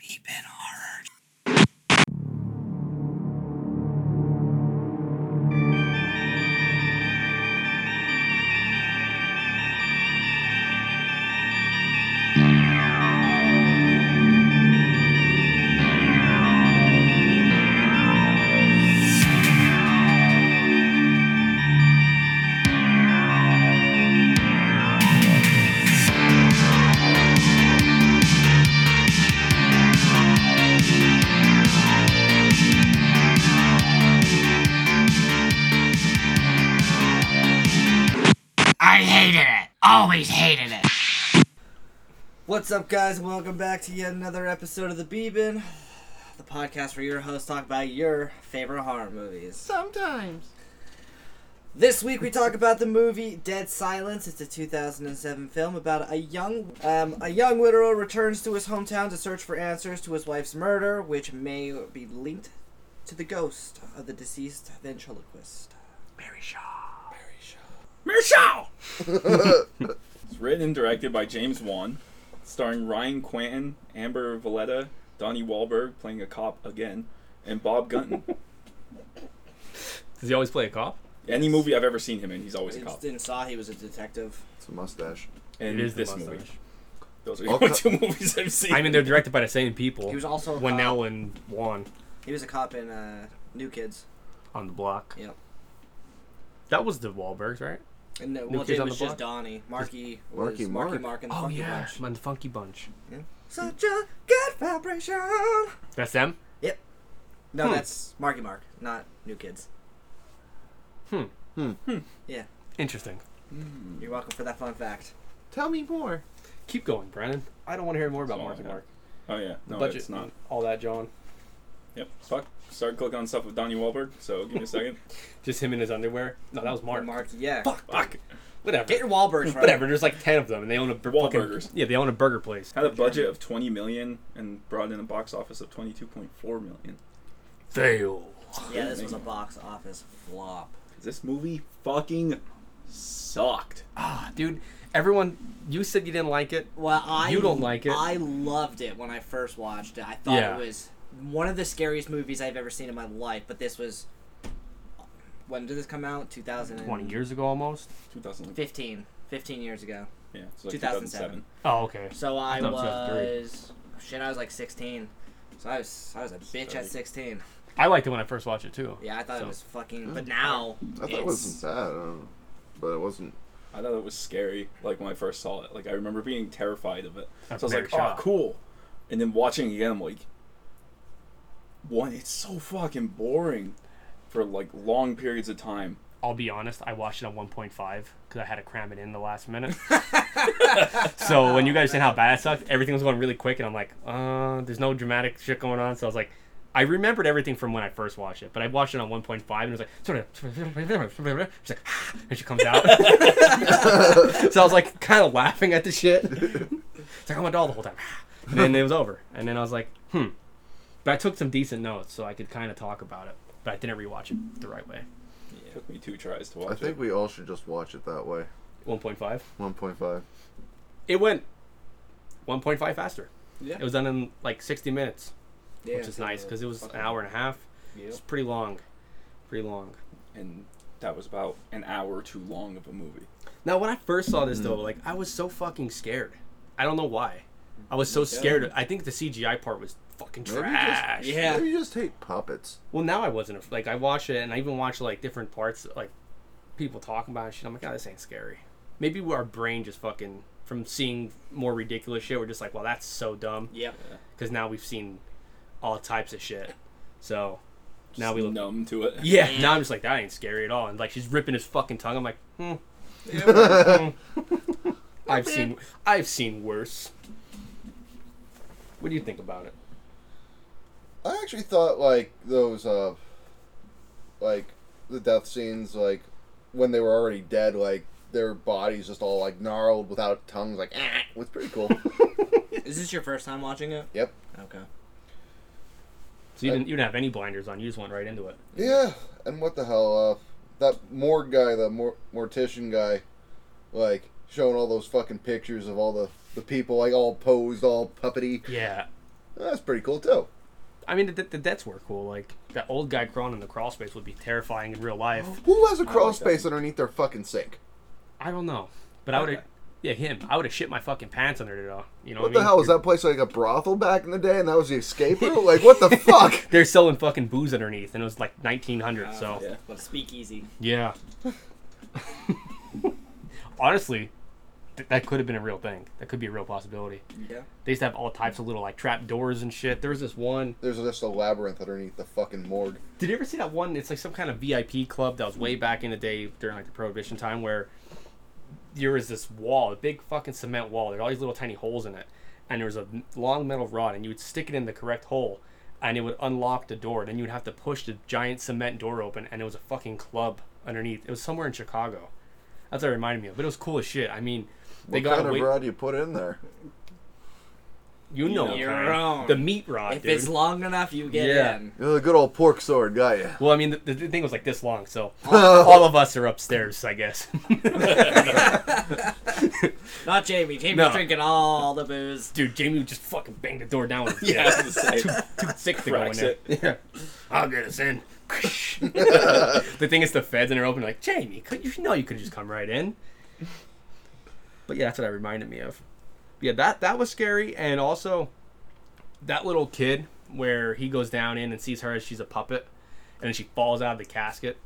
Beepin' horror. I hated it. Always hated it. What's up, guys? and Welcome back to yet another episode of the Beebin, the podcast where your hosts talk about your favorite horror movies. Sometimes. This week we talk about the movie Dead Silence. It's a 2007 film about a young um, a young widower returns to his hometown to search for answers to his wife's murder, which may be linked to the ghost of the deceased ventriloquist. It's written and directed by James Wan, starring Ryan Quanton, Amber Valletta, Donnie Wahlberg playing a cop again, and Bob Gunton. Does he always play a cop? Any movie I've ever seen him in, he's always a Didn't, cop. didn't saw he was a detective. It's a mustache. And It is this the movie. mustache. Those are All the only co- two movies I've seen. I mean, they're directed by the same people. He was also a cop. Whannell and Juan He was a cop in uh, New Kids. on the block. Yep. That was the Wahlbergs, right? And no, New well, Kids it on was the just Donnie. Marky was Marky Marky Mark. Mark. and the Funky Bunch. on Oh, the Funky Bunch. Such a good vibration. That's them. No, Hmm. that's Marky Mark, not New Kids. Hmm. Hmm. Yeah, Interesting. Hmm. you're welcome for that fun fact. Tell me more. Keep going, Brennan. I don't want to hear more about It's all Marky I have. Mark. oh yeah, no, Budget, it's not. All that, John. Yep. Fuck. Started clicking on stuff with Donnie Wahlberg. So give me a second. Just him in his underwear. No, that was Mark. Marky, yeah. Fuck. Fuck. Whatever. Get your Wahlbergs right. Whatever. There's like ten of them, and they own a bur- fucking- Wahlburgers. Yeah, they own a burger place. Had a budget of 20 million and brought in a box office of 22.4 million. Fail. Yeah, this was a box office flop. This movie fucking sucked. Ah, dude. Everyone, you said you didn't like it. Well, I You don't like it. I loved it when I first watched it. I thought Yeah. it was one of the scariest movies I've ever seen in my life. But this was when did this come out? 2000 Twenty years ago, almost. 2000. 15, 15 years ago. Yeah. So like 2007. 2007. Oh, okay. So I, thought it was was shit. I was like 16. So I was I was a bitch at Sorry. 16. I liked it when I first watched it too. Yeah, I thought So- it was fucking. But now I thought it it's- wasn't bad, I don't know. but it wasn't. I thought it was scary, like when I first saw it. Like I remember being terrified of it. That's so I was very like, shocked. "Oh, cool!" And then watching it again, I'm like, "One, it's so fucking boring for like long periods of time." I'll be honest, I watched it on 1.5 because I had to cram it in the last minute. so when you guys said how bad it sucked, everything was going really quick, and I'm like, uh, there's no dramatic shit going on. So I was like, I remembered everything from when I first watched it, but I watched it on 1.5 and it was like, sort of, she's like, and she comes out. so I was like, kind of laughing at the shit. It's like I'm a doll the whole time. And then it was over, and then I was like, hmm. But I took some decent notes, so I could kind of talk about it, but I didn't rewatch it the right way. Took me two tries to watch I think it. we all should just watch it that way. 1.5. 1.5. it went 1.5 faster. Yeah. It was done in like 60 minutes, Yeah, which is nice because it was an fucking- hour and a half. Yeah. It's pretty long, pretty long. and that was about an hour too long of a movie. Now, when I first saw this though, like I was so fucking scared. I don't know why. I was so scared. I think the CGI part was fucking Maybe just- trash. Yeah. Maybe you just hate puppets. Well, now I wasn't af- like I watched it and I even watched like different parts, like people talking about it. and Shit, I'm like, God, this ain't scary. Maybe our brain just fucking from seeing more ridiculous shit, we're just like, well, that's so dumb. Yep. because now we've seen all types of shit. So Just now we look. numb to it. Yeah, now I'm just like that ain't scary at all. And like she's ripping his fucking tongue. I'm like, hmm. hmm. I've seen I've seen worse. What do you think about it? I actually thought like those uh like the death scenes like when they were already dead like their bodies just all like gnarled without tongues like ah, was pretty cool. Is this your first time watching it? yep. Okay. So you didn't you didn't have any blinders on. You just went right into it. Yeah, and what the hell? Uh, that morgue guy, the mor- mortician guy, like showing all those fucking pictures of all the the people, like all posed, all puppety. Yeah. That's pretty cool too. I mean, the, the deaths were cool. Like that old guy crawling in the crawl space would be terrifying in real life. Who has a crawl like that. space underneath their fucking sink? Oh, I don't know, but I would have. Okay. Yeah, him. I would have shit my fucking pants under it all. You know What what, I the mean? hell was that place like a brothel back in the day, and that was the escape route? Like what the fuck? They're selling fucking booze underneath, and it was like 1900. so yeah. What a Uh, speakeasy. yeah. Honestly, th- that could have been a real thing. That could be a real possibility. Yeah. They used to have all types of little like trap doors and shit. There was this one. There's just a labyrinth underneath the fucking morgue. Did you ever see that one? It's like some kind of VIP club that was way back in the day during like the prohibition time where there was this wall, a big fucking cement wall. There were all these little tiny holes in it, and there was a long metal rod, and you would stick it in the correct hole, and it would unlock the door. Then you would have to push the giant cement door open, and it was a fucking club underneath. It was somewhere in Chicago. That's what it reminded me of. But it was cool as shit. I mean, they what got kind away. of rod do you put in there? You know, Your kind. own. the meat rod. If dude. it's long enough, you get Yeah. in. You know, the good old pork sword, got you. Well, I mean, the, the thing was like this long, so all of us are upstairs, I guess. Not Jamie. Jamie's No. drinking all the booze. Dude, Jamie would just fucking bang the door down with his Yeah. I was gonna say, too thick to go in cracks there. it. I'll get us in. the thing is, the feds and they're open like Jamie. Could you know you could just come right in? But yeah, that's what that reminded me of. Yeah, that that was scary, and also that little kid where he goes down in and sees her as she's a puppet, and then she falls out of the casket.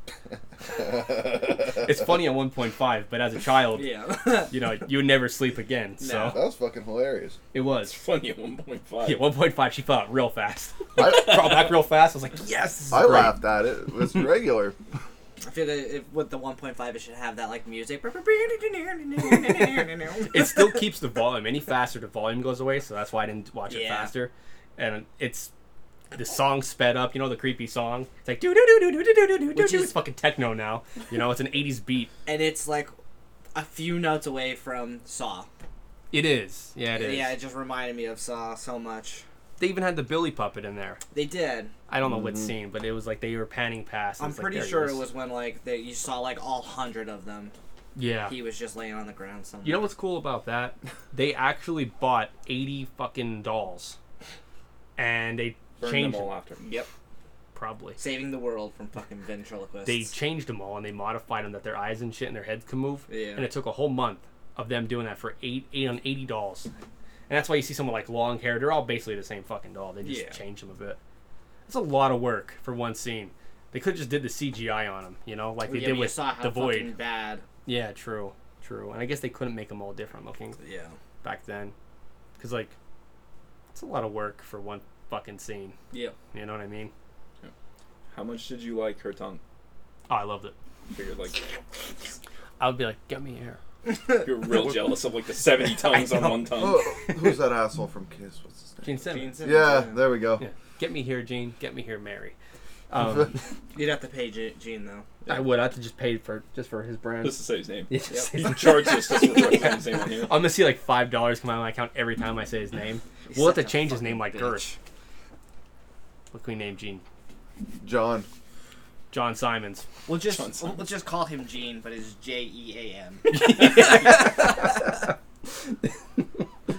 it's funny at 1.5, but as a child, Yeah. you know, you would never sleep again. So That was fucking hilarious. it was. Funny at 1.5. Yeah, 1.5, she fell out real fast. I, Crawl back real fast. I was like, yes. this is I great. laughed at it. It was regular. I feel like if, with the 1.5, it should have that like music. it still keeps the volume any faster the volume goes away so that's why i didn't watch it Yeah. faster and it's the song sped up you know the creepy song it's like do do do do do do do do do Which do is- it's fucking techno now you know it's an 80s beat and it's like a few notes away from Saw. it is yeah it is Yeah, it just reminded me of Saw so much. they even had the billy puppet in there They did. i don't know what scene but it was like they were panning past and I'm it's like, pretty there he sure it is. was when like they, you saw like all hundred of them. yeah He was just laying on the ground somewhere. you know what's cool about that they actually bought 80 fucking dolls and they Burned changed them all after. Yep. probably Saving the world from fucking ventriloquists. they changed them all and they modified them that their eyes and shit and their heads could move. Yeah. And it took a whole month of them doing that for eight, eight on eighty dolls. And that's why you see someone like long hair. They're all basically the same fucking doll. They just Yeah. changed them a bit. That's a lot of work for one scene. They could have just did the CGI on them, you know, like they yeah, but did you with saw how the void. fucking bad. Yeah, true, true. And I guess they couldn't make them all different looking Yeah. back then, because like, it's a lot of work for one fucking scene. Yep. You know what I mean? How much did you like her tongue? Oh, I loved it. Figured like I would be like, get me here. you're real jealous of like the 70 tongues on one tongue. Oh, who's that asshole from Kiss? What's his name? Gene Simmons. Yeah, there we go. Yeah. Get me here, Gene. Get me here, Mary. Um, You'd have to pay G- Gene though. I would. I have to just pay for just for his brand. Just to say his name. Yeah, just You his- can charge us just for his name on here. I'm gonna see like five dollars come out of my account every time I say his name. we'll have to such a change his fucking name like bitch. Gersh. What can we name Gene? John. John Simons. We'll just John Simons. we'll just call him Gene, but it's J E A N.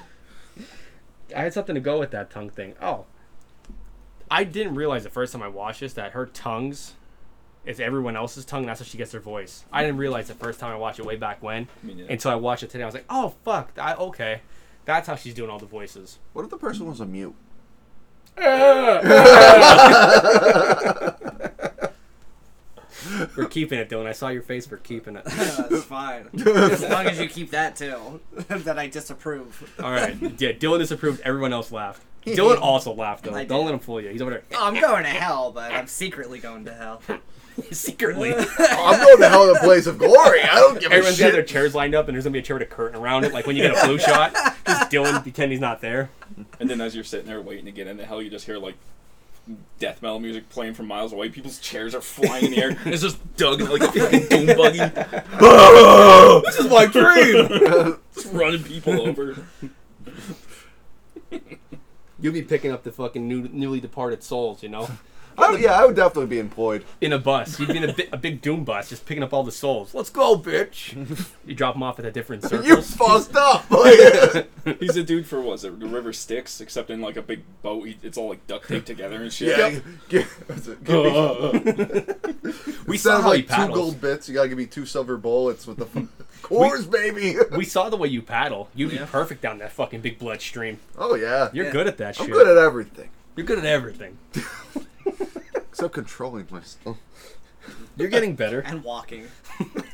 I had something to go with that tongue thing. Oh, I didn't realize the first time I watched this that her tongues is everyone else's tongue. That's how she gets her voice. I didn't realize the first time I watched it way back when I mean, yeah. until I watched it today. I was like, oh fuck, I, okay, that's how she's doing all the voices. What if the person was a mute? We're keeping it, Dylan. I saw your face. We're keeping it. That's fine. as long as you keep that too. that I disapprove. All right. Yeah, Dylan disapproved. Everyone else laughed. Dylan also laughed though. I Don't did. let him fool you. He's over there Oh, I'm going to hell, but I'm secretly going to hell. secretly. I'm going to hell in a place of glory. I don't give Everyone's a got their shit. chairs lined up, and there's gonna be a chair with a curtain around it, like when you get a flu shot. Just Dylan pretend he's not there. And then as you're sitting there waiting to get into hell, you just hear like death metal music playing from miles away. People's chairs are flying in the air. It's just Doug like a fucking doom buggy this is my dream. just running people over. you'll be picking up the fucking new, newly departed souls, you know, I would- yeah, I would definitely be employed. in a bus. You'd be in a, bi- a big doom bus, just picking up all the souls. Let's go, bitch. you drop them off at the different circles. You fucked up. Like, He's a dude for was it the River Styx, except in like a big boat. He, it's all like duct taped together and shit. yeah, gi- what's it, give me- we saw sounds how he like two paddles. gold bits. You gotta give me two silver bullets with the f- cores, baby. We saw the way you paddle. You'd be perfect down that fucking big blood stream. oh yeah, You're Yeah. good at that I'm shit. good at everything You're good at everything. except controlling myself. You're getting better. and walking.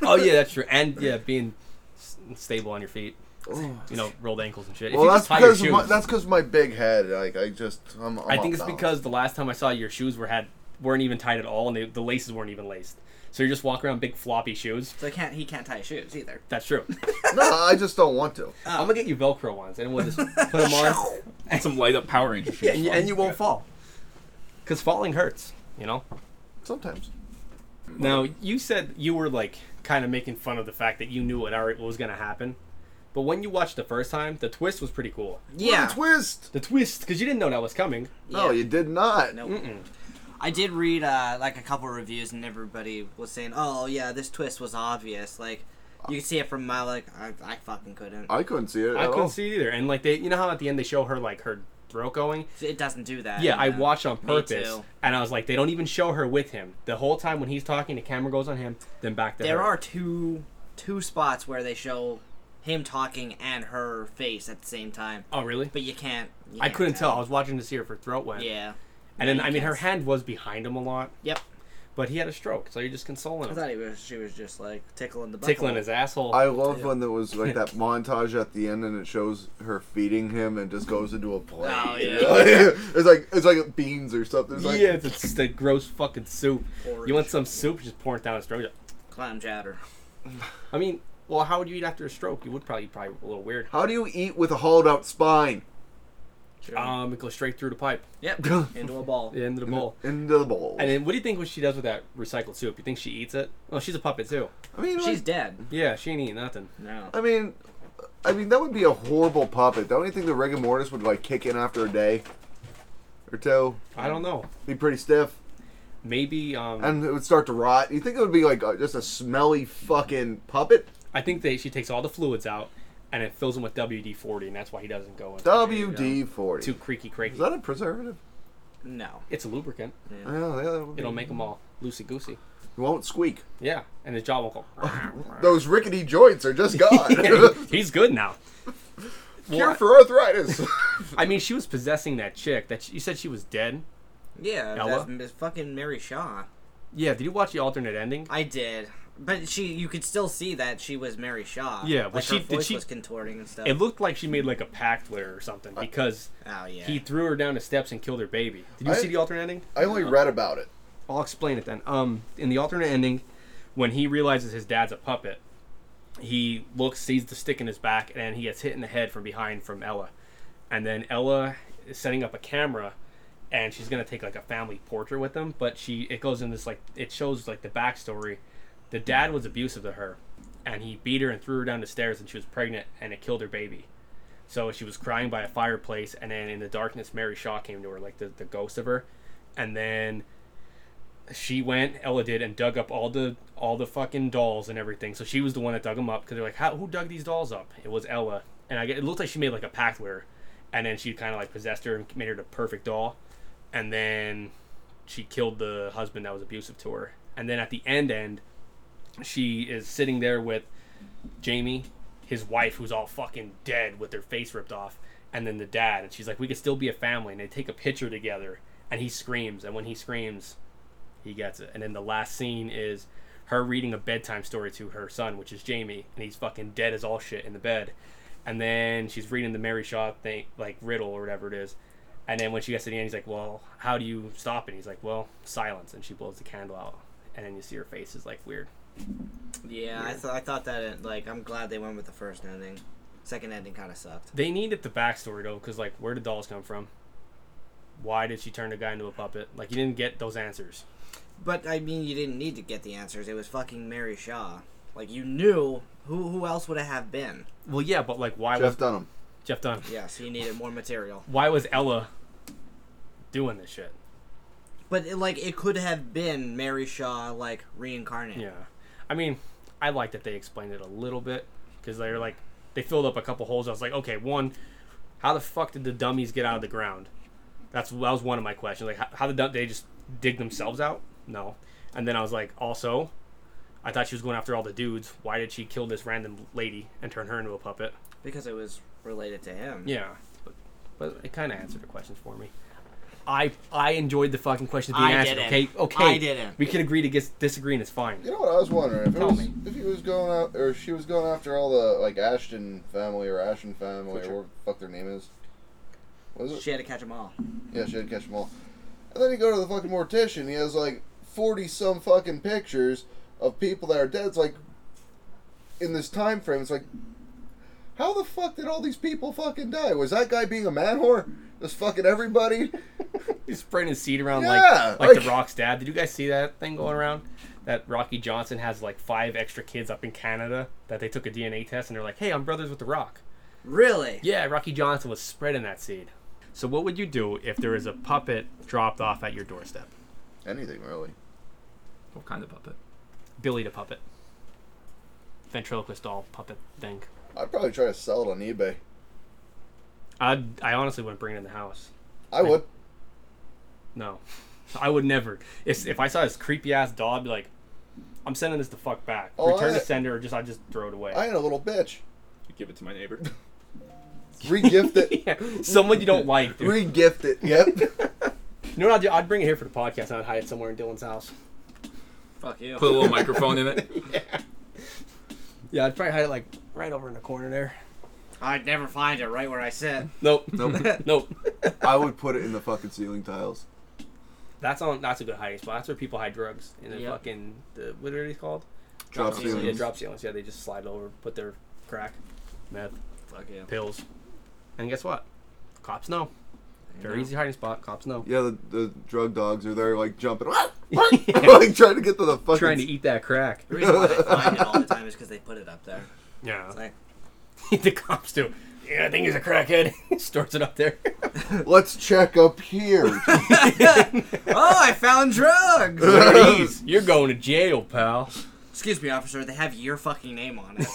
oh yeah, that's true. And yeah, being s- stable on your feet. Oh. You know, rolled ankles and shit. If Well, you that's just tie your because of my, shoes- that's Oh, because my big head. Like I just, I'm. I'm I think off it's balance. because the last time I saw your shoes were had weren't even tied at all, and they, the laces weren't even laced. So you just walk around big floppy shoes. So I can't. He can't tie his shoes either. That's true. no, I just don't want to. I'm gonna get you Velcro ones, and we'll just put them on, And some light up Power Ranger shit. and, you- and you won't fall. Cause falling hurts, you know. Sometimes. Now you said you were like kind of making fun of the fact that you knew what alre- what was gonna happen, but when you watched the first time, the twist was pretty cool. Yeah. What a twist. The twist, because you didn't know that was coming. No, Yeah. Oh, you did not. Nope. I did read uh, like a couple of reviews, and everybody was saying, "Oh yeah, this twist was obvious." Like you could see it from my like, I, I fucking couldn't. I couldn't see it. I at couldn't all. see it either. And like they, you know how at the end they show her like her throat going. it doesn't do that. Yeah, I you know? watched on Me purpose, too. and I was like, they don't even show her with him. The whole time when he's talking, the camera goes on him, then back to There her. are two two spots where they show him talking and her face at the same time, Oh really? but you can't. you I can't couldn't tell. I was watching to see her for throat went. Yeah. And then you I mean, can't her see. hand was behind him a lot, Yep. but he had a stroke, so you're just consoling I him, thought he was. She was just like tickling the. tickling butthole. his asshole. I love when there was like that montage at the end, and it shows her feeding him, and just goes into a play. Oh, yeah. it's like it's like beans or something. It's like, yeah, it's just the gross fucking soup. You want Orange. some soup? Just pour it down his throat. clam chowder. I mean, well, how would you eat after a stroke? You would probably probably a little weird. How do you eat with a hollowed out spine Sure. Um, it goes straight through the pipe, yep. into a ball. into the bowl. into the bowl? And then, what do you think what she does with that recycled soup? You think she eats it? Well, she's a puppet too. I mean, She's like, dead. Yeah, she ain't eating nothing. No. I mean, I mean that would be a horrible puppet. Don't you think the rigor mortis would like kick in after a day or two? I don't know. Be pretty stiff, Maybe um, and it would start to rot. You think it would be like uh, just a smelly fucking puppet? I think that she takes all the fluids out and it fills him with WD forty, and that's why he doesn't go. into- WD Too forty. creaky, Is craky. that a preservative? No. It's a lubricant. Yeah, yeah, that would be- It'll make them all loosey goosey. It won't squeak. Yeah, and his jaw won't go. Those rickety joints are just gone. He's good now. Cure for arthritis. I mean, she was possessing that chick. That she, you said she was dead. Yeah. Ella? That's Miss fucking Mary Shaw. Yeah. Did you watch the alternate ending? I did, but she you could still see that she was Mary Shaw. Yeah, like but she- her did voice she- was contorting and stuff. It looked like she made like a pact with her or something because oh yeah. he threw her down the steps and killed her baby. Did you I- see the alternate ending? I only read about it. I'll explain it then. Um, in the alternate ending, when he realizes his dad's a puppet, he looks, sees the stick in his back, and he gets hit in the head from behind from Ella. And then Ella is setting up a camera, and she's gonna take like a family portrait with them. But she, it goes in this like, it shows like the backstory. The dad was abusive to her, and he beat her and threw her down the stairs, and she was pregnant, and it killed her baby. So she was crying by a fireplace, and then in the darkness, Mary Shaw came to her, like the, the ghost of her, and then she went, Ella did, and dug up all the all the fucking dolls and everything. So she was the one that dug them up because they're like, How, who dug these dolls up? It was Ella, and I get, it looked like she made like a pact with her, and then she kind of like possessed her and made her the perfect doll, and then she killed the husband that was abusive to her, and then at the end end, she is sitting there with Jamie, his wife, who's all fucking dead with their face ripped off, and then the dad. And she's like, we could still be a family. And they take a picture together, and he screams. And when he screams, he gets it. And then the last scene is her reading a bedtime story to her son, which is Jamie, and he's fucking dead as all shit in the bed. And then she's reading the Mary Shaw thing, like riddle or whatever it is. And then when she gets to the end, he's like, "Well, how do you stop it?" He's like, "Well, silence." And she blows the candle out, and then you see her face is like weird. yeah, I, th- I thought that it, like I'm glad they went with the first ending. Second ending kind of sucked. They needed the backstory though, because like, where did dolls come from? Why did she turn the guy into a puppet? Like, you didn't get those answers. But I mean, you didn't need to get the answers. It was fucking Mary Shaw. Like you knew who who else would it have been? Well, yeah, but like, why Jeff was Dunham. Jeff Dunn. Yeah, so you needed more material. Why was Ella doing this shit? But it, like, it could have been Mary Shaw like reincarnated. Yeah, I mean, I like that they explained it a little bit because they were like they filled up a couple holes. I was like, okay, one, how the fuck did the dummies get out of the ground? That's that was one of my questions. Like, how, how the dum- they just dig themselves out? No. And then I was like, also, I thought she was going after all the dudes. Why did she kill this random lady and turn her into a puppet? because it was related to him. Yeah, but, but it kind of answered the questions for me. I I enjoyed the fucking questions being I answered. didn't. Okay, okay. I didn't. We can agree to dis- disagreeing. It's fine. You know what I was wondering if it Tell was, me. if he was going out or if she was going after all the like Ashton family or Ashton family or whatever the fuck their name is. What is it? She had to catch them all. Yeah, she had to catch them all. And then you go to the fucking mortician. He has like forty some fucking pictures of people that are dead. It's like in this time frame. It's like, how the fuck did all these people fucking die? Was that guy being a man whore? Just fucking everybody. He's spraying his seed around Yeah, like like like- the Rock's dad. Did you guys see that thing going around? That Rocky Johnson has like five extra kids up in Canada that they took a DNA test and they're like, "Hey, I'm brothers with the Rock." Really? Yeah, Rocky Johnson was spreading that seed. So what would you do if there was a puppet dropped off at your doorstep? Anything really? What kind of puppet? Billy the puppet, ventriloquist doll puppet thing. I'd probably try to sell it on eBay. I I honestly wouldn't bring it in the house. I would. No, I would never. If, if I saw this creepy ass doll, I'd be like, "I'm sending this the fuck back. Oh, Return I- to sender, or just I just throw it away." I ain't a little bitch. Give it to my neighbor. Regift it. yeah, someone you don't like. Dude. Regift it. Yep. You know what I'd do? I'd bring it here for the podcast and I'd hide it somewhere in Dylan's house. Fuck you. Put a little microphone in it. Yeah, I'd probably hide it like right over in the corner there. I'd never find it right where I sit. Nope. nope. I would put it in the fucking ceiling tiles. That's on. That's a good hiding spot. That's where people hide drugs in the Yep. fucking the, what are these called? Drop Yeah, ceilings. drop ceilings. Yeah, they just slide over, put their crack, meth, Fuck you. pills, and guess what? Cops know. Very easy hiding spot. Cops know. Yeah, the, the drug dogs are there, like jumping, like trying to get to the fucking. Trying to eat that crack. The reason why I find it all the time is because they put it up there. Yeah. It's like, the cops do. Yeah, I think he's a crackhead. Stores it up there. Let's check up here. oh, I found drugs. What are these? You're going to jail, pal. Excuse me, officer. They have your fucking name on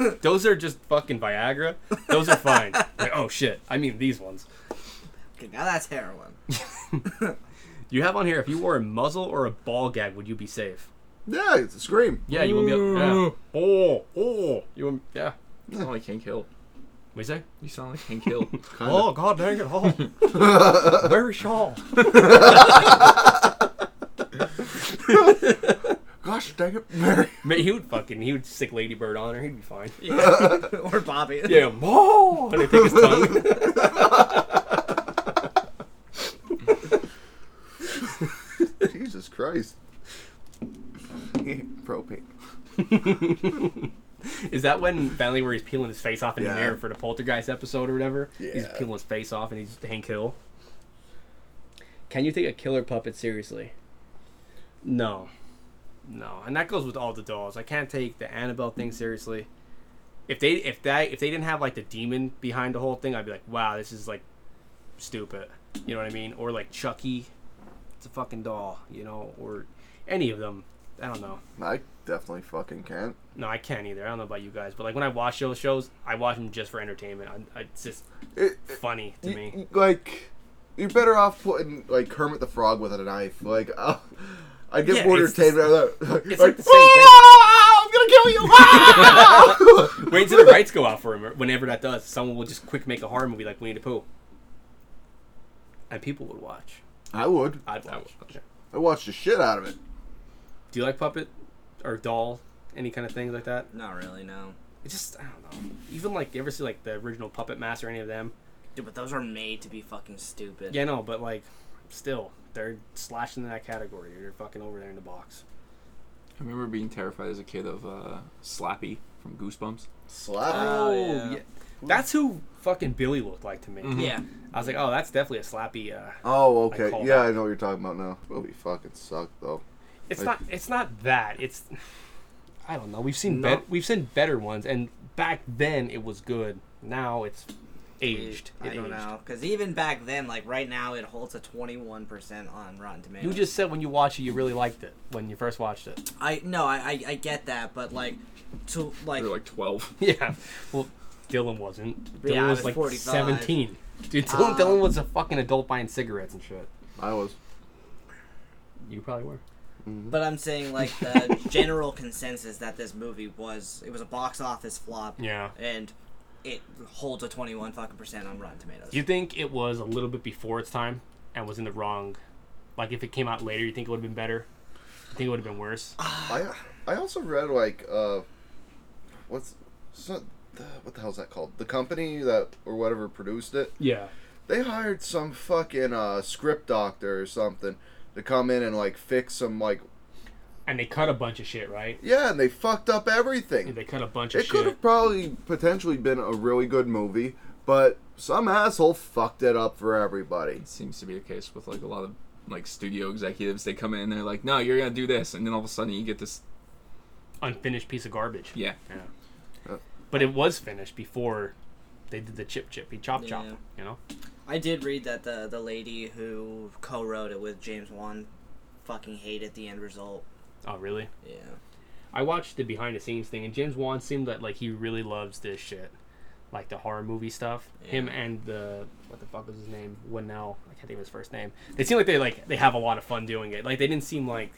it. Those are just fucking Viagra. Those are fine. Like, oh shit. I mean these ones. okay, now that's heroin. You have on here. If you wore a muzzle or a ball gag, would you be safe? yeah, it's a scream. Yeah, you won't be. Able, yeah. Oh, oh. You won't. Yeah. You sound like Hank Hill. We say. You sound like Hank Hill. Oh god, dang it! Oh, very shaw. Gosh dang it, Mary. Man, he would fucking. He would stick Ladybird on her. He'd be fine. or Bobby. Yeah. Oh. And they take his tongue. Jesus Christ. Propane. Is that when Bentley where he's peeling his face off in Yeah. the mirror for the poltergeist episode or whatever? He's Yeah. peeling his face off and he's Hank Hill. Can you take a killer puppet seriously? No. No. And that goes with all the dolls. I can't take the Annabelle thing seriously. If they if that if they didn't have like the demon behind the whole thing, I'd be like, wow, this is like stupid. You know what I mean? Or like Chucky. It's a fucking doll, you know, or any of them. I don't know. I definitely fucking can't. No, I can't either. I don't know about you guys, but like when I watch those shows, I watch them just for entertainment. I, I, it's just It, funny to y- me. y- like, you're better off putting like Kermit the Frog with a knife. Like, uh, I get Yeah, more it's the entertainment out of that. It's like the same thing. "Ah, I'm gonna kill you. Ah!" Wait till the rights go out for him. or Whenever that does, someone will just quick make a horror movie like Winnie the Pooh, and people would watch. I would. I'd watch. I watched the shit out of it. Do you like puppet or doll? Any kind of things like that? Not really, no. It's just I don't know. Even like you ever see like the original Puppet Master or any of them? Dude, but those are made to be fucking stupid. Yeah, no, but like still they're slashing in that category. They're fucking over there in the box. I remember being terrified as a kid of uh, Slappy from Goosebumps. Slap. Oh, yeah. That's who fucking Billy looked like to me. Yeah. I was like, oh, that's definitely a slappy. Uh, Oh, I okay. call yeah, that. I know what you're talking about now. Movie fucking sucked though. it's Like- not. It's not that. It's. I don't know. We've seen No. bet we've seen better ones, and back then it was good. Now it's aged. It I don't aged. know, because even back then, like right now, it holds a twenty-one percent on Rotten Tomatoes. You just said when you watched it, you really liked it when you first watched it. I no, I, I I get that, but like, to like, They're like 12. Yeah. Well, Dylan wasn't. Dylan Yeah, I was, was like 45. 17. Dude, Dylan, Uh, Dylan was a fucking adult buying cigarettes and shit. I was. You probably were. but I'm saying like the general consensus that this movie was it was a box office flop. Yeah. and it holds a twenty-one fucking percent on Rotten Tomatoes. Do you think it was a little bit before its time and was in the wrong? Like, if it came out later, you think it would have been better? You think it would have been worse? I I also read like uh, what's so, the, what the hell's that called? The company that or whatever produced it. Yeah. They hired some fucking uh script doctor or something to come in and like fix some like And they cut a bunch of shit, right? yeah, and they fucked up everything. They cut a bunch of It could shit. have probably potentially been a really good movie, but some asshole fucked it up for everybody. seems to be the case with like a lot of like studio executives. They come in and they're like, "No, you're gonna do this," and then all of a sudden you get this. Unfinished piece of garbage. Yeah, Yeah. But it was finished before they did the chip chippy chop chop, Yeah. you know? I did read that the the lady who co-wrote it with James Wan fucking hated the end result. Oh, really? Yeah. I watched the behind the scenes thing, and James Wan seemed that like he really loves this shit, like the horror movie stuff. Him and the what the fuck was his name? Winnell. I can't think of his first name. They seem like they like they have a lot of fun doing it. Like they didn't seem like,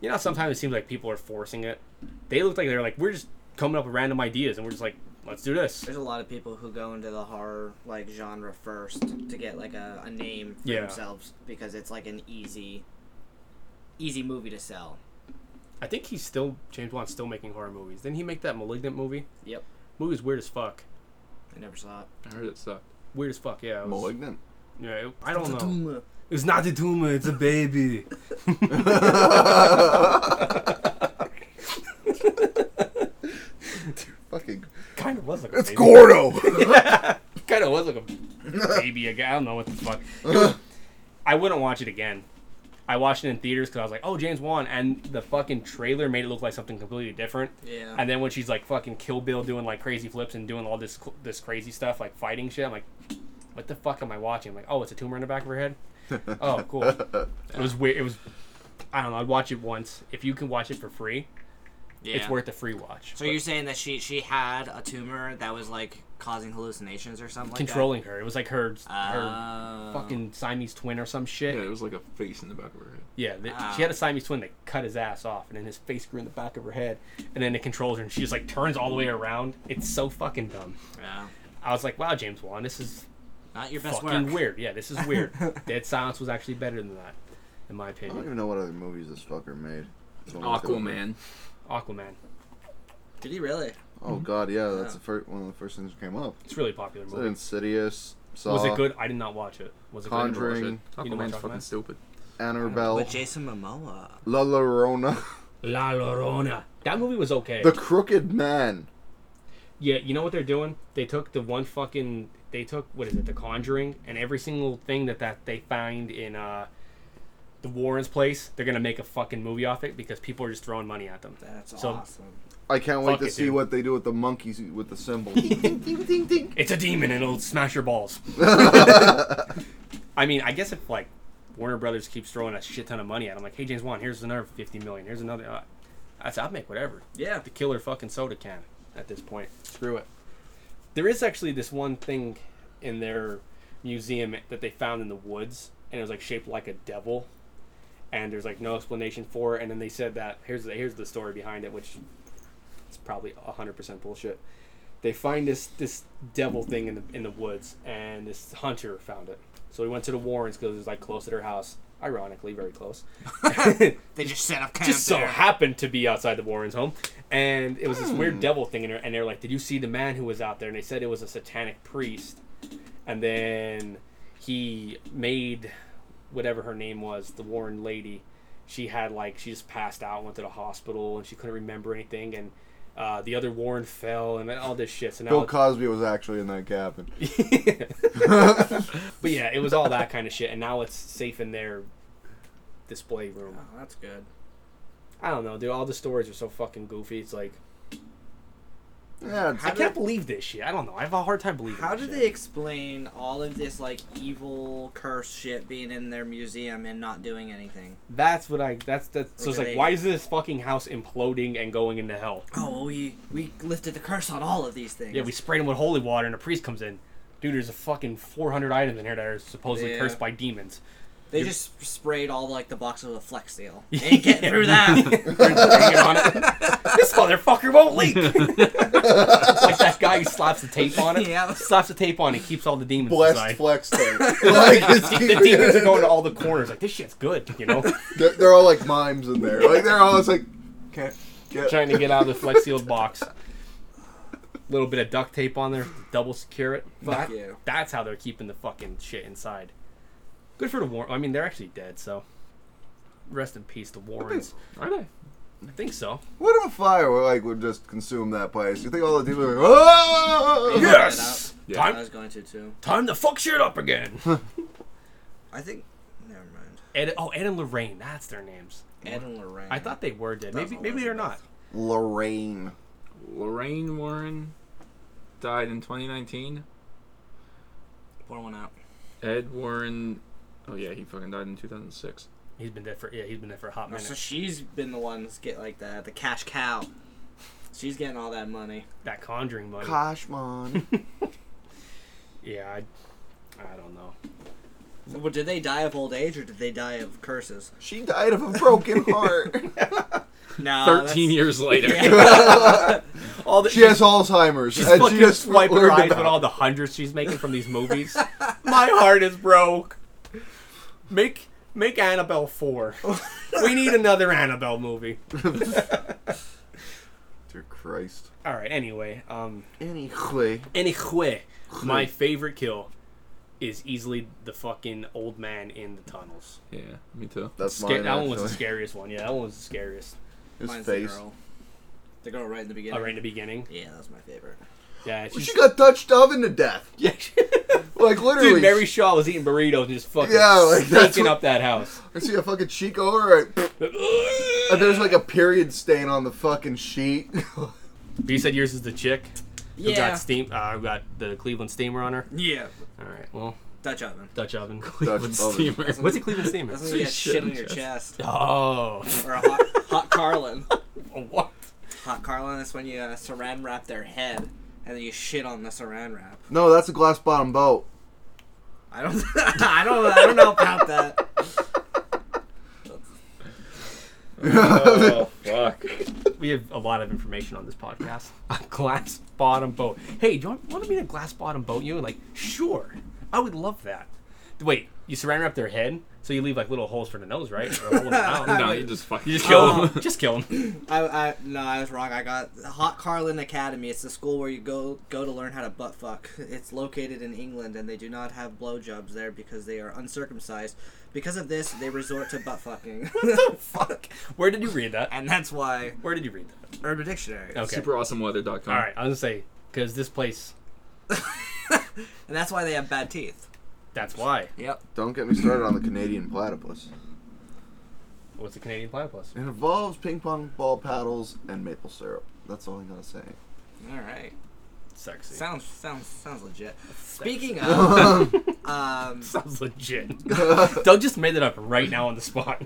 you know, sometimes it seems like people are forcing it. They looked like they're like we're just coming up with random ideas, and we're just like let's do this. There's a lot of people who go into the horror like genre first to get like a, a name for Yeah. themselves because it's like an easy easy movie to sell. I think he's still James Wan's still making horror movies. Didn't he make that malignant movie? Yep. Movie's weird as fuck. I never saw it. I heard it sucked. Weird as fuck. Yeah. it was- Malignant. yeah. it- I don't know. Tumor. It's not the tumor, it's a baby. Fucking. kind of was like a baby. Gordo! kind of was like a baby again. I don't know what the fuck. I wouldn't watch it again. I watched it in theaters because I was like, oh, James Wan. And the fucking trailer made it look like something completely different. Yeah. And then when she's like fucking Kill Bill doing like crazy flips and doing all this this crazy stuff, like fighting shit, I'm like, what the fuck am I watching? I'm like, oh, it's a tumor in the back of her head? oh, cool. It was weird. It was, I don't know. I'd watch it once. If you can watch it for free, yeah. it's worth a free watch. So you're saying that she she had a tumor that was like causing hallucinations or something like controlling her. It was like her that? her Oh. fucking Siamese twin or some shit. Yeah, it was like a face in the back of her head. Yeah, th Ah. she had a Siamese twin that cut his ass off, and then his face grew in the back of her head, and then it controls her, and she just like turns all the way around. It's so fucking dumb. Yeah. I was like, wow, James Wan, this is Not your best fucking work. weird. Yeah, this is weird. Dead Silence was actually better than that, in my I don't opinion. even know what other movies this fucker made. Aquaman. Aquaman, Did he really? Oh god, yeah, that's Yeah. the first one of the first things that came up. it's a really popular So movie. Insidious, Saw, Was it good? I did not watch it. Was it good? Conjuring, You know what I'm Aquaman's talking fucking about? stupid. Annabelle, With Jason Momoa. La Llorona, La Llorona. That movie was okay. The Crooked Man. Yeah, you know what they're doing? They took the one fucking they took what is it, The Conjuring, and every single thing that that they find in uh the Warrens' place, they're gonna make a fucking movie off it because people are just throwing money at them. That's So- awesome. I can't wait Fuck to it, see dude. what they do with the monkeys with the symbol. ding, ding, ding, ding, ding. It's a demon and it'll smash your balls. I mean, I guess if like Warner Brothers keeps throwing a shit ton of money at them, like, hey James Wan, here's another fifty million, here's another. Uh, I said I'll make whatever. Yeah. the killer fucking soda can at this point. Screw it. There is actually this one thing in their museum that they found in the woods, and it was like shaped like a devil, and there's like no explanation for it. And then they said that here's the, here's the story behind it, which it's probably hundred percent bullshit. They find this this devil thing in the in the woods, and this hunter found it. So he went to the Warrens because it was like close to their house. Ironically, very close They just set up camp just so there. happened to be outside the Warrens' home, and it was this weird devil thing, in there, and they're like, "Did you see the man who was out there?" And they said it was a satanic priest, and then he made whatever her name was, the Warren lady. She had like she just passed out, went to the hospital, and she couldn't remember anything, and uh, the other Warren fell, and all this shit. So now Bill it's- Cosby was actually in that cabin. but yeah, it was all that kind of shit, and now it's safe in their display room. Oh, that's good. I don't know, dude. All the stories are so fucking goofy. It's like. Yeah, it's- I can't believe this shit. I don't know. I have a hard time believing. How this did shit. they explain all of this like evil curse shit being in their museum and not doing anything? That's what I. That's that's. So Okay, it's like, they- why is this fucking house imploding and going into hell? Oh, well, we we lifted the curse on all of these things. Yeah, we sprayed him with holy water, and a priest comes in. Dude, there's a fucking 400 items in here that are supposedly Yeah. cursed by demons. they just sprayed all like the boxes with Flex Seal. Ain't getting through that. Bring it on it. This motherfucker won't leak. like that guy who slaps the tape on it. Yeah. Slaps the tape on it, keeps all the demons blessed inside. flex tape. like, it's the demons are going to all the corners. Like this shit's good, you know. they're, they're all like mimes in there. Like they're all just like, can't get. Trying to get out of the flex sealed box. Little bit of duct tape on there, to double secure it. Fuck That- you. That's how they're keeping the fucking shit inside. Good for the war. I mean, they're actually dead, so rest in peace, the Warrens. Are they? I think so. What if fire like would just consume that place? You think all the demons are like, oh! Yeah. Yes! Yeah. I Time, was going to too. time to fuck shit up again. I think. Never mind. Ed, oh, Ed and Lorraine. That's their names. Ed and Lorraine. I thought they were dead. That's Maybe, maybe they're not. Elizabeth. Lorraine. Lorraine Warren died in 2019. pour one out. Ed Warren. Oh yeah, he fucking died in 2006. He's been dead for yeah. He's been dead for a hot Oh, so minute. she's been the ones get like the the cash cow. She's getting all that money. That Conjuring money. Kashmon. Yeah, I, I don't know. Well, did they die of old age or did they die of curses? she died of a broken heart. No, 13 years later. All the, she has Alzheimer's. she's and fucking she just swiping her learned eyes about with all the hundreds she's making from these movies. My heart is broke. Make make Annabelle four. we need another Annabelle movie. it. Dear Christ. All right. Anyway, um, Anyway. anyway, my favorite kill is easily the fucking old man in the tunnels. yeah, me too. That's Sca- mine, that one was the actually. scariest one. Yeah, that one was the scariest. His Mine's the face. girl. The girl right in the Oh, beginning. right in the beginning. Yeah, that's my favorite. Yeah, Well, she's, she got touched oven to death. yeah. Like literally. Dude, Mary Shaw was eating burritos and just fucking Yeah, like, that's stinking what- up that house. I see a fucking cheek over it. And there's like a period stain on the fucking sheet. You said yours is the chick who Yeah. got steam. Uh, who got the Cleveland steamer on her. yeah. All right. Well, Dutch oven. Dutch oven. Dutch oven. What's a Cleveland steamer? That's when you get shit shit in on your chest. Oh, or a hot, hot Carlin. what? Hot Carlin is when you uh, saran wrap their head and then you shit on the saran wrap. no, that's a glass bottom boat. I don't. I don't. I don't know about that. Oh, fuck. We have a lot of information on this podcast. A glass bottom boat. Hey, do you want, want to be in a glass bottom boat? You like? Sure. I would love that. Wait, you saran wrap their head, so you leave like little holes for the nose, right? Or a hole in the mouth. No, you just fucking You just kill them. Just kill them. I, I no, I was wrong. I got the Hot Carlin Academy. It's the school where you go go to learn how to butt fuck. It's located in England, and they do not have blowjobs there because they are uncircumcised. Because of this, they resort to butt fucking, Fuck. Where did you read that? and that's why Where did you read that? Urban Dictionary, Okay. Superawesomeweather.com. All right. I was gonna say because this place. and that's why they have bad teeth. That's why. Yep. Don't get me started on the Canadian platypus. What's the Canadian platypus? It involves ping pong ball paddles and maple syrup. That's all I'm gonna say. All right. Sexy. Sounds sounds sounds legit. Speaking of, um, Sounds legit. Doug just made it up right now on the spot.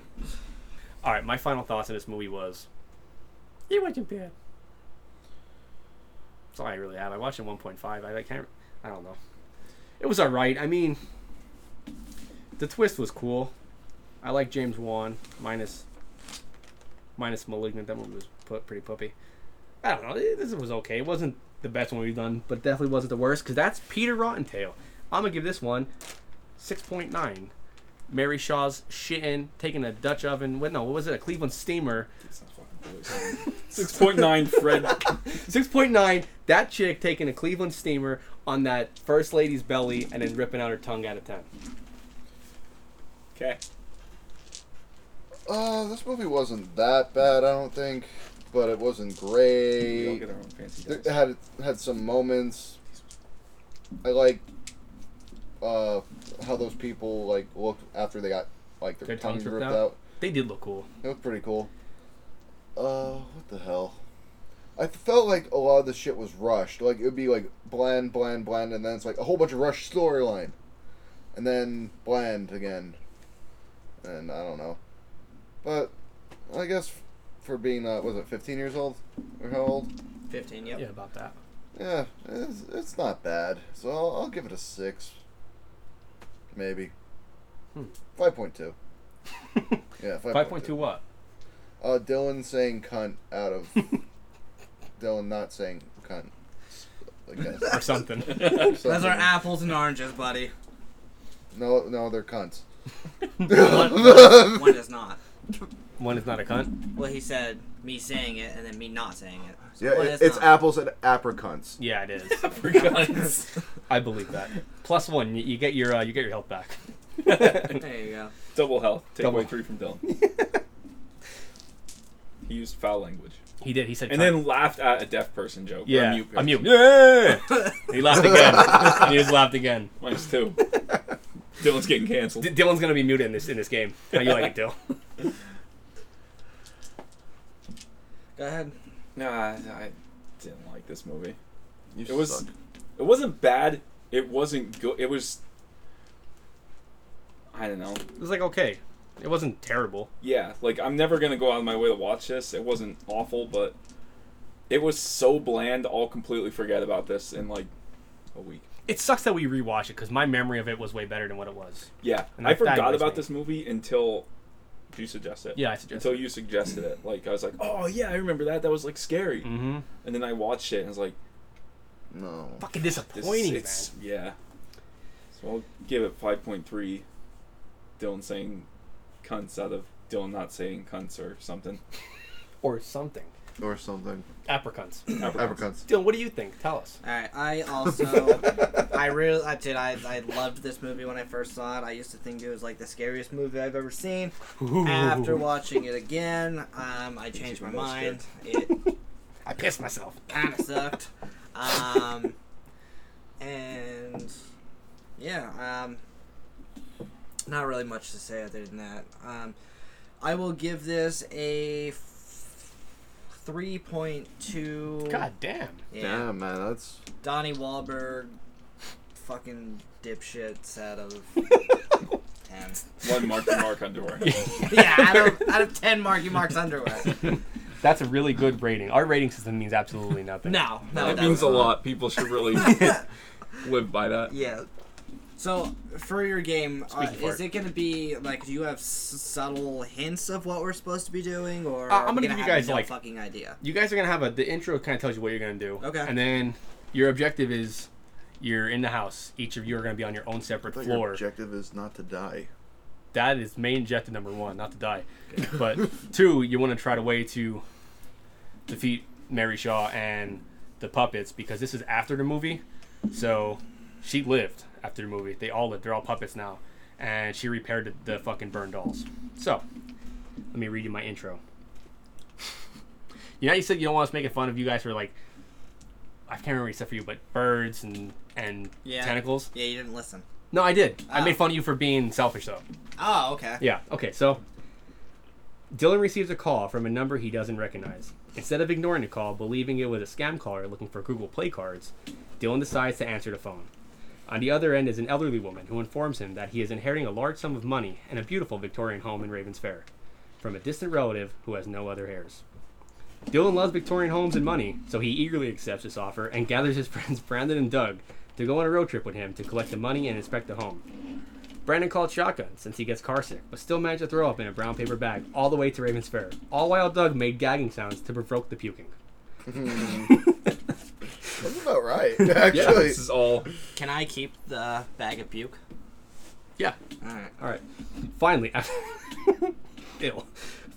All right, my final thoughts on this movie was it wasn't bad. That's all I really have. I watched it 1.5. I, I can't. I don't know. It was all right. I mean, the twist was cool. I like James Wan minus minus Malignant. That movie was put pretty puppy. I don't know. it- This was okay. It wasn't the best one we've done, but definitely wasn't the worst because that's Peter Rottentail. I'm gonna give this one six point nine. Mary Shaw's shitting, taking a Dutch oven. What no? What was it? A Cleveland steamer. 6.9 Fred. Six point nine. That chick taking a Cleveland steamer on that first lady's belly and then ripping out her tongue out of ten. Okay. Uh, this movie wasn't that bad, I don't think, but it wasn't We all great. get our own fancy It guys. had had some moments. I like uh, how those people like looked after they got like their, Their tongues, tongues ripped ripped out. They did look cool. It looked pretty cool. Uh, what the hell? I felt like a lot of the shit was rushed. Like it would be like bland, bland, bland, and then it's like a whole bunch of rushed storyline, and then bland again, and I don't know. But I guess for being uh, was it 15 years old or how old? 15, yep. Yeah, about that. Yeah, it's, it's not bad. So I'll, I'll give it a six, maybe. Hmm. Five point two. Yeah, Five point two what? Uh, Dylan saying cunt out of Dylan not saying cunt. I guess. Or something. Those are Something. apples and oranges, buddy. No, no, they're cunts. One does not. One is not a cunt. Well, he said me saying it and then me not saying it. So yeah, one it, is it's not. apples and apricunts. Yeah, it is. I believe that. Plus one, you, you get your uh, you get your health back. There you go. Double health. Take Double. away three from Dylan. he used foul language. He did. He said. And cunt. then laughed at a deaf person joke. or yeah, A mute person. I'm mute. Yeah. he laughed again. he just laughed again. Mine's two. Dylan's getting canceled. D- Dylan's gonna be muted in this in this game. How you like it, Dylan? Go ahead. Nah, I didn't like this movie. You It was. suck. It wasn't bad. It wasn't good. It was. I don't know. It was like okay. It wasn't terrible. Yeah, like I'm never gonna go out of my way to watch this. It wasn't awful, but it was so bland. I'll completely forget about this in like a week. It sucks that we rewatched it because my memory of it was way better than what it was. Yeah, And I that- that forgot annoys about me. this movie until you suggest it. Yeah, I suggested Until you suggested it, like I was like, oh yeah, I remember that. That was like scary. Mm-hmm. And then I watched it and I was like, No. Fucking this disappointing, it's yeah. So I'll give it five point three. Dylan saying cunts out of Dylan not saying cunts or something. man. Or something. Or something. Apricunts. Apricunts. Dylan, what do you think? Tell us. All right. I also, I really, I did. I, I loved this movie when I first saw it. I used to think it was like the scariest movie I've ever seen. After watching it again, um, I changed my even more mind. It I pissed myself. kind of sucked. Um, and yeah, um, not really much to say other than that. Um, I will give this a f- 3.2. God damn. yeah. Damn, man, that's Donnie Wahlberg, fucking dipshits out of 10. One mark for Mark underwear. yeah, out of, out of 10 Marky Mark's underwear. That's a really good rating. Our rating system means absolutely nothing. No, no, it That means uh, a doesn't. lot. People should really live by that. Yeah. So for your game, uh, Speaking for is it. it going to be like? Do you have s- subtle hints of what we're supposed to be doing, or Uh, are I'm gonna we give you have guys, no like- fucking idea? You guys are gonna have a the intro kind of tells you what you're gonna do. Okay. And then your objective is you're in the house. Each of you are gonna be on your own separate but floor. objective is not to die. that is main objective number one, not to die. But two, you want to try to way to defeat Mary Shaw and the puppets because this is after the movie. So she lived after the movie. They all lived. They're all puppets now, and she repaired the, the fucking burned dolls. So let me read you my intro. You know, how you said you don't want us making fun of you guys for like I can't remember except for you, but birds and and Yeah. tentacles. Yeah, you didn't listen. No, I did. I Ah. made fun of you for being selfish though. Oh, okay. Yeah. Okay. So Dylan receives a call from a number he doesn't recognize. Instead of ignoring the call, believing it was a scam caller looking for Google Play cards, Dylan decides to answer the phone. On the other end is an elderly woman who informs him that he is inheriting a large sum of money and a beautiful Victorian home in Ravens Fair from a distant relative who has no other heirs. Dylan loves Victorian homes and money, so he eagerly accepts this offer and gathers his friends Brandon and Doug to go on a road trip with him to collect the money and inspect the home. Brandon called shotgun since he gets carsick, but still managed to throw up in a brown paper bag all the way to Raven's Fair, all while Doug made gagging sounds to provoke the puking. That's about right, Yeah, actually. this is all. Can I keep the bag of puke? Yeah. All right. All right. Finally, after Ew.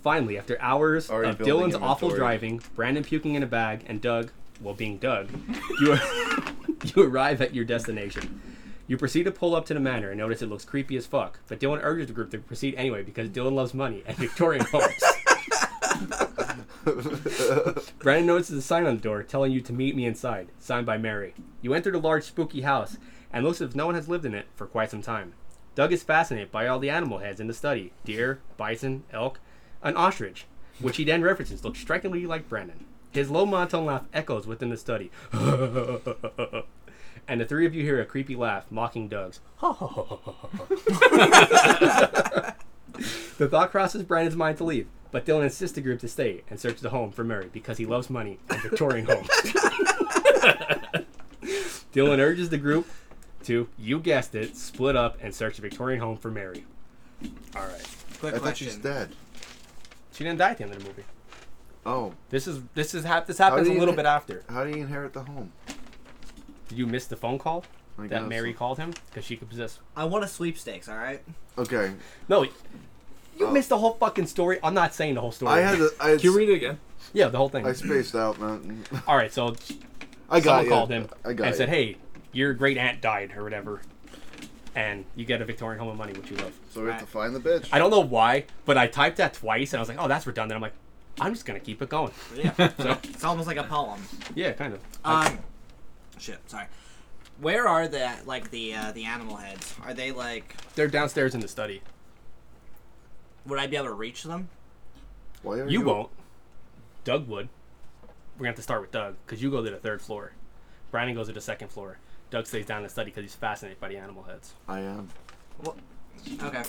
Finally, after hours Already of building Dylan's awful inventory. driving, Brandon puking in a bag, and Doug, well, being Doug, you ar- you arrive at your destination. You proceed to pull up to the manor and notice it looks creepy as fuck, but Dylan urges the group to proceed anyway because Dylan loves money and Victorian homes. Brandon notices a sign on the door telling you to meet me inside, signed by Mary. You enter the large, spooky house and looks as if no one has lived in it for quite some time. Doug is fascinated by all the animal heads in the study deer, bison, elk, an ostrich, which he then references looks strikingly like Brandon. His low monotone laugh echoes within the study. and the three of you hear a creepy laugh mocking Doug's. the thought crosses Brandon's mind to leave, but Dylan insists the group to stay and search the home for Murray because he loves money and Victorian homes. Dylan urges the group to, you guessed it, split up and search the Victorian home for Mary. All right. Quick I thought question. she's dead. She didn't die at the end of the movie. Oh, This is this is hap- this happens do a you little get- bit after. how do you inherit the home? Did you miss the phone call I that guess. Mary called him because she could possess? I want a sweepstakes, all right? Okay, No, you Oh. missed the whole fucking story. I'm not saying the whole story. I had to. I, had, Can you read it again? yeah, the whole thing. I spaced out, man. All right, so I someone got you. called him I got and you. said, "Hey, your great aunt died or whatever, and you get a Victorian home of money, which you love." So we have to find the bitch. I don't know why, but I typed that twice, and I was like, "Oh, that's redundant." I'm like, "I'm just gonna keep it going." Yeah. So it's almost like a poem. yeah, kind of. Um, shit, sorry. Where are the like the uh, the animal heads? Are they like They're downstairs in the study. would I be able to reach them? Why are You won't. Doug would. We're gonna have to start with Doug because you go to the third floor. Brandon goes to the second floor. Doug stays down in the study because he's fascinated by the animal heads. I am. Okay.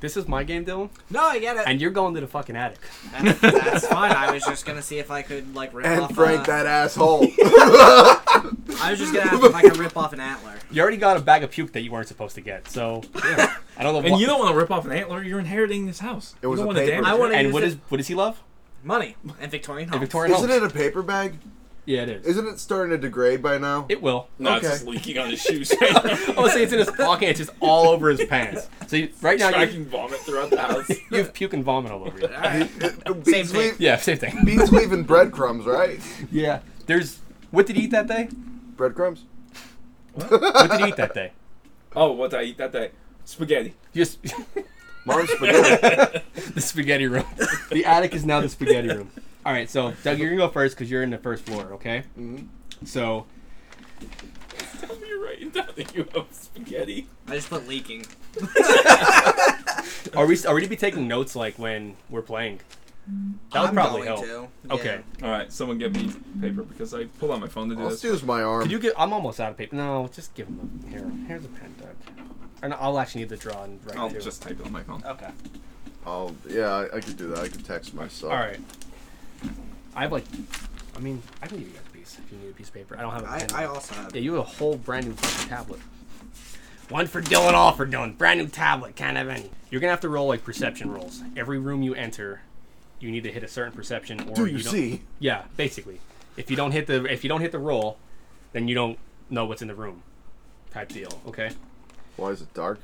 This is my game, Dylan, No, I get it. and you're going to the fucking attic. That's, that's fine. I was just gonna see if I could like rip And off. Frank, a- that asshole. I was just gonna ask if I could rip off an antler. You already got a bag of puke that you weren't supposed to get, so yeah. I don't know. And why- you don't want to rip off an antler. You're inheriting this house. It was you don't a wanna paper. damage I want to and use what it- is what does he love? money and Victorian The homes. Victorian Isn't home. it a paper bag? yeah, it is. Isn't it starting to degrade by now? it will. No, it's Okay. just leaking on his shoes right now. Oh, see, it's in his pocket. It's just all over his pants. So you, right now you, Tracking vomit throughout the house. you have puke and vomit all over you. Beats, thing. leave, Yeah, same thing. beats leaving breadcrumbs, right? Yeah. There's what did he eat that day? Breadcrumbs. What did he eat that day? Oh, what did I eat that day? Spaghetti. Just Mom's spaghetti. the spaghetti room. the attic is now the spaghetti room. All right, so Doug, you're gonna go first because you're in the first floor, okay? Mm-hmm. So Tell me you're writing down that you have spaghetti. I just put leaking. are we are we to be taking notes like when we're playing? That would I'm probably going help. to, Okay. yeah. All right, someone get me paper because I pulled out my phone to do All this. let use my arm. Could you get? I'm almost out of paper. No, just give him a here. Here's a pen, Doug. And I'll actually need to draw and write I'll too. just type it People on my phone. Okay. Oh, yeah, I, I could do that. I could text myself. All right. I have like, I mean, I can give you guys a piece if you need a piece of paper. I don't have a I, pen. I also have. Yeah, you have a whole brand new fucking tablet. One for Dylan, all for Dylan. Brand new tablet, can't have any. You're gonna have to roll like perception rolls. Every room you enter, you need to hit a certain perception. Or Do you, don't- see? Yeah, basically. If you don't hit the if you don't hit the roll, then you don't know what's in the room, type deal. Okay. Why is it dark?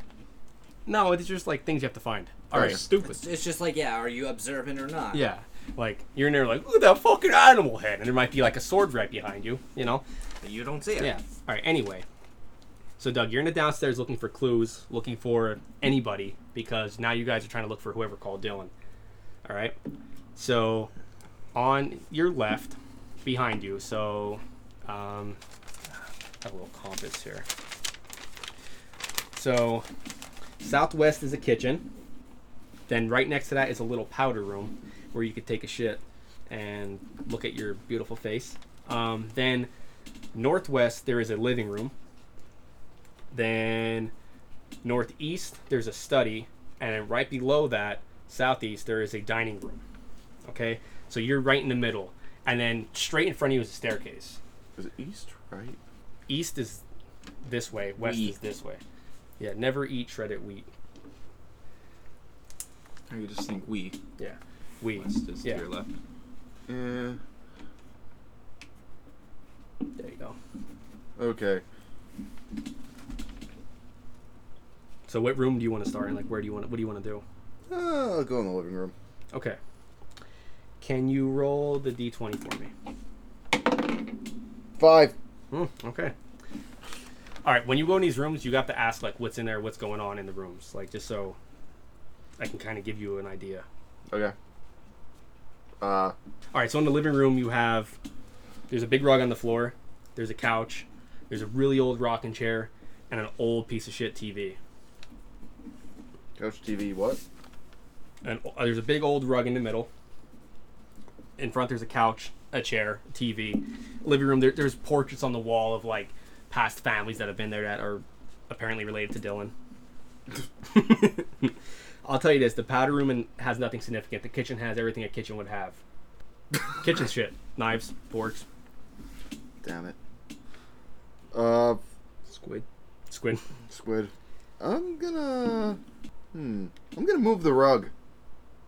No, it's just like things you have to find. All right. Stupid. It's just like, yeah, are you observant or not? Yeah. Like you're in there like look at that fucking animal head, and there might be like a sword right behind you. You know. But you don't see it. Yeah. All right. Anyway, so Doug, you're in the downstairs looking for clues, looking for anybody because now you guys are trying to look for whoever called Dylan. All right. So on your left, behind you. So um, I have a little compass here. So southwest is a kitchen. Then right next to that is a little powder room where you could take a shit and look at your beautiful face. Um, then northwest there is a living room then northeast there's a study and then right below that southeast there is a dining room okay so you're right in the middle and then straight in front of you is a staircase Is it east, right? east is this way west is this way yeah never eat shredded wheat Or you just think we. yeah wheat West is yeah to your left. Yeah. there you go Okay. so what room do you want to start in like where do you want to, what do you want to do Uh, I'll go in the living room. okay can you roll the d20 for me Five. Hmm, okay. All right. When you go in these rooms, you have to ask like what's in there, what's going on in the rooms, like just so I can kind of give you an idea. Okay. Uh, All right. So in the living room, you have there's a big rug on the floor, there's a couch, there's a really old rocking chair, and an old piece of shit TV. couch TV, what? And uh, there's a big old rug in the middle. in front there's a couch, a chair, TV, living room. There, there's portraits on the wall of like past families that have been there that are apparently related to Dylan. I'll tell you this: the powder room and has nothing significant. The kitchen has everything a kitchen would have. kitchen shit: knives, forks, Damn it. Uh, Squid. squid. squid. I'm gonna. Hmm. I'm gonna move the rug.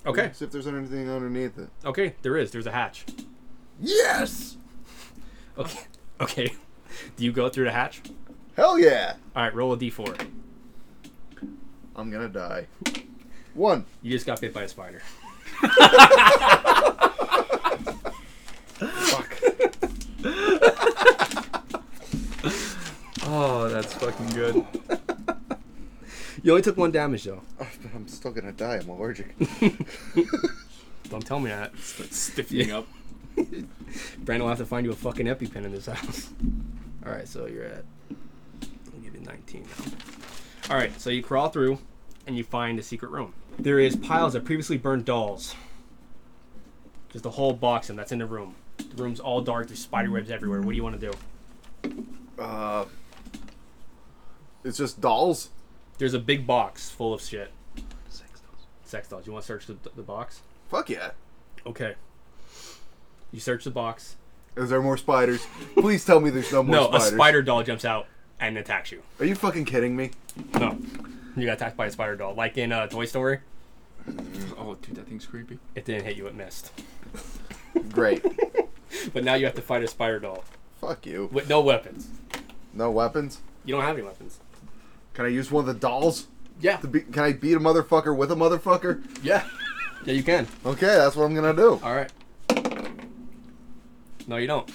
Okay, See if there's anything underneath it. okay, there is. There's a hatch. Yes. Okay, okay. Do you go through the hatch? Hell yeah. All right, roll a d4. I'm gonna die. One. You just got bit by a spider. Oh, that's fucking good. You only took one damage though. I'm still gonna die. I'm allergic. Don't tell me that. Like stiffening up. Brandon will have to find you a fucking EpiPen in this house. All right, so you're at. I'll give you 19 now. All right, so you crawl through and you find a secret room. There is piles of previously burned dolls. Just a whole box and that's in the room. The room's all dark. There's spider webs everywhere. What do you want to do? Uh. It's just dolls. There's a big box full of shit. Sex dolls. You want to search the, the box? Fuck yeah. Okay. You search the box. Is there more spiders? Please tell me there's no more no, spiders. a spider doll jumps out and attacks you. Are you fucking kidding me? No. You got attacked by a spider doll. Like in uh, Toy Story, Oh, dude, that thing's creepy. it didn't hit you, it missed. Great. But now you have to fight a spider doll Fuck you. with no weapons. No weapons. You don't have any weapons. Can I use one of the dolls? Yeah. To be- can I beat a motherfucker with a motherfucker? Yeah. Yeah, you can. Okay, that's what I'm gonna do. All right. No, you don't.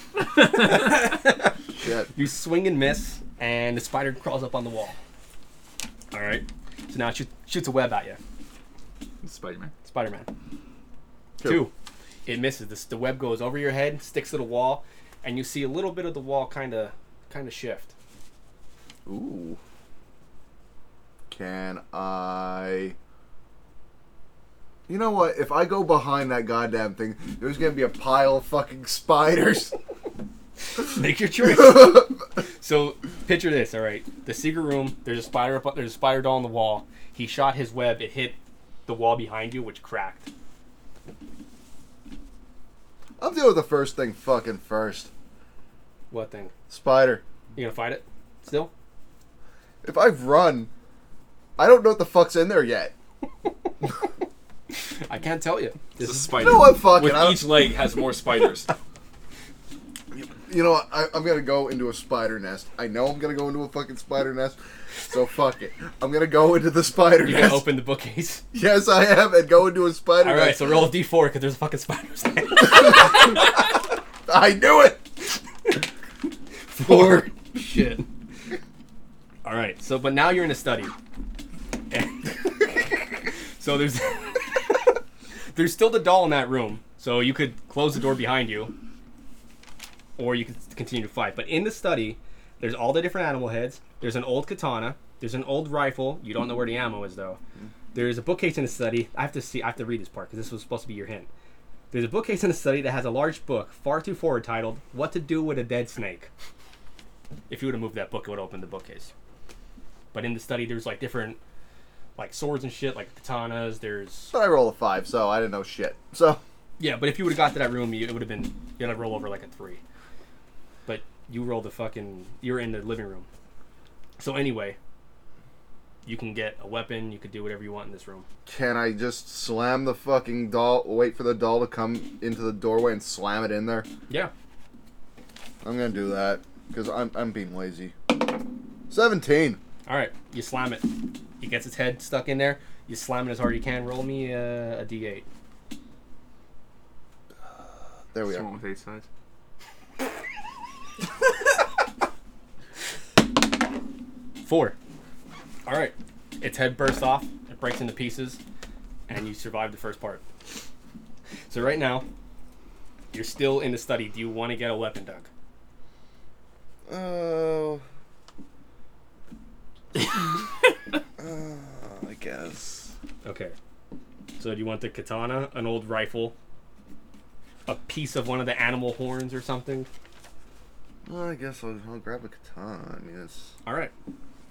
Shit. You swing and miss, and the spider crawls up on the wall. All right. So now it shoot, shoots a web at you. Spider Man. Spider Man. Two. Two. It misses. The, the web goes over your head, sticks to the wall, and you see a little bit of the wall kind of kind of shift. Ooh. Can I? You know what? If I go behind that goddamn thing, there's gonna be a pile of fucking spiders. Make your choice. so picture this, all right. The secret room. There's a spider up. There's a spider doll on the wall. He shot his web. It hit the wall behind you, which cracked. I'm dealing with the first thing fucking first. What thing? Spider. You gonna fight it? Still? If I've run, I don't know what the fuck's in there yet. I can't tell you. This is spider. You know what? Fuck With it. I each leg has more spiders. You know, what? I, I'm gonna go into a spider nest. I know I'm gonna go into a fucking spider nest, so fuck it. I'm gonna go into the spider You nest. gotta open the bookcase. Yes, I am, and go into a spider All right. nest. So roll a d4 because there's a fucking spider. there. I knew it. Four. Shit. All right. So, but now you're in a study. And- so there's there's still the doll in that room. So you could close the door behind you, or you could continue to fight. But in the study, there's all the different animal heads. There's an old katana. There's an old rifle. You don't know where the ammo is though. There's a bookcase in the study. I have to see. I have to read this part because this was supposed to be your hint. There's a bookcase in the study that has a large book, far too forward, titled "What to Do with a Dead Snake." if you would have moved that book, it would open the bookcase. But in the study, there's like different, like swords and shit, like katanas. There's But I roll a five, so I didn't know shit. So yeah, but if you would have got to that room, you, it would have been you had to roll over like a three. But you rolled the fucking. You were in the living room. So anyway, you can get a weapon. You could do whatever you want in this room. can I just slam the fucking doll? Wait for the doll to come into the doorway and slam it in there. Yeah. I'm gonna do that because I'm I'm being lazy. Seventeen. All right. You slam it. He gets his head stuck in there. You slam it as hard as you can. Roll me a, a d8. There we It's the are. one with eight sides. Four. All right. Its head bursts off. It breaks into pieces, and you survive the first part. So right now, you're still in the study. Do you want to get a weapon, Doug? Oh. Oh, I guess. Okay. So do you want the katana, an old rifle, a piece of one of the animal horns or something. Well, I guess I'll, I'll grab a katan. Yes. All right,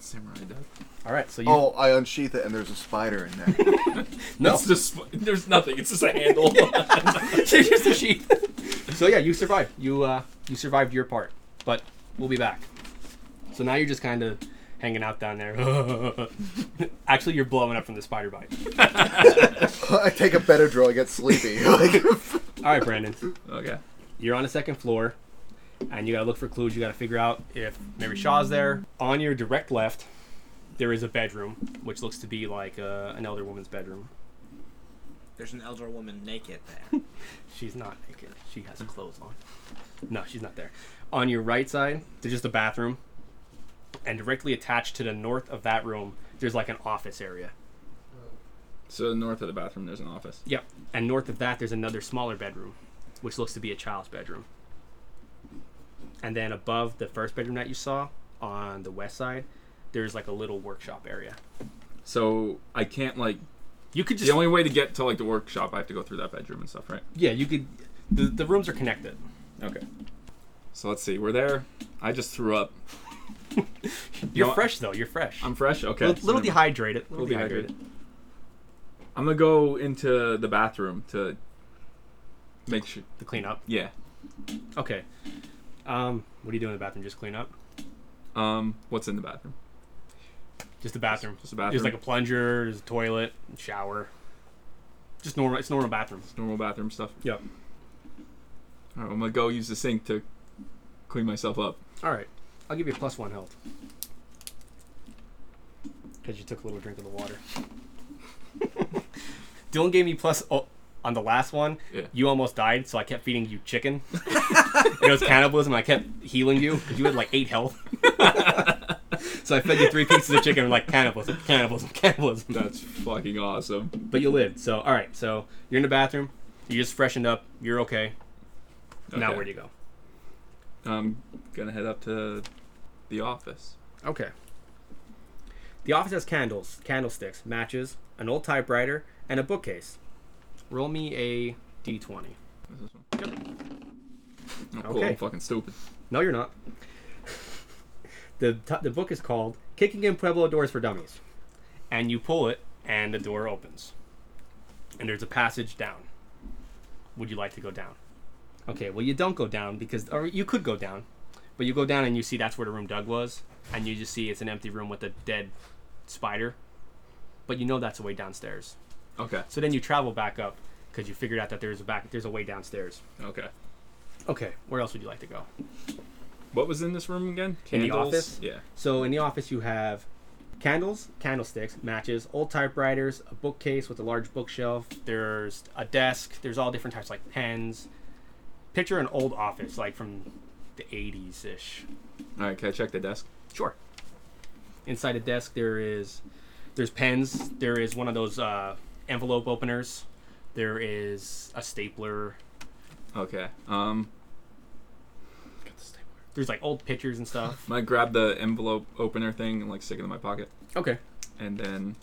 Samurai Duck. all right. So you Oh, I unsheath it and there's a spider in there. no, It's just there's nothing. It's just a handle. It's just a sheath. so yeah, you survived. You uh, you survived your part, but we'll be back. So now you're just kind of hanging out down there. Actually, you're blowing up from the spider bite. I take a better draw. I get sleepy. Like, All right, Brandon. Okay. you're on the second floor and you gotta look for clues you gotta figure out if mary shaw's there on your direct left there is a bedroom which looks to be like uh, an elder woman's bedroom There's an elder woman naked there. she's not naked she has clothes on no she's not there on your right side there's just a bathroom and directly attached to the north of that room there's like an office area So north of the bathroom, there's an office. yep and north of that there's another smaller bedroom which looks to be a child's bedroom and then above the first bedroom that you saw on the west side there's like a little workshop area So I can't like. you could just The only way to get to like the workshop, I have to go through that bedroom and stuff, right? yeah you could the, the rooms are connected Okay. So let's see. We're there. I just threw up. you're No, I- fresh though you're fresh I'm fresh. Okay. a little, little Never- dehydrated We'll little be dehydrated hydrated. I'm gonna go into the bathroom to make sure. to clean up Yeah. okay um what do you do in the bathroom just clean up Um. What's in the bathroom? just the bathroom Just the bathroom. there's like a plunger there's a toilet shower just normal it's normal bathroom normal bathroom stuff. Yep. All right. I'm gonna go use the sink to clean myself up. All right, I'll give you a plus one health because you took a little drink of the water. Dylan gave me plus oh, on the last one. Yeah. You almost died, so I kept feeding you chicken. it was cannibalism. I kept healing you because you had like eight health. so I fed you three pieces of chicken. Like cannibalism, cannibalism, cannibalism. That's fucking awesome. But you lived. So all right. So you're in the bathroom. You just freshened up. You're okay. Now Okay. where do you go? I'm gonna head up to the office. Okay. The office has candles, candlesticks, matches, an old typewriter, and a bookcase. Roll me a d20. Is this one? Yep. Oh, cool. Okay. I'm fucking stupid. No, you're not. the t- the book is called "Kicking in Pueblo Doors for Dummies," and you pull it, and the door opens, and there's a passage down. Would you like to go down? Okay, well you don't go down because, or you could go down, but you go down and you see that's where the room Doug was, and you just see it's an empty room with a dead spider, but you know that's the way downstairs. Okay. So then you travel back up because you figured out that there's a back there's a way downstairs. Okay. Okay, where else would you like to go? What was in this room again? In the Candles? office? Yeah. So in the office, you have candles, candlesticks, matches, old typewriters, a bookcase with a large bookshelf. There's a desk. There's all different types, like pens. Picture an old office, like from the 80s ish. All right. Can I check the desk? Sure. Inside a desk, there is there's pens. There is one of those uh, envelope openers. There is a stapler. Okay. Um. There's like old pictures and stuff. I'm gonna grab the envelope opener thing and like stick it in my pocket, okay. and then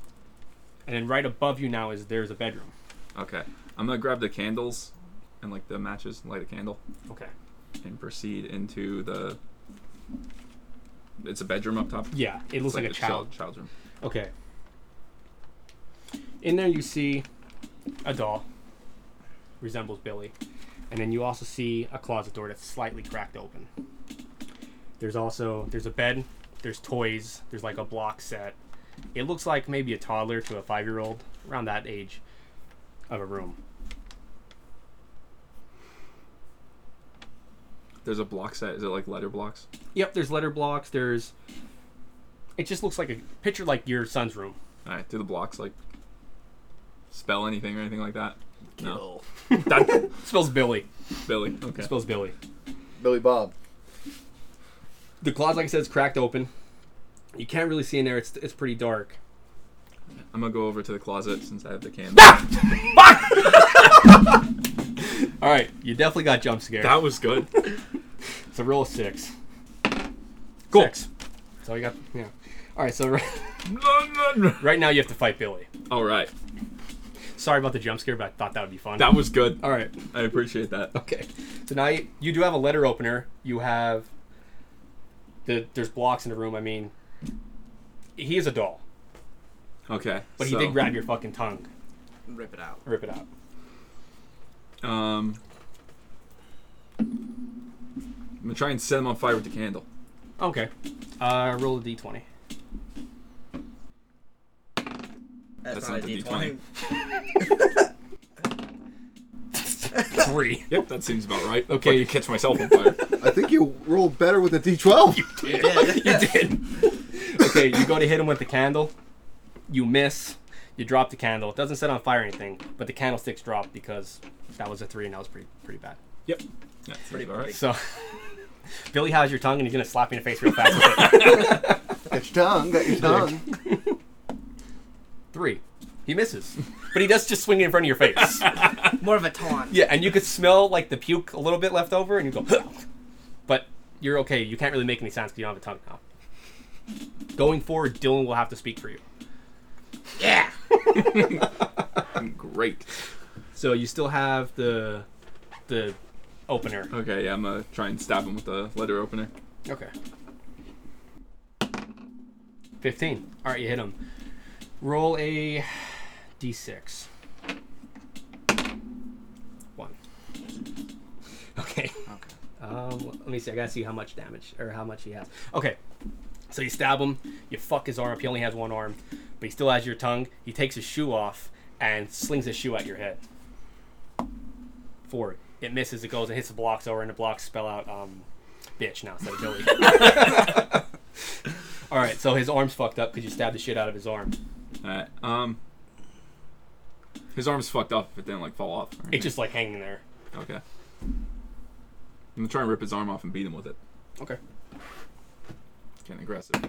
And then right above you now is there's a bedroom. okay, I'm gonna grab the candles and like the matches, light a candle, Okay. and proceed into the. It's a bedroom up top. Yeah, it looks like, a the child Child's room. Okay. In there, you see a doll, resembles Billy, and then you also see a closet door that's slightly cracked open. There's also there's a bed, there's toys, there's like a block set. It looks like maybe a toddler to a five year old around that age of a room. There's a block set. Is it like letter blocks? Yep, there's letter blocks. There's it just looks like a picture like your son's room. All right. Do the blocks like spell anything or anything like that? No. that spells Billy. Billy. Okay. Spells Billy. Billy Bob. the closet, like I said, is cracked open. You can't really see in there. It's it's pretty dark. I'm gonna go over to the closet since I have the candle. All right, you definitely got jump scared. that was good. It's a roll of six. Cool. Six. So you got yeah. All right, so right, right now you have to fight Billy. All right. Sorry about the jump scare, but I thought that would be fun. That was good. All right. I appreciate that. Okay. So now you, you do have a letter opener. You have the there's blocks in the room. I mean, he is a doll, Okay. but so, he did grab your fucking tongue, Rip it out. rip it out. Um, I'm gonna try and set him on fire with the candle. Okay. Uh, roll a d20. That's not the D20. Three. Yep, that seems about right. Okay. Fucking catch myself on fire. I think you rolled better with a D12. you did. okay, you go to hit him with the candle. You miss. You drop the candle. It doesn't set on fire or anything, but the candlesticks drop because that was a three and that was pretty pretty bad. yep. That seems all right. So Billy has your tongue and he's gonna slap you in the face real fast with it. Got your tongue. Got your tongue. Three. He misses. But he does just swing it in front of your face. More of a taunt. yeah, and you could smell like the puke a little bit left over and you go, "Huh." but you're okay. You can't really make any sounds because you don't have a tongue now. Going forward, Dylan will have to speak for you. Yeah. Great. So you still have the the opener. Okay, yeah, I'm gonna try and stab him with the letter opener. Okay. 15. All right, you hit him. Roll a d6. One. Okay. Okay. Um, let me see. I gotta see how much damage or how much he has. Okay. So you stab him. You fuck his arm up. He only has one arm, but he still has your tongue. He takes his shoe off and slings his shoe at your head. Four. It misses. It goes and hits the blocks over, and the blocks spell out um, bitch now instead of Billy. All right, so his arm's fucked up because you stabbed the shit out of his arm. Alright, um. His arm's fucked up if it didn't, like, fall off. or It's just like hanging there. anything. Okay. I'm gonna try and rip his arm off and beat him with it. Okay. Getting aggressive.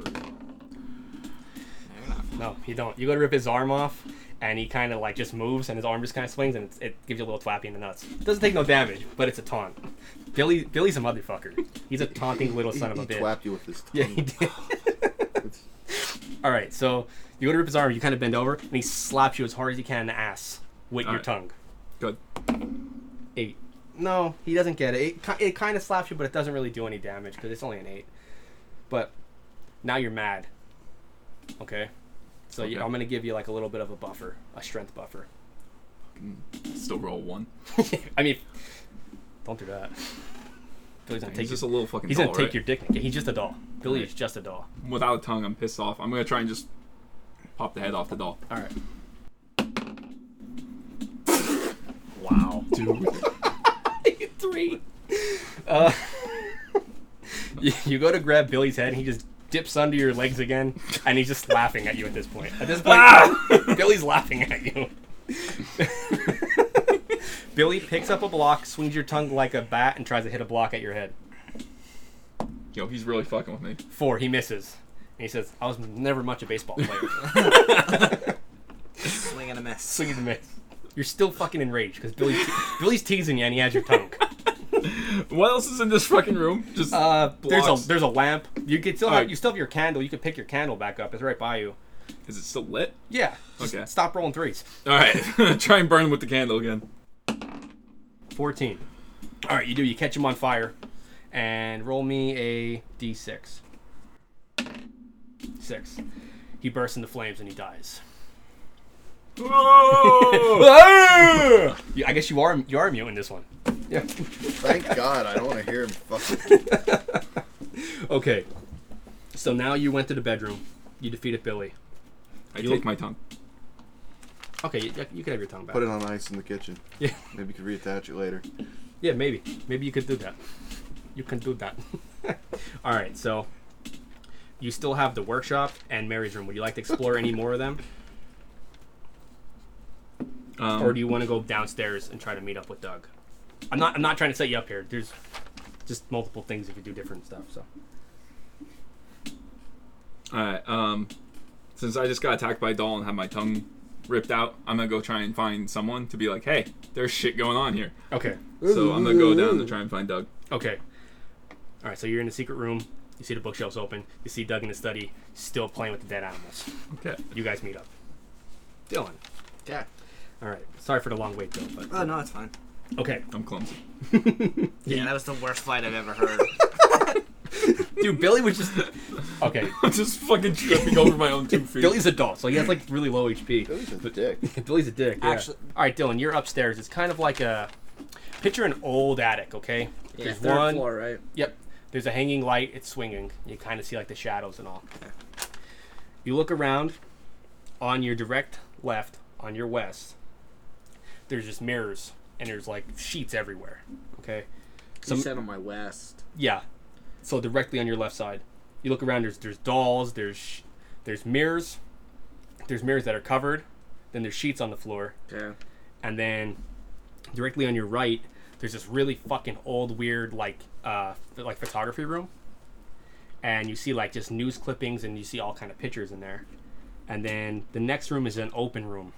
No, you don't. You go to rip his arm off, and he kind of like just moves, and his arm just kind of swings, and it's, it gives you a little twappy in the nuts. Doesn't take no damage, but it's a taunt. Billy, Billy's a motherfucker. He's a taunting little son of a he bitch. slapped you with his tongue. Yeah, he did. All right, so you go to rip his arm, you kind of bend over, and he slaps you as hard as he can in the ass with your All right. tongue. Good. eight. No, he doesn't get it. It, ki- it kind of slaps you, but it doesn't really do any damage because it's only an eight. But now you're mad. Okay. So You, Okay. I'm gonna give you like a little bit of a buffer, a strength buffer. Still roll one. I mean, don't do that. Billy's gonna He's take. just Your, a little fucking he's gonna doll, take right? your dick. Yeah, He's just a doll. Billy Right. is just a doll. Without a tongue, I'm pissed off. I'm gonna try and just pop the head off the doll. All right. Wow. Dude. Three. Uh, you, you go to grab Billy's head, and he just dips under your legs again, and he's just laughing at you at this point. At this point, Billy's laughing at you. Billy picks up a block, swings your tongue like a bat, and tries to hit a block at your head. Yo, he's really fucking with me. Four, he misses. And he says, I was never much a baseball player. Swing and a miss. Swing and miss. You're still fucking enraged because Billy's, Billy's teasing you and he has your tongue. What else is in this fucking room? Just Uh, there's a Blocks. there's a lamp. You could still have Alright. you still have your candle. You could pick your candle back up. It's right by you. is it still lit? Yeah. Just Okay. Stop rolling threes. All right, try and burn him with the candle again. Fourteen. All right, you do. You catch him on fire, and roll me a d6. Six. He bursts into flames and he dies. Whoa! Ah! You- I guess you are you are mute in this one. Yeah. Thank God, I don't want to hear him fucking. Okay. So now you went to the bedroom. You defeated Billy. I take my tongue. Okay, you, you can have your tongue back. Put it on ice in the kitchen. Yeah. Maybe you could reattach it later. Yeah, maybe. Maybe you could do that. You can do that. All right, so you still have the workshop and Mary's room. Would you like to explore any more of them? Um, Or do you want to go downstairs and try to meet up with Doug? I'm not I'm not trying to set you up here. There's just multiple things you could do different stuff, so. All right. Um, since I just got attacked by a doll and had my tongue ripped out, I'm gonna go try and find someone to be like, "Hey, there's shit going on here." Okay. So I'm gonna go down to try and find Doug. Okay. All right, so you're in the secret room. You see the bookshelves open. You see Doug in the study still playing with the dead animals. Okay. You guys meet up. Dylan. Okay. All right. Sorry for the long wait, though. But Oh no, it's fine. okay. I'm clumsy. Yeah, that was the worst flight I've ever heard. Dude, Billy was just okay. I'm just fucking tripping over my own two feet. Billy's a doll, so he has like really low HP. Billy's a dick. Billy's a dick. Yeah. Actually- all right, Dylan, you're upstairs. It's kind of like a picture an old attic. Okay. yeah, There's third one- floor, right? Yep. There's a hanging light. It's swinging. You kind of see like the shadows and all. You look around. On your direct left, on your west, there's just mirrors and there's like sheets everywhere. Okay. You Some- said on my west. Yeah. So directly on your left side, you look around. There's there's dolls. There's sh- there's mirrors. There's mirrors that are covered. Then there's sheets on the floor, Okay. and then directly on your right, there's this really fucking old, weird like uh like photography room, and you see like just news clippings and you see all kind of pictures in there, and then the next room is an open room,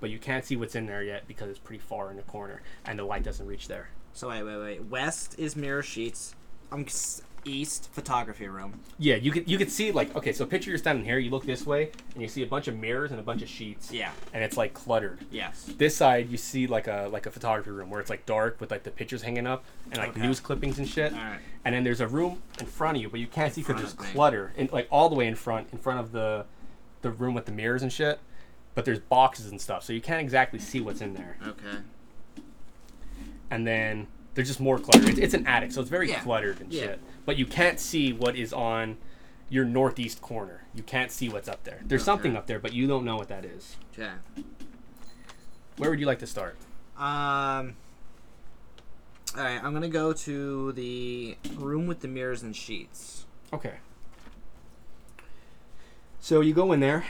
but you can't see what's in there yet because it's pretty far in the corner and the light doesn't reach there. So wait, wait, wait. West is mirror sheets. I'm s- east photography room. Yeah, you could you could see like okay, so picture you're standing here, you look this way, and you see a bunch of mirrors and a bunch of sheets. Yeah. And it's like cluttered. Yes. This side you see like a like a photography room where it's like dark with like the pictures hanging up and like Okay. news clippings and shit. Alright. And then there's a room in front of you, but you can't see because front there's of me. clutter and like all the way in front, in front of the the room with the mirrors and shit. But there's boxes and stuff, so you can't exactly see what's in there. Okay. And then there's just more clutter. It's, it's an attic, so it's very Yeah. cluttered and Yeah. shit. But you can't see what is on your northeast corner. You can't see what's up there. There's something up there, but you don't know what that is. Okay. Where would you like to start? Um. All right, I'm gonna go to the room with the mirrors and sheets. Okay. So you go in there,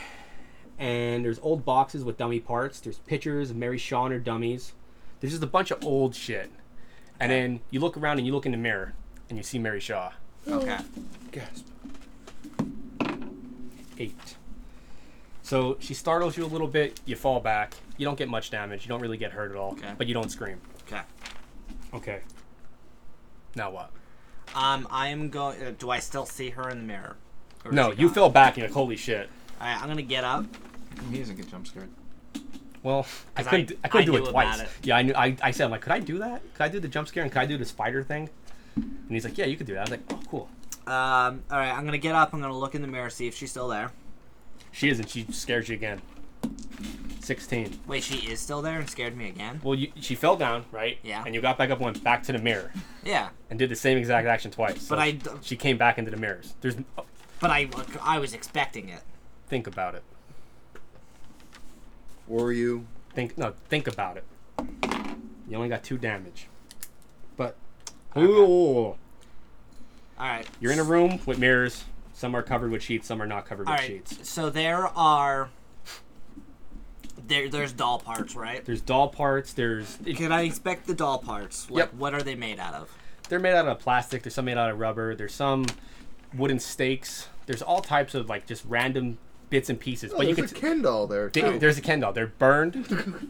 and there's old boxes with dummy parts. There's pictures of Mary Shawner dummies. There's just a bunch of old shit. And then you look around and you look in the mirror, and you see Mary Shaw. Okay. eight. So she startles you a little bit. You fall back. You don't get much damage. You don't really get hurt at all. Okay. But you don't scream. Okay. Okay. Now what? Um, I am going. Uh, do I still see her in the mirror? Or is No, she you gone? fell back. and You're like, holy shit. All right, I'm gonna get up. He doesn't get jump scared. Well, I 'Cause I- couldn't. I, couldn't I do knew about it twice. it. Yeah, I knew. I, I said, I'm like, could I do that? Could I do the jump scare and could I do the spider thing? And he's like, yeah, you could do that. I was like, oh, cool. Um, all right, I'm gonna get up. I'm gonna look in the mirror, see if she's still there. She isn't. She scares you again. Sixteen. Wait, she is still there and scared me again. Well, you, she fell down, right? Yeah. And you got back up, and went back to the mirror, Yeah, and did the same exact action twice. So but I, d- She came back into the mirrors. There's. oh, but I, look- I was expecting it. Think about it. Were you? Think no, think about it. You only got two damage. But Ooh. All right, you're in a room with mirrors. Some are covered with sheets, some are not covered All with right, sheets. so there are, there, there's doll parts, right? There's doll parts, there's it- Can I inspect the doll parts? Like, Yep. what are they made out of? they're made out of plastic, there's some made out of rubber, there's some wooden stakes. There's all types of like just random bits and pieces. Oh, but you there's can a Ken doll there. they- Too. there's a Ken doll. They're burned.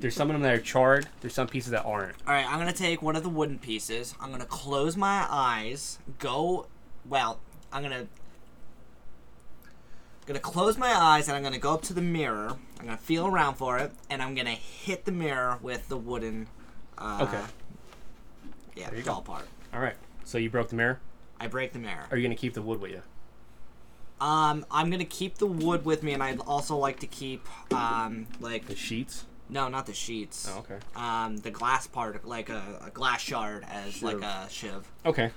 there's some of them that are charred. There's some pieces that aren't. All right, I'm gonna take one of the wooden pieces. I'm gonna close my eyes. Go, well, I'm gonna gonna close my eyes and I'm gonna go up to the mirror. I'm gonna feel around for it, and I'm gonna hit the mirror with the wooden. Uh, Okay. Yeah, you doll part. Alright. So you broke the mirror? I break the mirror. Are you gonna keep the wood with you? Um, I'm gonna keep the wood with me, and I'd also like to keep um, like The sheets? no, not the sheets. Oh, okay. Um, the glass part, like a, a glass shard, as like a shiv. Okay.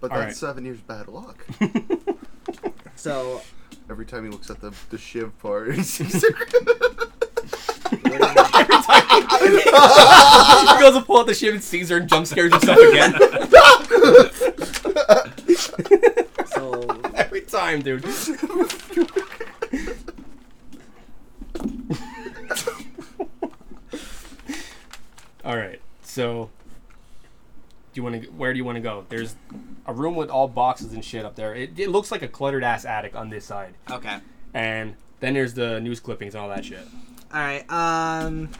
But All that's right. seven years bad luck. So Every time he looks at the the shiv part, he goes to pull out the ship and sees her and jump scares himself again. so Every time, dude. all right. So, do you want to? Where do you want to go? There's a room with all boxes and shit up there. It, it looks like a cluttered ass attic on this side, okay. and then there's the news clippings and all that shit. All right. Um,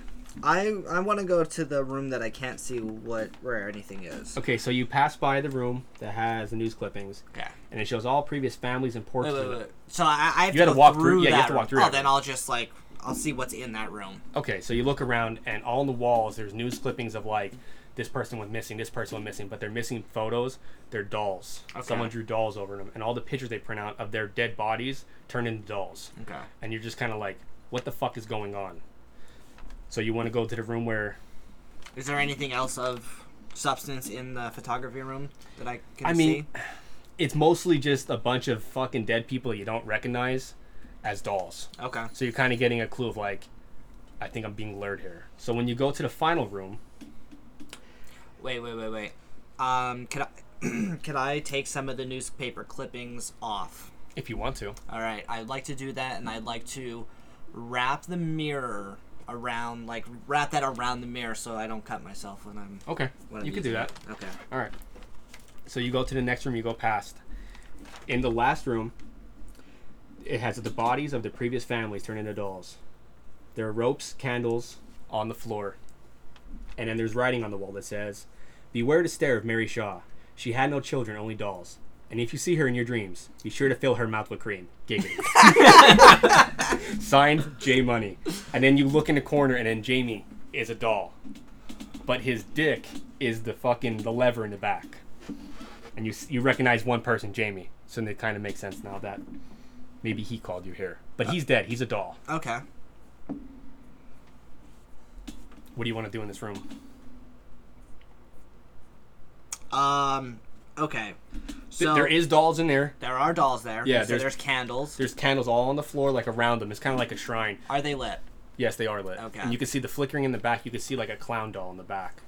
I I want to go to the room that I can't see what where anything is. Okay, so you pass by the room that has the news clippings, Okay. and it shows all previous families and portraits. Wait, of wait, it. wait. So I, I have You to gotta go walk through- through. yeah, you that have to room. walk through Oh, everything. then I'll just like I'll see what's in that room. Okay, so you look around, and all on the walls, there's news clippings of like this person was missing, this person was missing, but they're missing photos. They're dolls. Someone drew dolls over them, and all the pictures they print out of their dead bodies turn into dolls. Okay. And you're just kind of like, what the fuck is going on? So you want to go to the room where Is there anything else of substance in the photography room that I can I see? mean, it's mostly just a bunch of fucking dead people you don't recognize as dolls. okay. So you're kind of getting a clue of like, I think I'm being lured here. So when you go to the final room, Wait, wait, wait, wait. Um, can I can I take some of the newspaper clippings off? if you want to, All right, I'd like to do that, and I'd like to wrap the mirror around, like wrap that around the mirror, so I don't cut myself when I'm. okay, When I'm you can do using that. it. Okay. All right. So you go to the next room. You go past. In the last room, it has the bodies of the previous families turned into dolls. There are ropes, candles on the floor, and then there's writing on the wall that says, "Beware to stare of Mary Shaw. She had no children, only dolls. And if you see her in your dreams, be sure to fill her mouth with cream." Giggity. Signed, J Money. And then you look in the corner, and then Jamie is a doll but his dick is the fucking the lever in the back. And you s- you recognize one person, Jamie. So it kind of makes sense now that maybe he called you here, but he's dead. He's a doll. Okay. What do you want to do in this room? Um. Okay. Th- So there is dolls in there. there are dolls there. Yeah, So there's- there's, candles. There's candles all on the floor, like around them. It's kind of like a shrine. are they lit? Yes, they are lit. Okay. And you can see the flickering in the back. You can see like a clown doll in the back.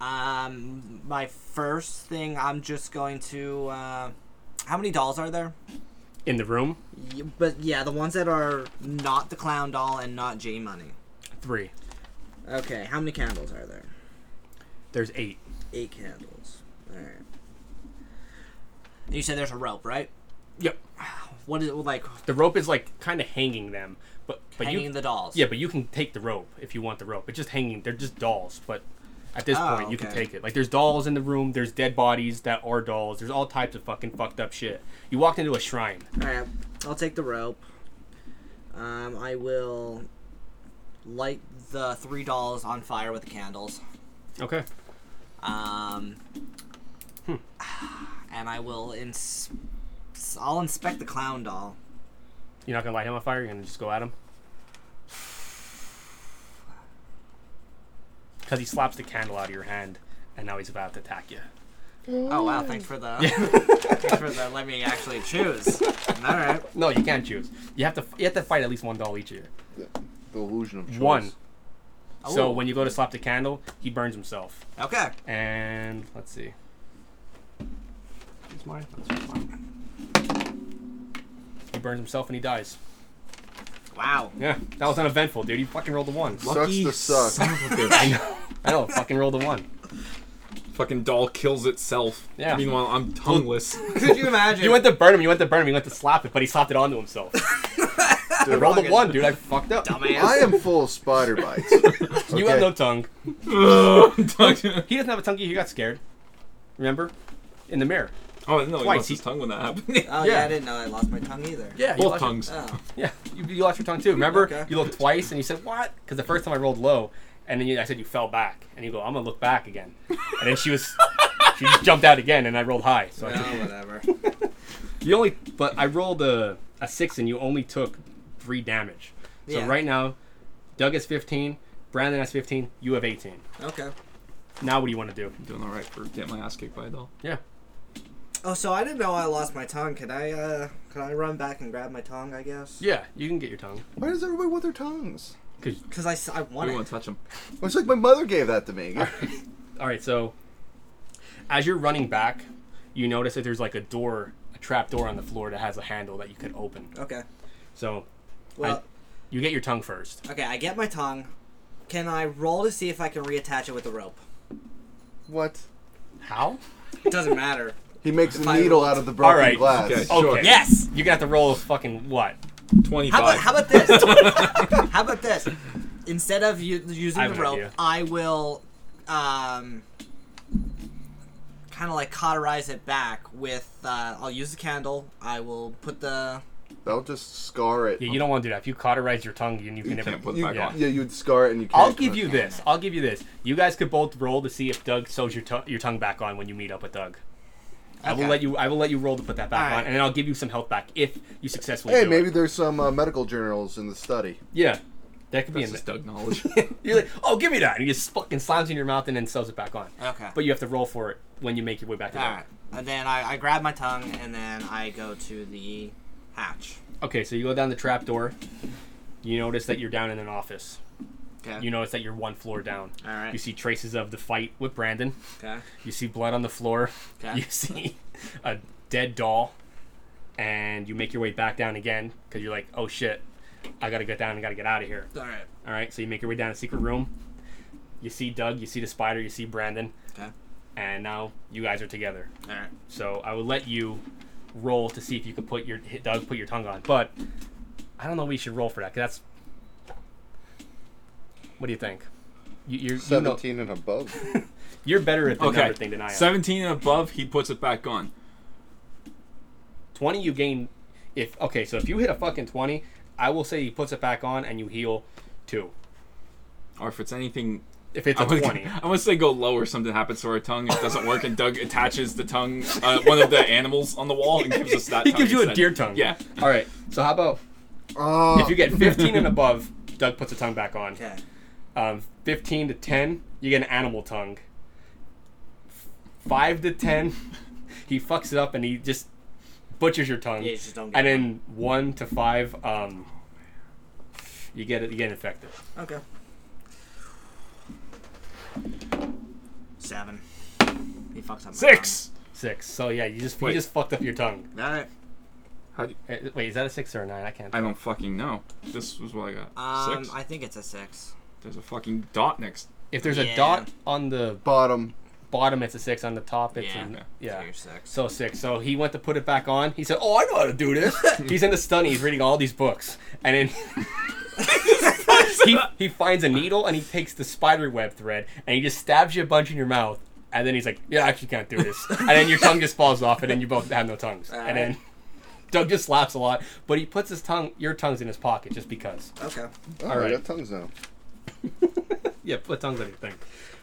Um, my first thing, I'm just going to. Uh, how many dolls are there? In the room, Y- But yeah, the ones that are not the clown doll and not J Money. three. Okay, how many candles are there? There's eight. Eight candles. All right. And you said there's a rope, right? Yep. What is like The rope is like kind of hanging them, but but hanging you the dolls? Yeah, but you can take the rope if you want the rope. It's just hanging. They're just dolls, but at this Oh, point, you can okay. take it. Like, there's dolls in the room. There's dead bodies that are dolls. There's all types of fucking fucked up shit. You walked into a shrine. All right, I'll take the rope. Um, I will light the three dolls on fire with the candles. Okay. Um, Hmm. and I will ins- I'll inspect the clown doll. You're not gonna light him on fire. You're gonna just go at him. Because he slaps the candle out of your hand, and now he's about to attack you. Oh wow! Thanks for the thanks for the let me actually choose. All right. No, you can't choose. You have to. You have to fight at least one doll each year. The illusion of choice. One. Oh. So when you go to slap the candle, he burns himself. Okay. And let's see. It's mine. That's mine. He burns himself and he dies. Wow. Yeah, that was uneventful, dude. He fucking rolled a one. Sucks to suck. Son of a bitch. I know. I know. Fucking rolled a one. Fucking doll kills itself. Yeah. Meanwhile, I'm tongueless. Could you imagine? You went to burn him. You went to burn him. You went to slap it, but he slapped it onto himself. I rolled a fucking one, dude. I fucked up. dumbass. I am full of spider bites. You Okay. have no tongue. oh He doesn't have a tongue. He got scared. Remember, in the mirror. Oh, no, he Twice. lost his tongue when that happened. Oh yeah. Yeah. I didn't know I lost my tongue either. Yeah, you Both lost your- tongues. Oh. Yeah, you, you lost your tongue too. Remember, Okay. you looked twice and you said what? Because the first time I rolled low, and then you, I said you fell back, and you go, I'm gonna look back again, and then she was, she just jumped out again, and I rolled high. So I Well, took, whatever. you only, but I rolled a a six, and you only took three damage. So Yeah. right now, Doug is 15, Brandon has 15, you have 18. Okay. Now what do you want to do? Doing all right for getting my ass kicked by a doll. Yeah, Oh, so I didn't know I lost my tongue. Can I uh can I run back and grab my tongue? I guess. yeah, you can get your tongue. Why does everybody want their tongues? Cause I, s- I want We it. won't touch him. It's like my mother gave that to me. All right, so as you're running back, you notice that there's like a door, a trap door on the floor that has a handle that you could open. Okay. So Well, You get your tongue first. okay. I get my tongue. Can I roll to see if I can reattach it with the rope? What? How? It doesn't matter. He makes If a I- needle out of the broken Alright, glass. okay. Okay. Sure. yes. You're gonna have to roll a fucking what? 25. How about how about this? how about this? Instead of u- using I have the an rope, idea. I will um kind of like cauterize it back with uh, I'll use the candle. I will put the That'll just scar it. Yeah, you don't want to do that. If you cauterize your tongue, you, you can You never. can't put it You- back yeah. on. yeah, you'd scar it and you can't. I'll give you this. I'll give you this. You guys could both roll to see if Doug sews your, to- your tongue back on when you meet up with Doug. I will Okay. let you. I will let you roll to put that back Alright. on, and then I'll give you some health back if you successfully. Hey, do maybe It. there's some uh, medical journals in the study. Yeah, that could be That's in. just there. Doug knowledge. You're like, oh, give me that. And he just fucking slams it in your mouth and then sews it back on. Okay. But you have to roll for it when you make your way back to All Doug. right. And then I, I grab my tongue and then I go to the hatch. Okay, so you go down the trap door. You notice that you're down in an office. Okay. You notice that you're one floor down. All right. You see traces of the fight with Brandon. okay. You see blood on the floor. Okay. You see a dead doll. And you make your way back down again because you're like, oh shit, I gotta get down and gotta get out of here. All right. All right, so you make your way down a secret room. You see Doug, you see the spider, you see Brandon. Okay. And now you guys are together. All right. So I will let you roll to see if you could put your hit Doug put your tongue on. But I don't know. We should roll for that. 'cause that's. What do you think? You, you're you know, Seventeen and above. you're better at the okay. number thing than I am. 17 and above, he puts it back on. Twenty, you gain. If okay, so if you hit a fucking twenty, I will say he puts it back on and you heal two. Or if it's anything. If it's I a want, twenty, to, I want to say go low or something happens to our tongue. It doesn't work, and Doug attaches the tongue, uh, one of the animals on the wall, and gives us that. he tongue gives you a instead. deer tongue. Yeah. All right. So how about Oh, if you get fifteen and above, Doug puts a tongue back on. Okay. um, 15 to 10, you get an animal tongue. 5 to 10, he fucks it up and he just butchers your tongue. Yeah, you just don't get and then 1 to 5, um, you get it, you get infected. Okay. Seven. He fucks up. my Six! 6. So yeah, you just you Wait. just fucked up your tongue. tongue. All right. Eh, Wait, is that a 6 or a 9? I can't. I don't fucking know. This was what I got. Um, Six. I think it's a six. There's a fucking dot next. if there's yeah. a dot on the bottom. bottom, it's a 6. On the top, it's Yeah. an- yeah. You're six. So sick. So he went to put it back on. He said, "Oh, I know how to do this." he's in the study. He's reading all these books, and then he, he finds a needle and he takes the spider web thread and he just stabs you a bunch in your mouth. And then he's like, "Yeah, I actually can't do this." and then your tongue just falls off, and then you both have no tongues. And then Doug just laughs a lot, but he puts his tongue, your tongues, in his pocket just because. Okay. Oh, All I right. got tongues now. Yeah, put tongues on your thing.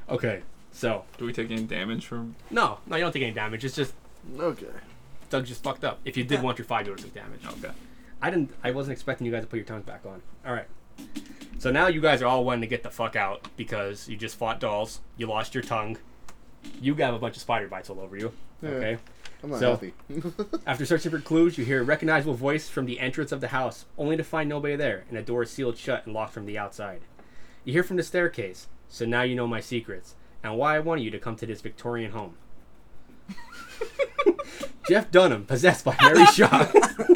Okay, so Do we take any damage from. no, no, you don't take any damage. It's just Okay. Doug just fucked up. If you did want your five dollars of damage. Okay. I didn't. I wasn't expecting you guys to put your tongues back on. All right. So now you guys are all wanting to get the fuck out because you just fought dolls. You lost your tongue. You got a bunch of spider bites all over you. Okay. I'm not So- healthy. After searching for clues, you hear a recognizable voice from the entrance of the house, only to find nobody there, and the door is sealed shut and locked from the outside. You hear from the staircase, so now you know my secrets, and why I wanted you to come to this Victorian home. Jeff Dunham, possessed by Mary Shaw,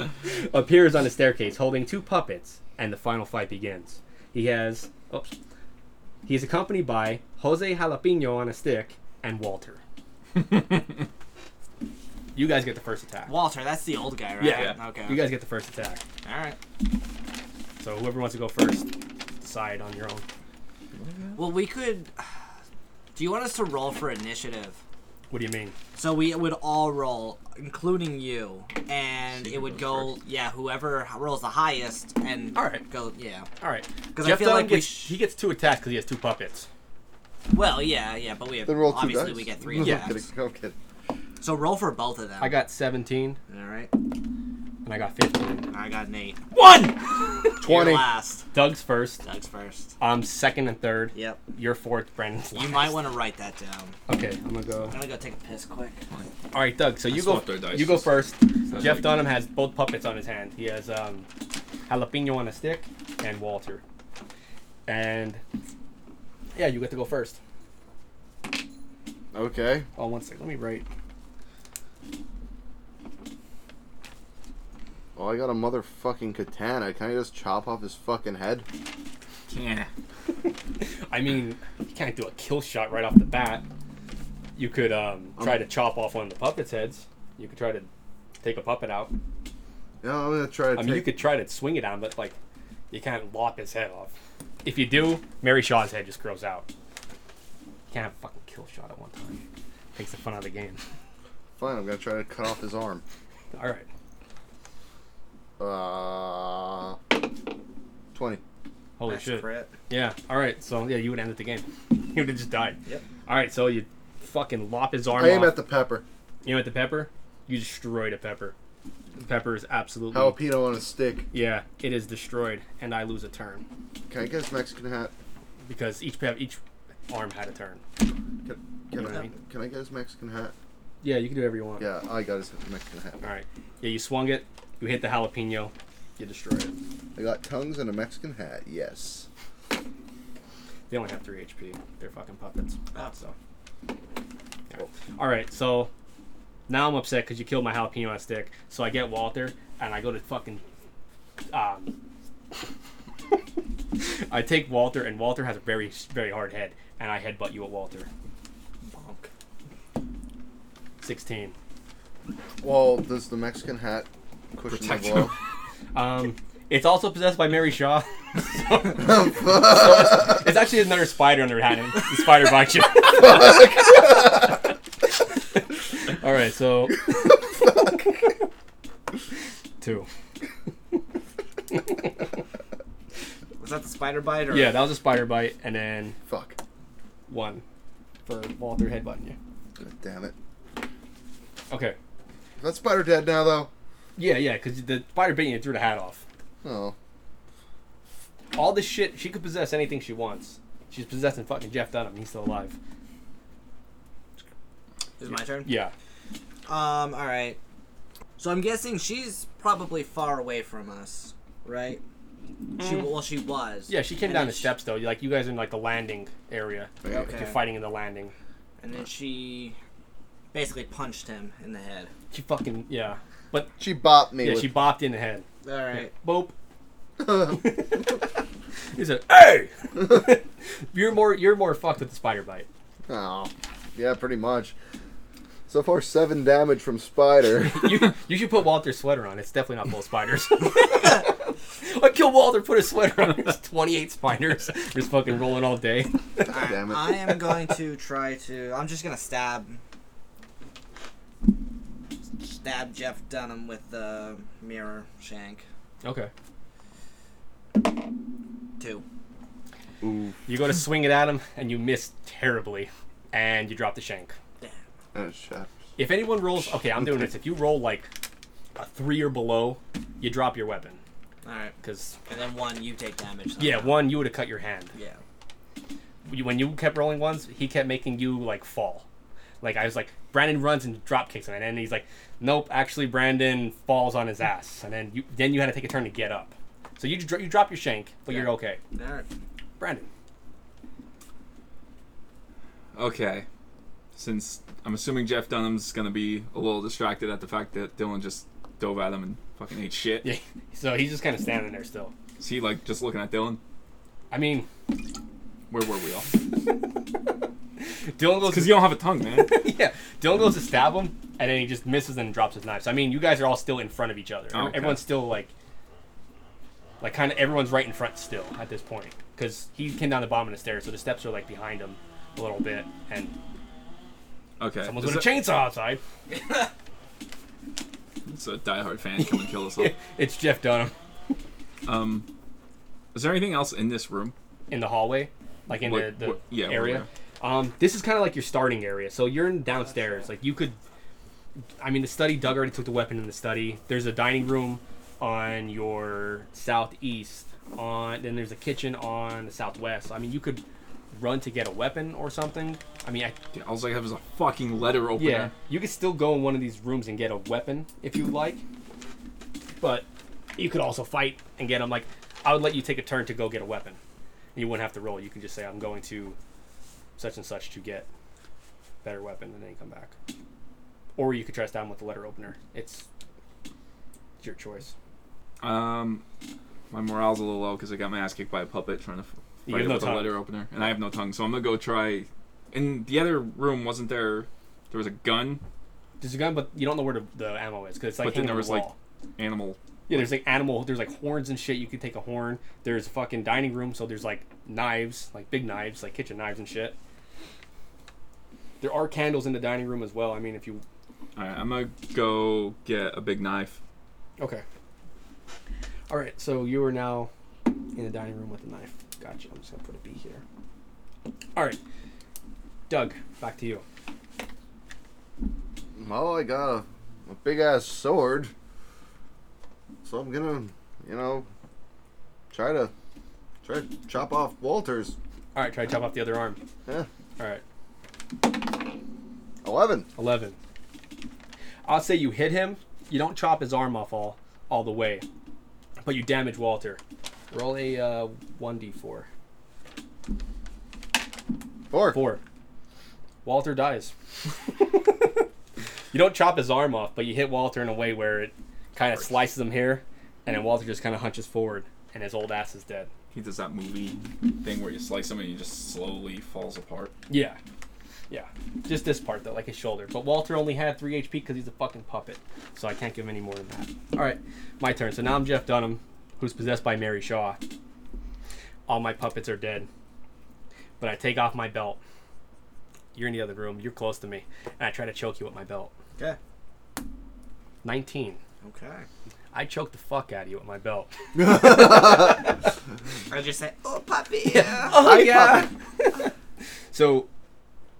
appears on the staircase holding two puppets, and the final fight begins. He has. Oops. He is accompanied by Jose Jalapeno on a stick and Walter. you guys get the first attack. Walter, that's the old guy, right? Yeah, yeah. Okay. You guys get the first attack. All right. So whoever wants to go first, decide on your own. Well, we could. Do you want us to roll for initiative? What do you mean? So we would all roll, including you, and it would go. Yeah, whoever rolls the highest and All right. go. Yeah. All right. 'Cause I Jeff feel Dunham like we gets, sh- he gets two attacks because he has two puppets. Well, yeah, yeah, but we have Then roll two obviously dice. we get three No, I'm attacks. kidding, I'm kidding. So roll for both of them. I got 17 All right. and I got 15. I got an eight. One! Twenty. You're last. Doug's first. Doug's first. I'm second and third. Yep. You're fourth. Brandon's You last. might want to write that down. Okay, I'm gonna go. I'm gonna go take a piss quick. All right, Doug. So you go. swapped our dice You go just- first. Jeff like- Dunham has both puppets on his hand. He has um, jalapeno on a stick and Walter. And yeah, you get to go first. Okay. Oh, one second. Let me write. Oh, I got a motherfucking katana. Can I just chop off his fucking head? Yeah. I mean, you can't do a kill shot right off the bat. You could um, try to chop off one of the puppets' heads. You could try to take a puppet out. No, I'm gonna try to. I take... mean, you could try to swing it on, but like, you can't lop his head off. If you do, Mary Shaw's head just grows out. Can't have a fucking kill shot at one time. Takes the fun out of the game. Fine. I'm gonna try to cut off his arm. All right. Uh, 20. Holy That's shit. crit. Yeah. All right. So yeah, you would end the game. you would have just died. Yep. All right. So you fucking lop his arm I aim off. at the pepper. you know at the pepper. You destroyed a pepper. The pepper is absolutely. Jalapeno on a stick. Yeah, it is destroyed, and I lose a turn Can I get his Mexican hat? because each pep each arm had a turn. Can, can, Yeah. I, can I get his Mexican hat? Yeah, you can do whatever you want. Yeah, I got his Mexican hat. All right. Yeah, you swung it. You hit the jalapeno. You destroyed it. I got tongues and a Mexican hat. Yes. They only have three HP. They're fucking puppets. Oh. So. All right. So now I'm upset because you killed my jalapeno on a stick. So I get Walter and I go to fucking. Um, I take Walter and Walter has a very very hard head and I headbutt you at Walter. Bonk. Sixteen. Well, does the Mexican hat cushion Protect the blow? him. Um, it's also possessed by Mary Shaw. So- Oh, fuck. it's actually another spider under her hat. and The spider bites you. All right, so two. Was that the spider bite? Or Yeah, that was a spider bite, and then Fuck. one for Walter headbutting you. God damn it. Okay. Is that spider dead now, though? Yeah, yeah, because the spider bit you and threw the hat off. Oh. All this shit, she could possess anything she wants. She's possessing fucking Jeff Dunham. He's still alive. Is it my turn? Yeah. Um. All right. So I'm guessing she's probably far away from us, right? She well, she was. Yeah, she came And down then the she- steps, though. You Like, you guys are in, like, the landing area. Okay. You're fighting in the landing. And then she basically punched him in the head. She fucking, yeah. But, She bopped me. yeah, with, she bopped in the head. All right. Boop. he said, "Hey, you're more you're more fucked with the spider bite." Oh. Yeah, pretty much. So far, seven damage from spider. You you should put Walter's sweater on. It's definitely not full of spiders. I killed Walter. Put a sweater on. There's 28 spiders. Just fucking rolling all day. Damn it. I am going to try to. I'm just gonna stab. Stab Jeff Dunham with the mirror shank. Okay. Two. You go to swing it at him and you miss terribly, and you drop the shank. Oh, shit. If anyone rolls, okay, I'm doing this. If you roll like a three or below, you drop your weapon. All right. Cause And then one, you take damage. somehow. yeah, one you would have cut your hand. Yeah. you- when you kept rolling ones, he kept making you like fall. Like I was like, Brandon runs and drop kicks him, and then he's like, nope, actually Brandon falls on his ass, and then you then you had to take a turn to get up. So you dro- you drop your shank, but you're Yeah. okay, All right. Brandon. Okay. Since I'm assuming Jeff Dunham's gonna be a little distracted at the fact that Dylan just dove at him and fucking ate shit. Yeah. So he's just kind of standing there still. Is he like just looking at Dylan? I mean, Where were we all? Dylan goes Because you don't have a tongue, man. yeah, Dylan goes to stab him, and then he just misses and drops his knife. So I mean, you guys are all still in front of each other. Okay. Everyone's still like, like kind of everyone's right in front still at this point because he came down the bottom of the stairs, so the steps are like behind him a little bit, and Okay. someone's Is with a that- chainsaw outside. It's a diehard fan come and kill us all. It's Jeff Dunham Um, is there anything else in this room? in the hallway, like in What- the, the what- yeah, where area. Um, this is kind of like your starting area. So you're in downstairs. Like you could, I mean, the study. Doug already took the weapon in the study. There's a dining room on your southeast. On then there's a kitchen on the southwest. I mean, you could run to get a weapon or something. I mean, I, Dude, all I have is a fucking letter opener. yeah, you could still go in one of these rooms and get a weapon if you like. But you could also fight and get them. Like I would let you take a turn to go get a weapon. You wouldn't have to roll. You can just say I'm going to such and such to get better weapon, and then you come back. Or you could try down with the letter opener. It's it's your choice. Um, my morale's a little low because I got my ass kicked by a puppet trying to f- You fight have it no with a tongue. letter opener, and I have no tongue, so I'm gonna go try. In the other room, wasn't there? There was a gun, There's a gun, but you don't know where the, the ammo is because it's like But then hanging there on was, the like, wall. animal. Yeah, there's like animal. There's like horns and shit. You could take a horn. There's a fucking dining room, so there's like knives, like big knives, like kitchen knives and shit. There are candles in the dining room as well. I mean, if you All right, I'm gonna go get a big knife. okay, All right, so you are now in the dining room with a knife. Gotcha. I'm just gonna put a B here. All right, Doug, back to you. Well, I got a, a big ass sword. So I'm gonna, you know, try to try to chop off Walter's Eh, All right, try to chop off the other arm. Yeah. All right, eleven. eleven. I'll say you hit him. You don't chop his arm off all all the way, but you damage Walter. Roll a uh, one d four. Four. Four. Walter dies. you don't chop his arm off, but you hit Walter in a way where it kind of slices him here, and then Walter just kind of hunches forward, and his old ass is dead. He does that movie Thing where you slice him and he just slowly falls apart. Yeah. Yeah. Just this part, though, like his shoulder. But Walter only had 3 HP because he's a fucking puppet. So I can't give him any more than that. All right. My turn. So now I'm Jeff Dunham, who's possessed by Mary Shaw. All my puppets are dead. But I take off my belt. You're in the other room. You're close to me. And I try to choke you with my belt. Okay. 19. Okay. I choke the fuck out of you with my belt. I just say, oh puppy. Yeah. Oh, yeah. so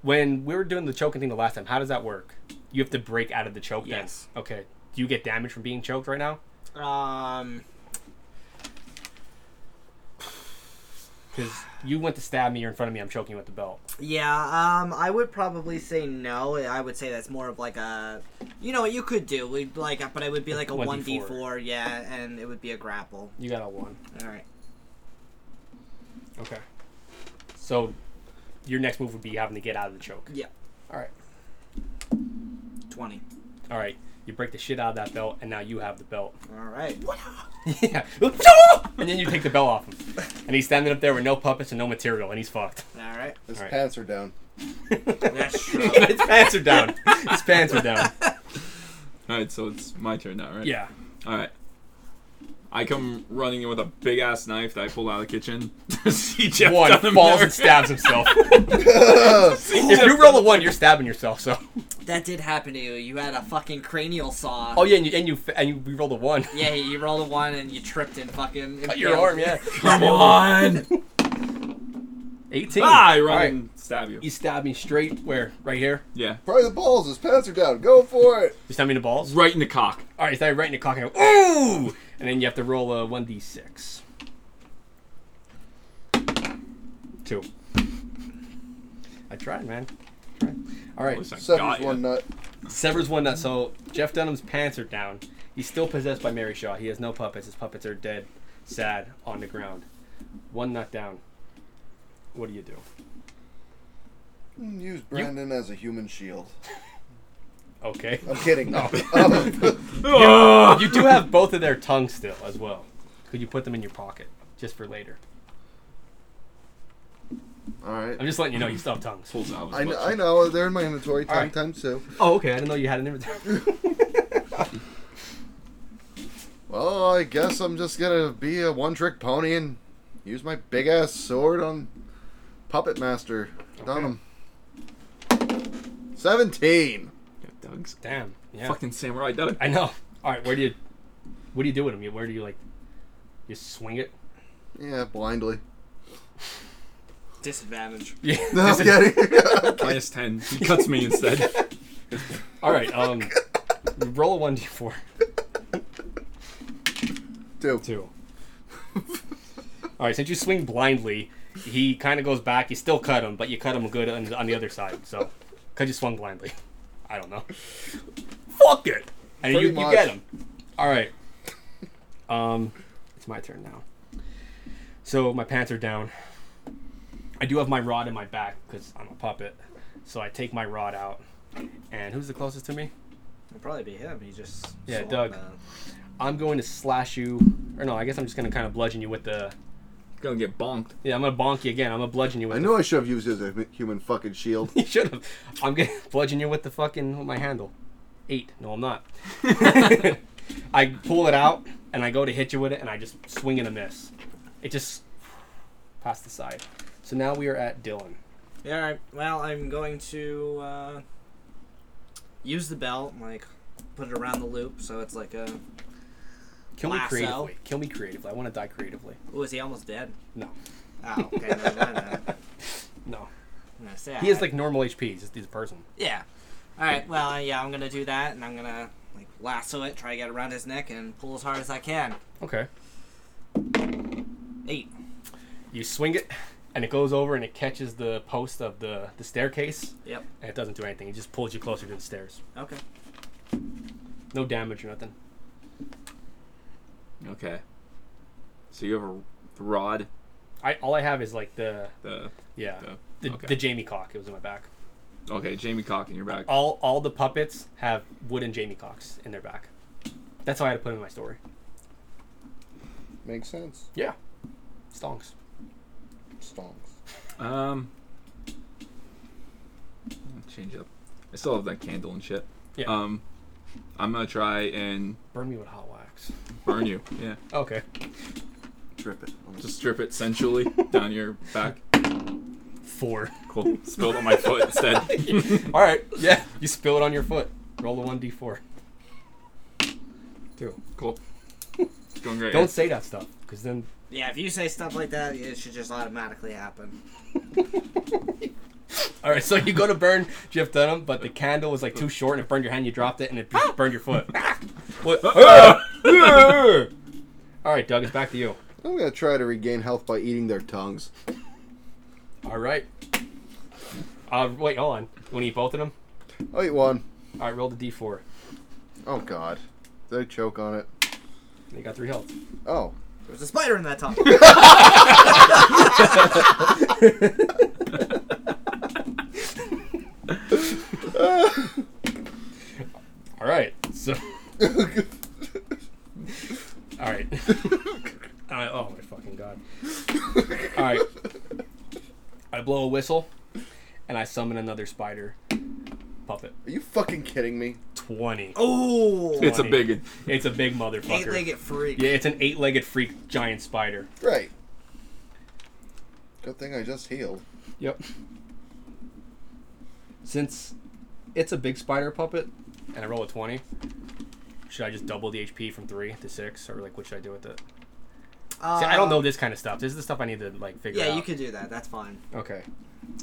when we were doing the choking thing the last time, how does that work? You have to break out of the choke then. Yes. Okay. Do you get damage from being choked right now? Um. Because you went to stab me, you're in front of me, I'm choking you with the belt. Yeah. Um. I would probably say no. I would say that's more of like a, you know, what you could do. We'd like, but it would be like a one d 1d4. four. Yeah, and it would be a grapple. You got a one. All right. Okay. So your next move would be having to get out of the choke. Yeah. All right. Twenty. All right. You break the shit out of that belt, and now you have the belt. All right. yeah. and then you take the belt off him. And he's standing up there with no puppets and no material, and he's fucked. All right. His Alright. pants are down. That's true. His pants are down. His pants are down. all right so it's my turn now right Yeah. all right i come running in with a big ass knife that i pulled out of the kitchen see jeff one Dunham falls there. and stabs himself. if you roll a one, you're stabbing yourself. So. that did happen to you. You had a fucking cranial saw. Oh yeah, and you and you and you we rolled a one. Yeah, you rolled a one and you tripped and fucking. Cut your arm, yeah. come on Eighteen. ah, i run All right. and stab you You stab me straight where? Right here. yeah Probably the balls. His pants are down. Go for it. You stab me in the balls. right in the cock All right, you stab me right in the cock. And I go, ooh, and then you have to roll a one d six. Two. I tried, man. I tried. All right. At least I got Sevens ya. one nut. Severs one nut. So Jeff Dunham's pants are down. He's still possessed by Mary Shaw. He has no puppets. His puppets are dead, sad, on the ground. One nut down. What do you do? Mm, Use Brandon as a human shield. Okay. I'm kidding. Um, Ah! You do have both of their tongues still as well. Could you put them in your pocket just for later? All I'm right. just letting you know you still have tongues. Pulls out of his I know, butt I know. They're in my inventory. Time, Alright. time, so. Oh, okay. I didn't know you had an inventory. Well, I guess I'm just gonna be a one-trick pony and use my big-ass sword on Puppet Master Dunham. Seventeen. cheek. Yeah, Doug's Damn. Yeah. fucking samurai Doug. I know. All right. Where do you? What do you do with them? You- Where do you like? You swing it. Yeah, blindly. Disadvantage. Yeah. No, I'm kidding. Minus ten. He cuts me instead. All right. Um. Roll a one d four. Two. Two. All right, since you swing blindly, he kind of goes back. You still cut him, but you cut him good on, on the other side. So, because you swung blindly, I don't know. Fuck it, and you, Pretty you much. get him. All right. Um, it's my turn now. So my pants are down. I do have my rod in my back because I'm a puppet. So I take my rod out, and who's the closest to me? It'll probably be him. He just. Yeah, saw Doug. that. I'm going to slash you, or no? I guess I'm just gonna kind of bludgeon you with the Gonna get bonked. Yeah, I'm gonna bonk you again. I'm gonna bludgeon you with. I the- knew I should have used it as a hu- human fucking shield. you should have. I'm gonna bludgeon you with the fucking with my handle. Eight. No, I'm not. I pull it out and I go to hit you with it, and I just swing and a miss. It just passed the side. So now we are at Dylan. Yeah, all right. Well, I'm going to uh, use the belt, like put it around the loop, so it's like a Kill me Lasso. creatively. Kill me creatively. I want to die creatively. Oh, is he almost dead? No. Oh, okay. never mind then. I'm No. gonna say, He has like normal HP. He's just he's a person. yeah. All right. Well, uh, yeah, I'm gonna do that, and I'm gonna like lasso it, try to get around his neck, and pull as hard as I can. Okay. Eight. You swing it, and it goes over and it catches the post of the, the staircase, Yep. and it doesn't do anything. It just pulls you closer to the stairs. Okay. No damage or nothing. Okay. So you have a rod. I all I have is like the The yeah the the, okay. the Jamie cock. It was in my back. okay, Jamie Cock in your back. All all the puppets have wooden Jamie cocks in their back. That's how I had to put in my story. Makes sense. Yeah. Stonks. Stonks. Um, change up. I still have that candle and shit. Yeah. Um, I'm gonna try and Burn me with hot wax. burn you. Yeah. Okay. Drip it. Just strip it sensually down your back. Four. Cool. Spilled on my foot instead. All right. Yeah. You spill it on your foot. Roll a one d four. Two. cool. It's going great. Don't say that stuff, because then Yeah. If you say stuff like that, it should just automatically happen. All right, so you go to burn Jeff Dunham, but the candle was like too short and it burned your hand. You dropped it and it just burned your foot. what? All right, Doug, it's back to you. I'm gonna try to regain health by eating their tongues. All right. Uh, wait, hold on. You want to eat both of them? I'll eat one. All right, roll the d4. Oh god. Did I choke on it? You got three health. Oh. There was a spider in that tunnel. All right, so. All right. All right. Oh my fucking god. All right. I blow a whistle, and I summon another spider puppet. Are you fucking kidding me? Twenty. oh. It's a big. un. It's a big motherfucker. Eight-legged freak. Yeah, it's an eight-legged freak giant spider. Right. Good thing I just healed. Yep. Since it's a big spider puppet, and I roll a twenty, should I just double the HP from three to six, or like what should I do with it? See, I don't know this kind of stuff. This is the stuff I need to like figure out. Um, Yeah, you could do that. That's fine. Okay.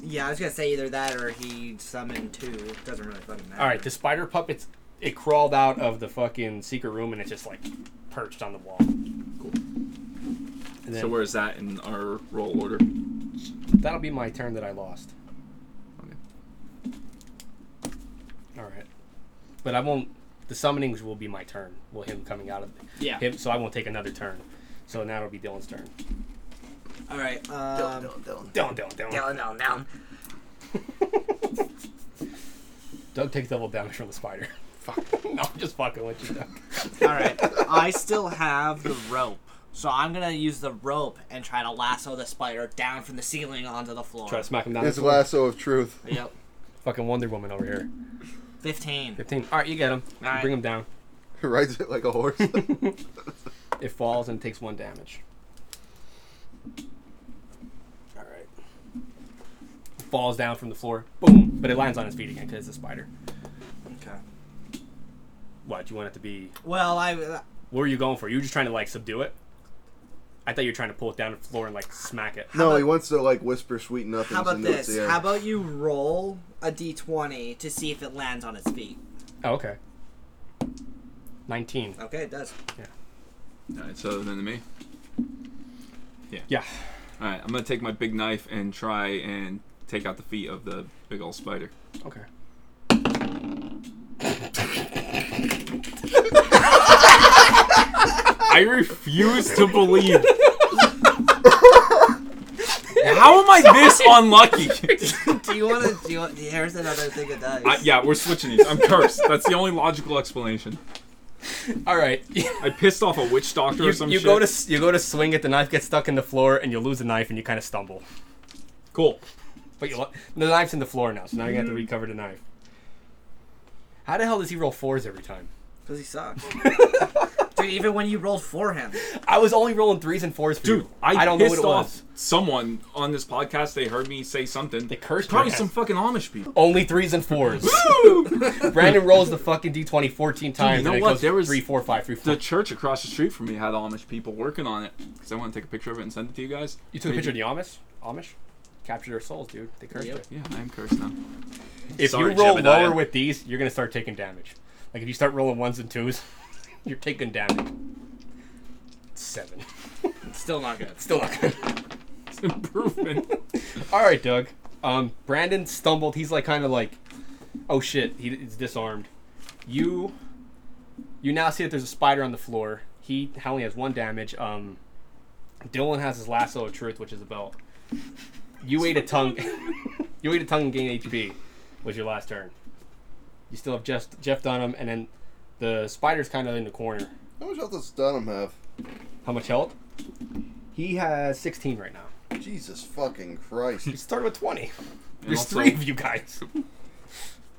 Yeah, I was gonna say either that or he summoned two. It doesn't really fucking matter. All right. The spider puppet's it crawled out of the fucking secret room and it's just like perched on the wall. Cool. And then So where's that in our roll order? that'll be my turn that I lost. All right, but I won't. The summonings will be my turn. Will him coming out of Yeah. him, so I won't take another turn. So now it'll be Dylan's turn. All right. Um, Dylan, Dylan, Dylan. no, no, no. Doug takes double damage from the spider. Fuck. no, I'm just fucking with you, Doug. All right. I still have the rope, so I'm gonna use the rope and try to lasso the spider down from the ceiling onto the floor. Try to smack him down. It's with one. lasso of truth. Yep. Fucking Wonder Woman over here. Fifteen. Fifteen. All right, you get him. You right. Bring him down. Rides it like a horse. It falls and takes one damage. All right. Falls down from the floor. Boom. But it lands on his feet again because it's a spider. Okay. What? You want it to be? Well, I. uh, What were you going for? You were just trying to like subdue it. I thought you were trying to pull it down to the floor and like smack it. no, he wants to like whisper sweet nothings How about into its this? ear. How about you roll a d20 to see if it lands on its feet? Oh, okay. Nineteen. Okay, it does. All right, so then to me. Yeah. All right, I'm gonna take my big knife and try and take out the feet of the big old spider. Okay. I refuse to believe. How am I this unlucky? Do you want to? Do you want? Here's another thing it does. I, yeah, we're switching these. I'm cursed. That's the only logical explanation. All right. you I pissed off a witch doctor or some you shit. go to s- you go to swing it. The knife gets stuck in the floor, and you lose the knife, and you kind of stumble. cool. But you lo- the knife's in the floor now, so now you have to recover the knife. How the hell does he roll fours every time? Because he sucks. you even when you rolled for him. I was only rolling threes and fours for Dude, you. I, don't know what pissed it off was. someone on this podcast. They heard me say something. They cursed Probably your some ass. fucking Amish people. Only threes and fours. Brandon rolls the fucking d20 14 times. know and it what? Goes There was- three, four, five, three, four. The church across the street from me had Amish people working on it because I want to take a picture of it and send it to you guys. you took a Maybe- picture of the Amish. Amish captured their souls, dude. They cursed Yep. it. Yeah, I am cursed now. If Sorry, you roll Jebediah. lower with these, you're gonna start taking damage. Like if you start rolling ones and twos, you're taking damage. Seven. Still not good. Still not good. It's an improvement. All right, Doug. Um, Brandon stumbled. He's like kind of like, oh shit, he, he's disarmed. You, you now see that there's a spider on the floor. He only has one damage. Um, Dylan has his lasso of truth, which is a belt. You ate a tongue. you ate a tongue and gained HP. Was your last turn. You still have Jeff, Jeff Dunham, and then the spider's kind of in the corner. How much health does Dunham have? How much health? He has 16 right now. Jesus fucking Christ. He started with 20. And There's also, three of you guys.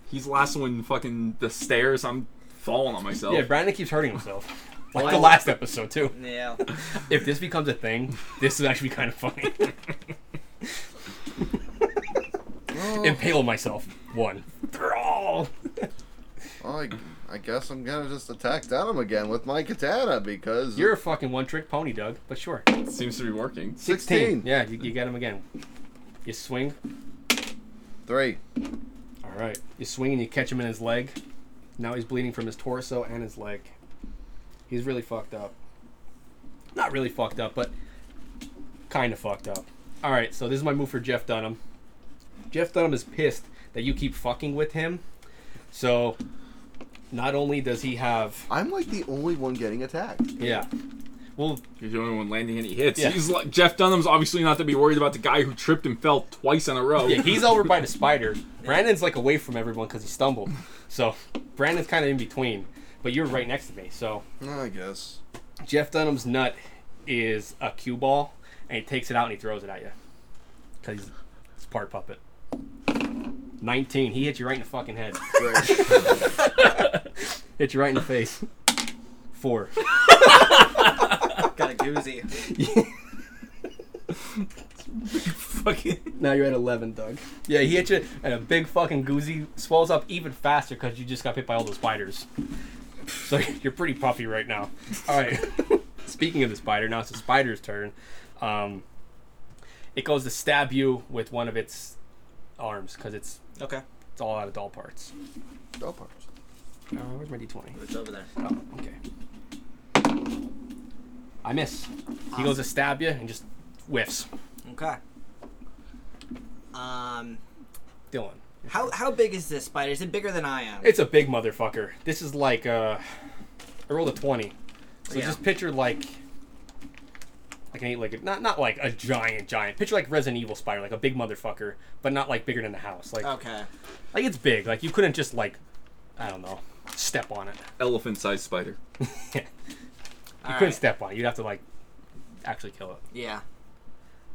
He's lassoing fucking the stairs. I'm falling on myself. Yeah, Brandon keeps hurting himself. Like Why? the last episode too. Yeah. If this becomes a thing, this would actually be kind of funny. Impale myself. One. Thrall. I, I guess I'm gonna just attack Dunham again with my katana because You're a fucking one-trick pony, Doug. But sure. Seems to be working. 16. Yeah, you, you get him again. You swing. Three. All right. You swing and you catch him in his leg. Now he's bleeding from his torso and his leg. He's really fucked up. Not really fucked up, but kind of fucked up. All right, so this is my move for Jeff Dunham. Jeff Dunham is pissed that you keep fucking with him. So not only does he have I'm like the only one getting attacked. yeah. Well, You're the only one landing any hits. Yeah. He's like Jeff Dunham's obviously not to be worried about the guy who tripped and fell twice in a row. yeah, he's over by the spider. Brandon's like away from everyone cuz he stumbled. So Brandon's kind of in between, but you're right next to me. So I guess. Jeff Dunham's nut is a cue ball, and he takes it out and he throws it at you. Because he's, he's part puppet. 19. He hit you right in the fucking head. hit you right in the face. Four. Got a goozy. fucking. Now you're at 11, Doug. Yeah, he hit you, and a big fucking goozy swells up even faster because you just got hit by all those spiders. So you're pretty puffy right now. All right. Speaking of the spider, now it's the spider's turn. Um, it goes to stab you with one of its arms because it's Okay. it's all out of doll parts. Doll parts. Uh, where's my d20? It's over there. Oh, okay. I miss. He goes to stab you and just whiffs. Okay. Um, Dylan. how how big is this spider? Is it bigger than I am? It's a big motherfucker. This is like uh, I rolled a twenty, so Yeah. just picture like like an eight-legged, not not like a giant giant. Picture like Resident Evil spider, like a big motherfucker, but not like bigger than the house. Like okay. like it's big. Like you couldn't just like I don't know step on it. Elephant sized spider. you All couldn't right. step on. it. You'd have to like actually kill it. Yeah.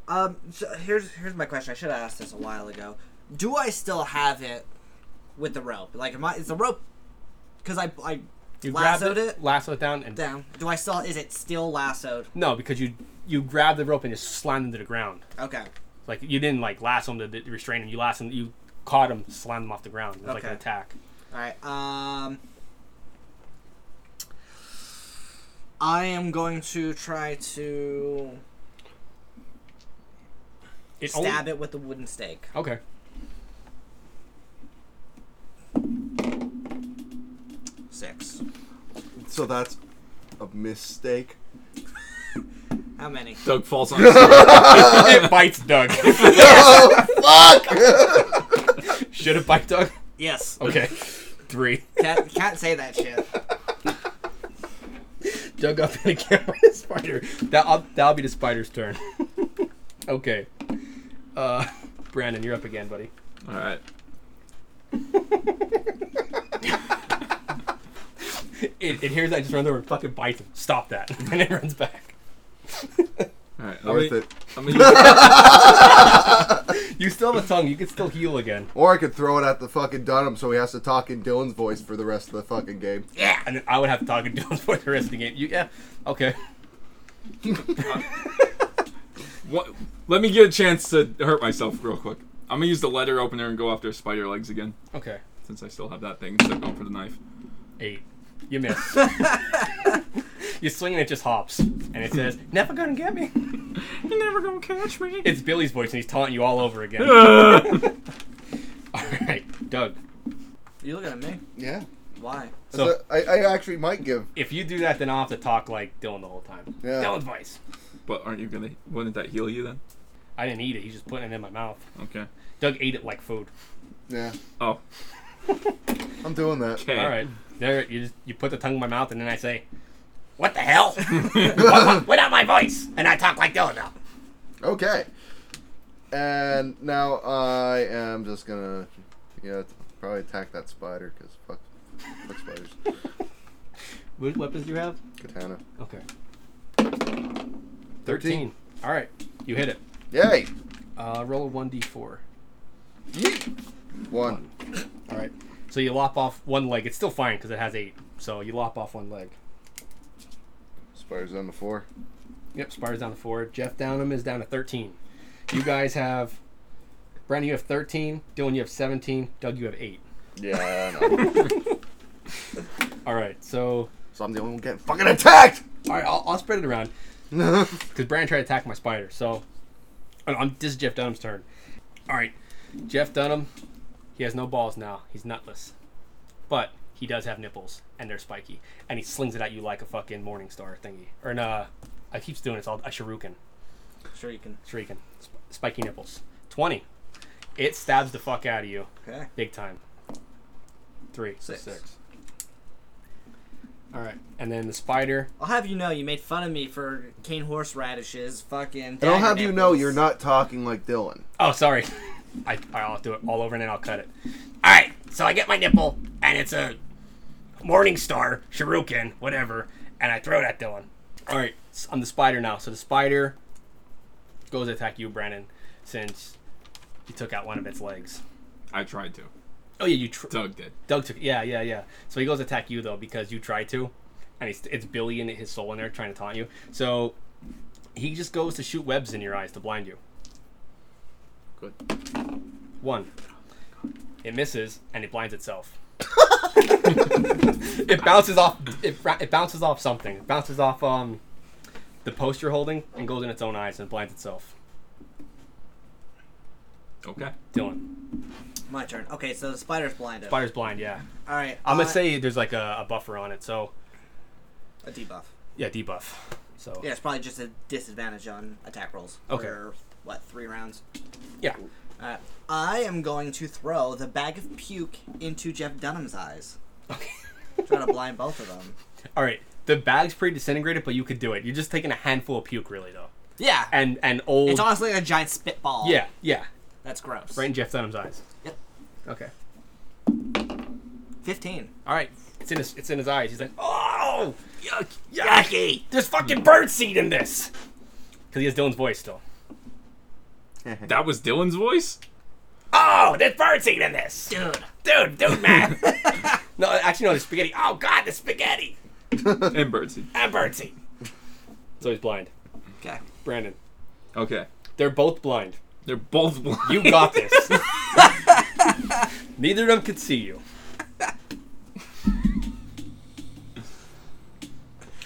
Um. So here's here's my question. I should have asked this a while ago. Do I still have it with the rope? Like, am I? Is the rope? Because I I You lassoed grabbed it, lassoed it down, and down. Do I still? Is it still lassoed? no, because you you grabbed the rope and just slammed into the ground. Okay. Like you didn't like lasso him to d- restrain him. You lasso him, you caught him, slammed him off the ground. It was like an Okay. attack. All right. Um. I am going to try to It Oh. only- stab it with the wooden stake. Okay. Six. So that's a mistake. How many? Doug falls on his sword. it bites Doug. Fuck! Should it bite Doug? Yes. Okay. Three. Can't, can't say that shit. Doug up in the camera. The spider. That will that'll be the spider's turn. okay. Uh, Brandon, you're up again, buddy. Alright. It, it hears that, it just runs over and fucking bites him. Stop that, and it runs back. Alright. I'm Worth gonna- it. I'm gonna use- You you still have a tongue. You can still heal again. Or I could throw it at the fucking Dunham so he has to talk in Dylan's voice for the rest of the fucking game. And then I would have to talk to Dylan for the rest of the game. You, yeah, okay. What, let me get a chance to hurt myself real quick. I'm gonna use the letter opener and go after spider legs again, Okay. since I still have that thing instead of going for the knife. Eight. You miss. you swing and it just hops. And it says, Never gonna get me. You're never gonna catch me. It's Billy's voice and he's taunting you all over again. Alright, Doug. You looking at me? Yeah. Why? So, So I, I actually might give. if you do that, then I'll have to talk like Dylan the whole time. Yeah. Dylan's voice. but aren't you gonna? Wouldn't that heal you then? I didn't eat it. He's just putting it in my mouth. Okay. Doug ate it like food. Yeah. Oh. I'm doing that. Okay. All right, there you just, you put the tongue in my mouth, and then I say, "What the hell? Without my voice?" And I talk like Dylan now. Okay. And now I am just gonna, yeah, probably attack that spider because fuck, fuck spiders. What weapons do you have? Katana. Okay, Thirteen. thirteen. All right, you hit it. Yay. Uh, roll a one d four. One. All right, so you lop off one leg. It's still fine because it has eight. So you lop off one leg. Spider's on the floor. Yep, Spire's down to four. Jeff Downham is down to thirteen. You guys have, Brandon, you have thirteen. Dylan, you have seventeen. Doug, you have eight. Yeah. I know. All right, so so I'm the only one getting fucking attacked. all right, I'll, I'll spread it around. because Brian tried to attack my spider. So, and I'm, this is Jeff Dunham's turn. All right, Jeff Dunham, he has no balls now. He's nutless, but he does have nipples, and they're spiky, and he slings it at you like a fucking morning star thingy, or nah. I keeps doing it. It's all a shuriken, Sure you can. shuriken, sp- spiky nipples. Twenty, it stabs the fuck out of you, Okay. big time. Three, Six. All right, and then the spider. I'll have you know you made fun of me for cane horseradishes, fucking. And I'll dagger have you know nipples. you're not talking like Dylan. Oh, sorry. I, I'll do it all over and then I'll cut it. All right, so I get my nipple, and it's a Morning Star, Shuriken, whatever, and I throw it at Dylan. All right, s- I'm the spider now. So the spider goes to attack you, Brandon, since you took out one of its legs. I tried to. Oh yeah, you tr- Doug did. Doug took. Yeah, yeah, yeah. So he goes to attack you though because you tried to, and it's, it's Billy and his soul in there trying to taunt you. So he just goes to shoot webs in your eyes to blind you. Good. One. It misses and it blinds itself. it bounces off. It, ra- it bounces off something. It bounces off um, the post you're holding and goes in its own eyes and blinds itself. Okay. Dylan, My turn. Okay, so the spider's blinded. spider's blind. Yeah, All right. I'm uh, gonna say there's like a, a buffer on it. So a debuff. yeah, debuff. So Yeah, it's probably just a disadvantage on attack rolls. Okay. For, what three rounds? yeah. All right. I am going to throw the bag of puke into Jeff Dunham's eyes. Okay. Try to blind both of them. All right. The bag's pretty disintegrated, but you could do it. You're just taking a handful of puke, really, though. Yeah. And and old. it's honestly like a giant spitball. yeah, yeah. That's gross. Right in Jeff Dunham's eyes. Yep. Okay. Fifteen. All right. It's in his it's in his eyes. He's like, oh, yuck, yuck. yucky. There's fucking bird seed in this. Because he has Dylan's voice still. That was Dylan's voice. Oh, there's bird seed in this. Dude. Dude, dude, man. No, actually, no. The spaghetti. oh, God, the spaghetti. and birdseed. And bird seed. So he's blind. Okay. Brandon. Okay. They're both blind. They're both blind. You got this. Neither of them could see you.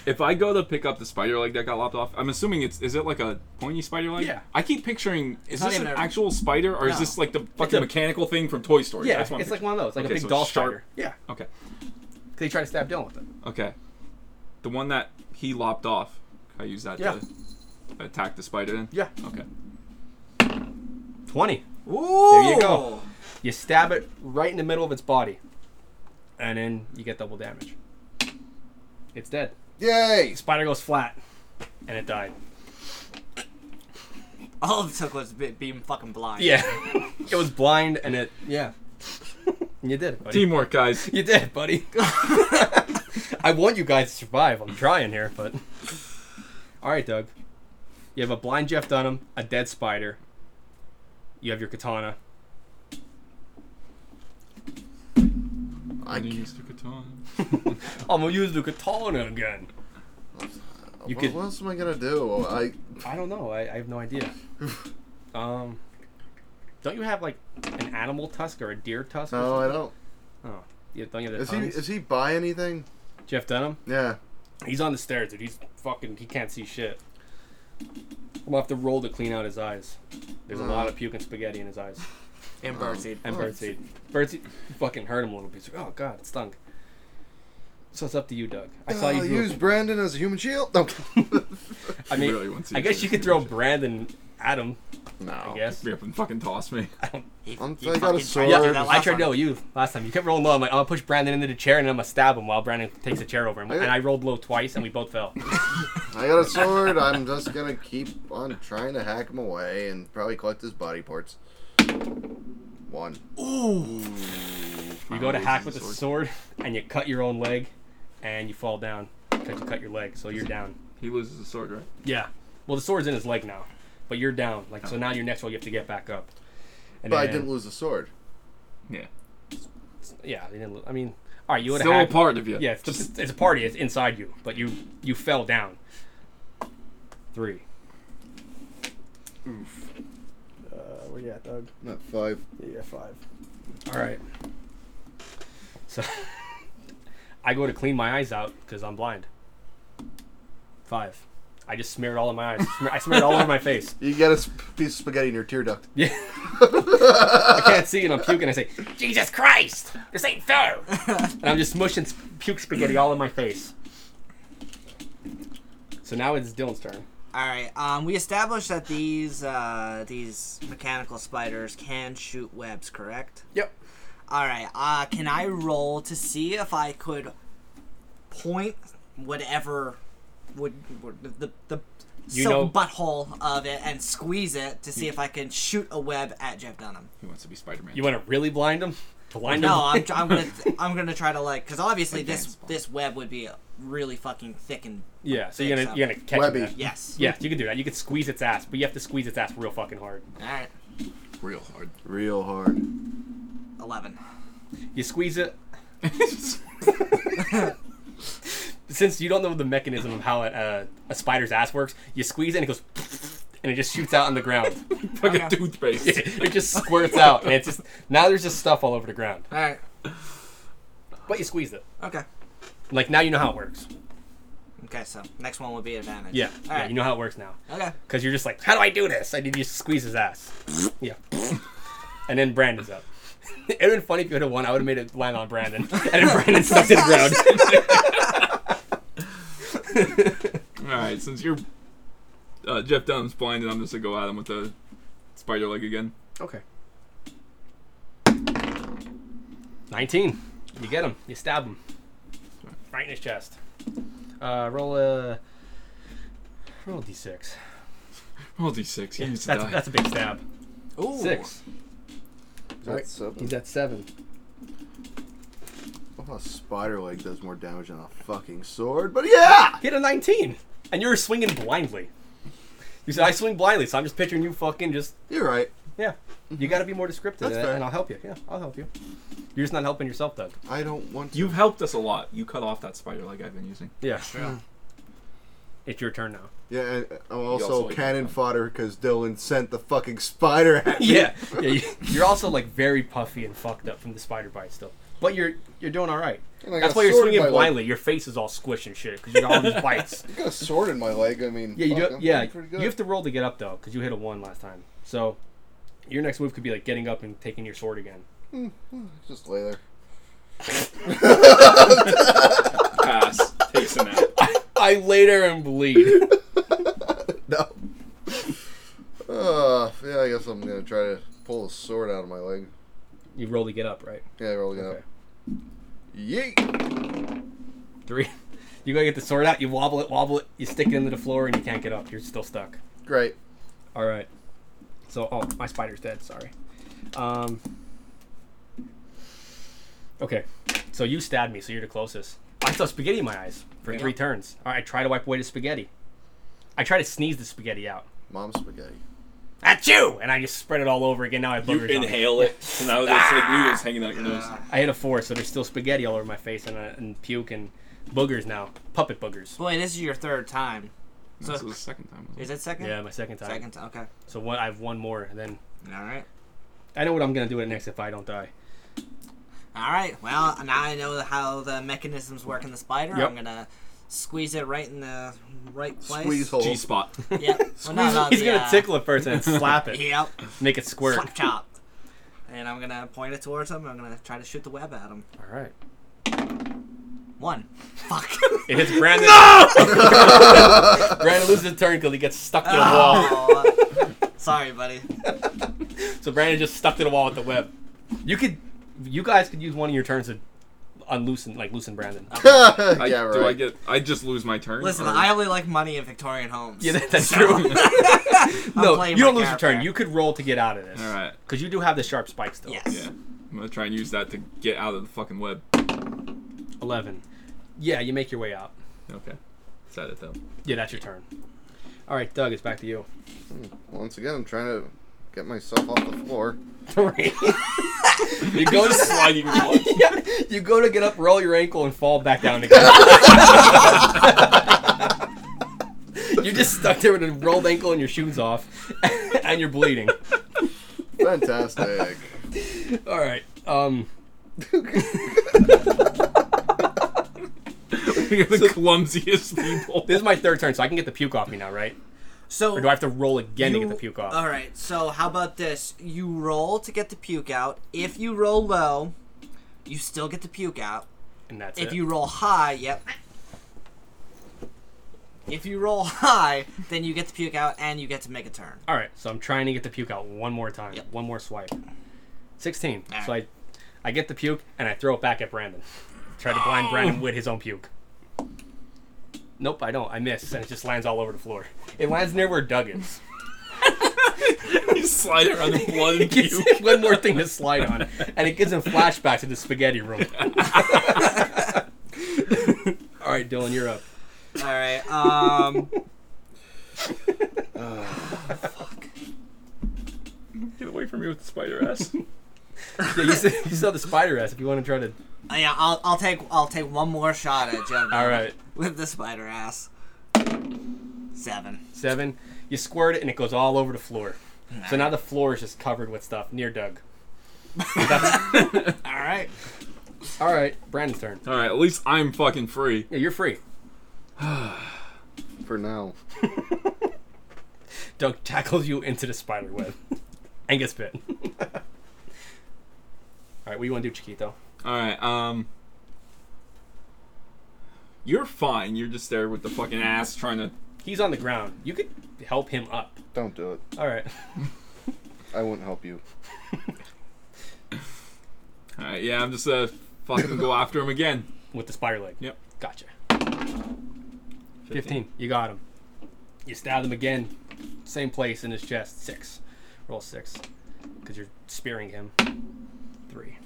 If I go to pick up the spider leg that got lopped off, I'm assuming it's is it like a pointy spider leg? Yeah. I keep picturing is not this an even a- actual spider or is No. this like the fucking a- mechanical thing from Toy Story? Yeah, That's what I'm it's like one of those, like Okay, a big so doll it's sharp. spider. Yeah, picturing. because he tried to stab Dylan with it. Okay. Okay. The one that he lopped off. I use that Yeah. to attack the spider then? Yeah. Okay. Twenty. Ooh. There you Oh. go. You stab it right in the middle of its body, and then you get double damage. It's dead. Yay. Spider goes flat, and it died. All it took Oh, was be- being fucking blind. Yeah, it was blind, and it yeah. you did it, buddy. Teamwork, guys. You did, it, buddy. I want you guys to survive. I'm trying here, but all right, Doug. You have a blind Jeff Dunham, a dead spider. You have your katana. I c- used to katana. I'm gonna use the katana again. You what, could- what else am I gonna do? I I don't know. I, I have no idea. um, don't you have like an animal tusk or a deer tusk? or no, something? I don't. Oh, yeah, don't you have the Is he tongues? is he buy anything? Jeff Dunham? Yeah. He's on the stairs, dude. He's fucking. He can't see shit. I'm gonna have to roll to clean out his eyes. There's a lot of puke and spaghetti in his eyes. And birdseed. Um, And birdseed. Birdseed fucking hurt him a little bit. He's like, oh god, it stunk. So it's up to you, Doug. I saw you. Uh, do it. use Brandon as a human shield. No. I mean, Really wants to I use guess it. you could throw Brandon at him. no. Oh, I guess. Be up and fucking toss me. He, I'm- he I got fucking a tried sword. to do Yeah, that I last tried to time. no, you last time. You kept rolling low. I'm like, I'm gonna push Brandon into the chair and I'm gonna stab him while Brandon takes the chair over him. I- And I rolled low twice and we both fell. I got a sword. I'm just gonna keep on trying to hack him away and probably collect his body parts. One. You go to Finally hack with using a the sword and you cut your own leg and you fall down because you cut your leg, so you're down. He loses the sword, right? Yeah. Oh. Well, the sword's in his leg now, but you're down. Like so now your next roll you have to get back up. And But I then- didn't lose the sword. Yeah. Yeah, they didn't. lo- I mean, all right, you would Still a have. part of you. Yeah, it's, just, it's a party. It's inside you, but you you fell down. Three. Oof. Uh, where you at, Doug? Not five. Yeah, you're five. All right. So I go to clean my eyes out because I'm blind. Five. I just smeared all in my eyes. Smear- I smeared all over my face. You get a sp- piece of spaghetti in your tear duct. Yeah. I can't see and I'm puking. I say, Jesus Christ, this ain't fair. and I'm just smushing sp- puke spaghetti all in my face. So now it's Dylan's turn. All right. Um, we established that these uh, these mechanical spiders can shoot webs, correct? Yep. All right. Uh, can I roll to see if I could point whatever would, would the the You silk know- butthole of it and squeeze it to see if I can shoot a web at Jeff Dunham? He wants to be Spider Man. You want to really blind him? Blind No, him? I'm, tr- I'm gonna I'm gonna try to like because obviously this Advanced ball. this web would be really fucking thick and yeah. So you're gonna you're gonna catch Webby. him. then. yes. Yeah, you can do that. You can squeeze its ass, but you have to squeeze its ass real fucking hard. All right. real hard. Real hard. Eleven. You squeeze it. Since you don't know the mechanism of how uh, a spider's ass works, you squeeze it and it goes, and it just shoots out on the ground. Fucking toothpaste. it just squirts out, and it's just now there's just stuff all over the ground. All right. But you squeeze it. Okay. Like now you know how it works. Okay, so next one will be advantage. Yeah, All yeah, right. you know how it works now. okay. Cause you're just like, how do I do this? I need you to squeeze his ass. yeah. and then Brandon's up. It'd been funny if you had have won. I would have made it land on Brandon, and then Brandon stuck to the ground. Alright, since you're uh, Jeff Dunham's blind, and I'm just gonna go at him with the spider leg again. okay. Nineteen. You get him. You stab him. Right in his chest. Uh, roll a roll a d6. Roll d6. He Yeah, needs to that's, die. that's a big stab. Ooh. Six. That's something. He's at seven. Oh, a spider leg does more damage than a fucking sword, but yeah! Hit a 19. And you were swinging blindly. You said, I swing blindly, so I'm just picturing you fucking just, You're right. yeah. You gotta be more descriptive, That's and, fair. and I'll help you. Yeah, I'll help you. You're just not helping yourself, Doug. I don't want to. You've helped us a lot. You cut off that spider leg I've been using. Yeah. It's your turn now. Yeah, and uh, I'm also, also like- cannon fodder because Dylan sent the fucking spider at me. Yeah. yeah you, you're also like very puffy and fucked up from the spider bite still. But you're you're doing all right. And I got That's a why you're sword in swinging my leg. blindly. Your face is all squished and shit because you got all these bites. I got a sword in my leg. I mean, Yeah, you fuck, do. I'm Yeah, doing pretty good. you have to roll to get up though, because you hit a one last time. So your next move could be like getting up and taking your sword again. just lay there. Pass. Takes a nap. I lay there and bleed. No. uh, yeah, I guess I'm gonna try to pull a sword out of my leg. you roll to get up, right? Yeah, rolling it Okay. up. Yeet! Three. You go get the sword out. You wobble it, wobble it. You stick it into the floor, and you can't get up. You're still stuck. Great. All right. So, oh, my spider's dead. Sorry. Um. Okay. So you stabbed me. So you're the closest. I saw spaghetti in my eyes for three turns. All right. I try to wipe away the spaghetti. I try to sneeze the spaghetti out. Mom spaghetti. at you, and I just spread it all over again. Now I have You boogers on me. inhale it, and now there's like Ah! noodles hanging out your nose. I hit a four, so there's still spaghetti all over my face and, uh, and puke and boogers now, puppet boogers. Boy, this is your third time. So, this is the second time. wasn't Is it? that second? Yeah, my second time. Second time. Okay. So one, I have one more, and then All right. I know what I'm gonna do at next if I don't die. All right. Well, now I know how the mechanisms work in the spider. Yep. I'm gonna squeeze it right in the right place. Squeeze hole. G spot. Yep. Well, no, no, He's the, gonna uh, tickle it first and then slap it, Yep. make it squirt. Slap chop. And I'm gonna point it towards him. I'm gonna try to shoot the web at him. All right. One. Fuck. It hits Brandon. No! Brandon loses a turn because he gets stuck to the wall. Oh, sorry, buddy. So Brandon just stuck to the wall with the web. You could, you guys could use one of your turns to unloosen, like loosen Brandon. I, yeah, right. Do I get? I just lose my turn. Listen, or- I only like money in Victorian homes. Yeah, that- that's true. no, playing you don't my lose your turn. character. You could roll to get out of this. All right. Because you do have the sharp spike still. Yes. Yeah. I'm gonna try and use that to get out of the fucking web. 11. Yeah, you make your way out. Okay. Is that it though? Yeah, that's your turn. All right, Doug, it's back to you. Once again, I'm trying to get myself off the floor. you go to Sliding one. you go to get up, roll your ankle, and fall back down again. You're just stuck there with a rolled ankle and your shoes off, and you're bleeding. Fantastic. All right. Um. You're the clumsiest people. This is my third turn, so I can get the puke off me now, right? So Or do I have to roll again to get the You- puke off? All right. So how about this? You roll to get the puke out. If you roll low, you still get the puke out. and that's If it. you roll high, yep. If you roll high, then you get the puke out and you get to make a turn. All right, so I'm trying to get the puke out one more time, Yep. one more swipe. Sixteen. All So I, I get the puke and I throw it back at Brandon. Try to blind Brandon with his own puke. Nope, I don't. I miss, and it just lands all over the floor. It lands near where Doug is. you slide around the blood and Gives puke. him one more thing to slide on, and it gives him flashbacks to the spaghetti room. all right, Dylan, you're up. All right. Um. Get away from me with the spider ass. Yeah, you, saw, you saw the spider ass. If you want to try to, yeah. I'll, I'll take I'll take one more shot at Jeb. all right, With the spider ass. Seven. seven. You squirt it, and it goes all over the floor. So now the floor is just covered with stuff near Doug. All right. All right, Brandon's turn. All right. At least I'm fucking free. Yeah, you're free. For now. Doug tackles you into the spider web and gets bit. All right, what do you want to do, Chiquito? All right. Um. You're fine. You're just there with the fucking ass trying to. He's on the ground. You could help him up. Don't do it. All right. I wouldn't help you. All right. Yeah. I'm just uh fucking go after him again. With the spider leg. Yep. Gotcha. 15. You got him. You stab him again. Same place in his chest. Six. Roll six. Because you're spearing him. Three.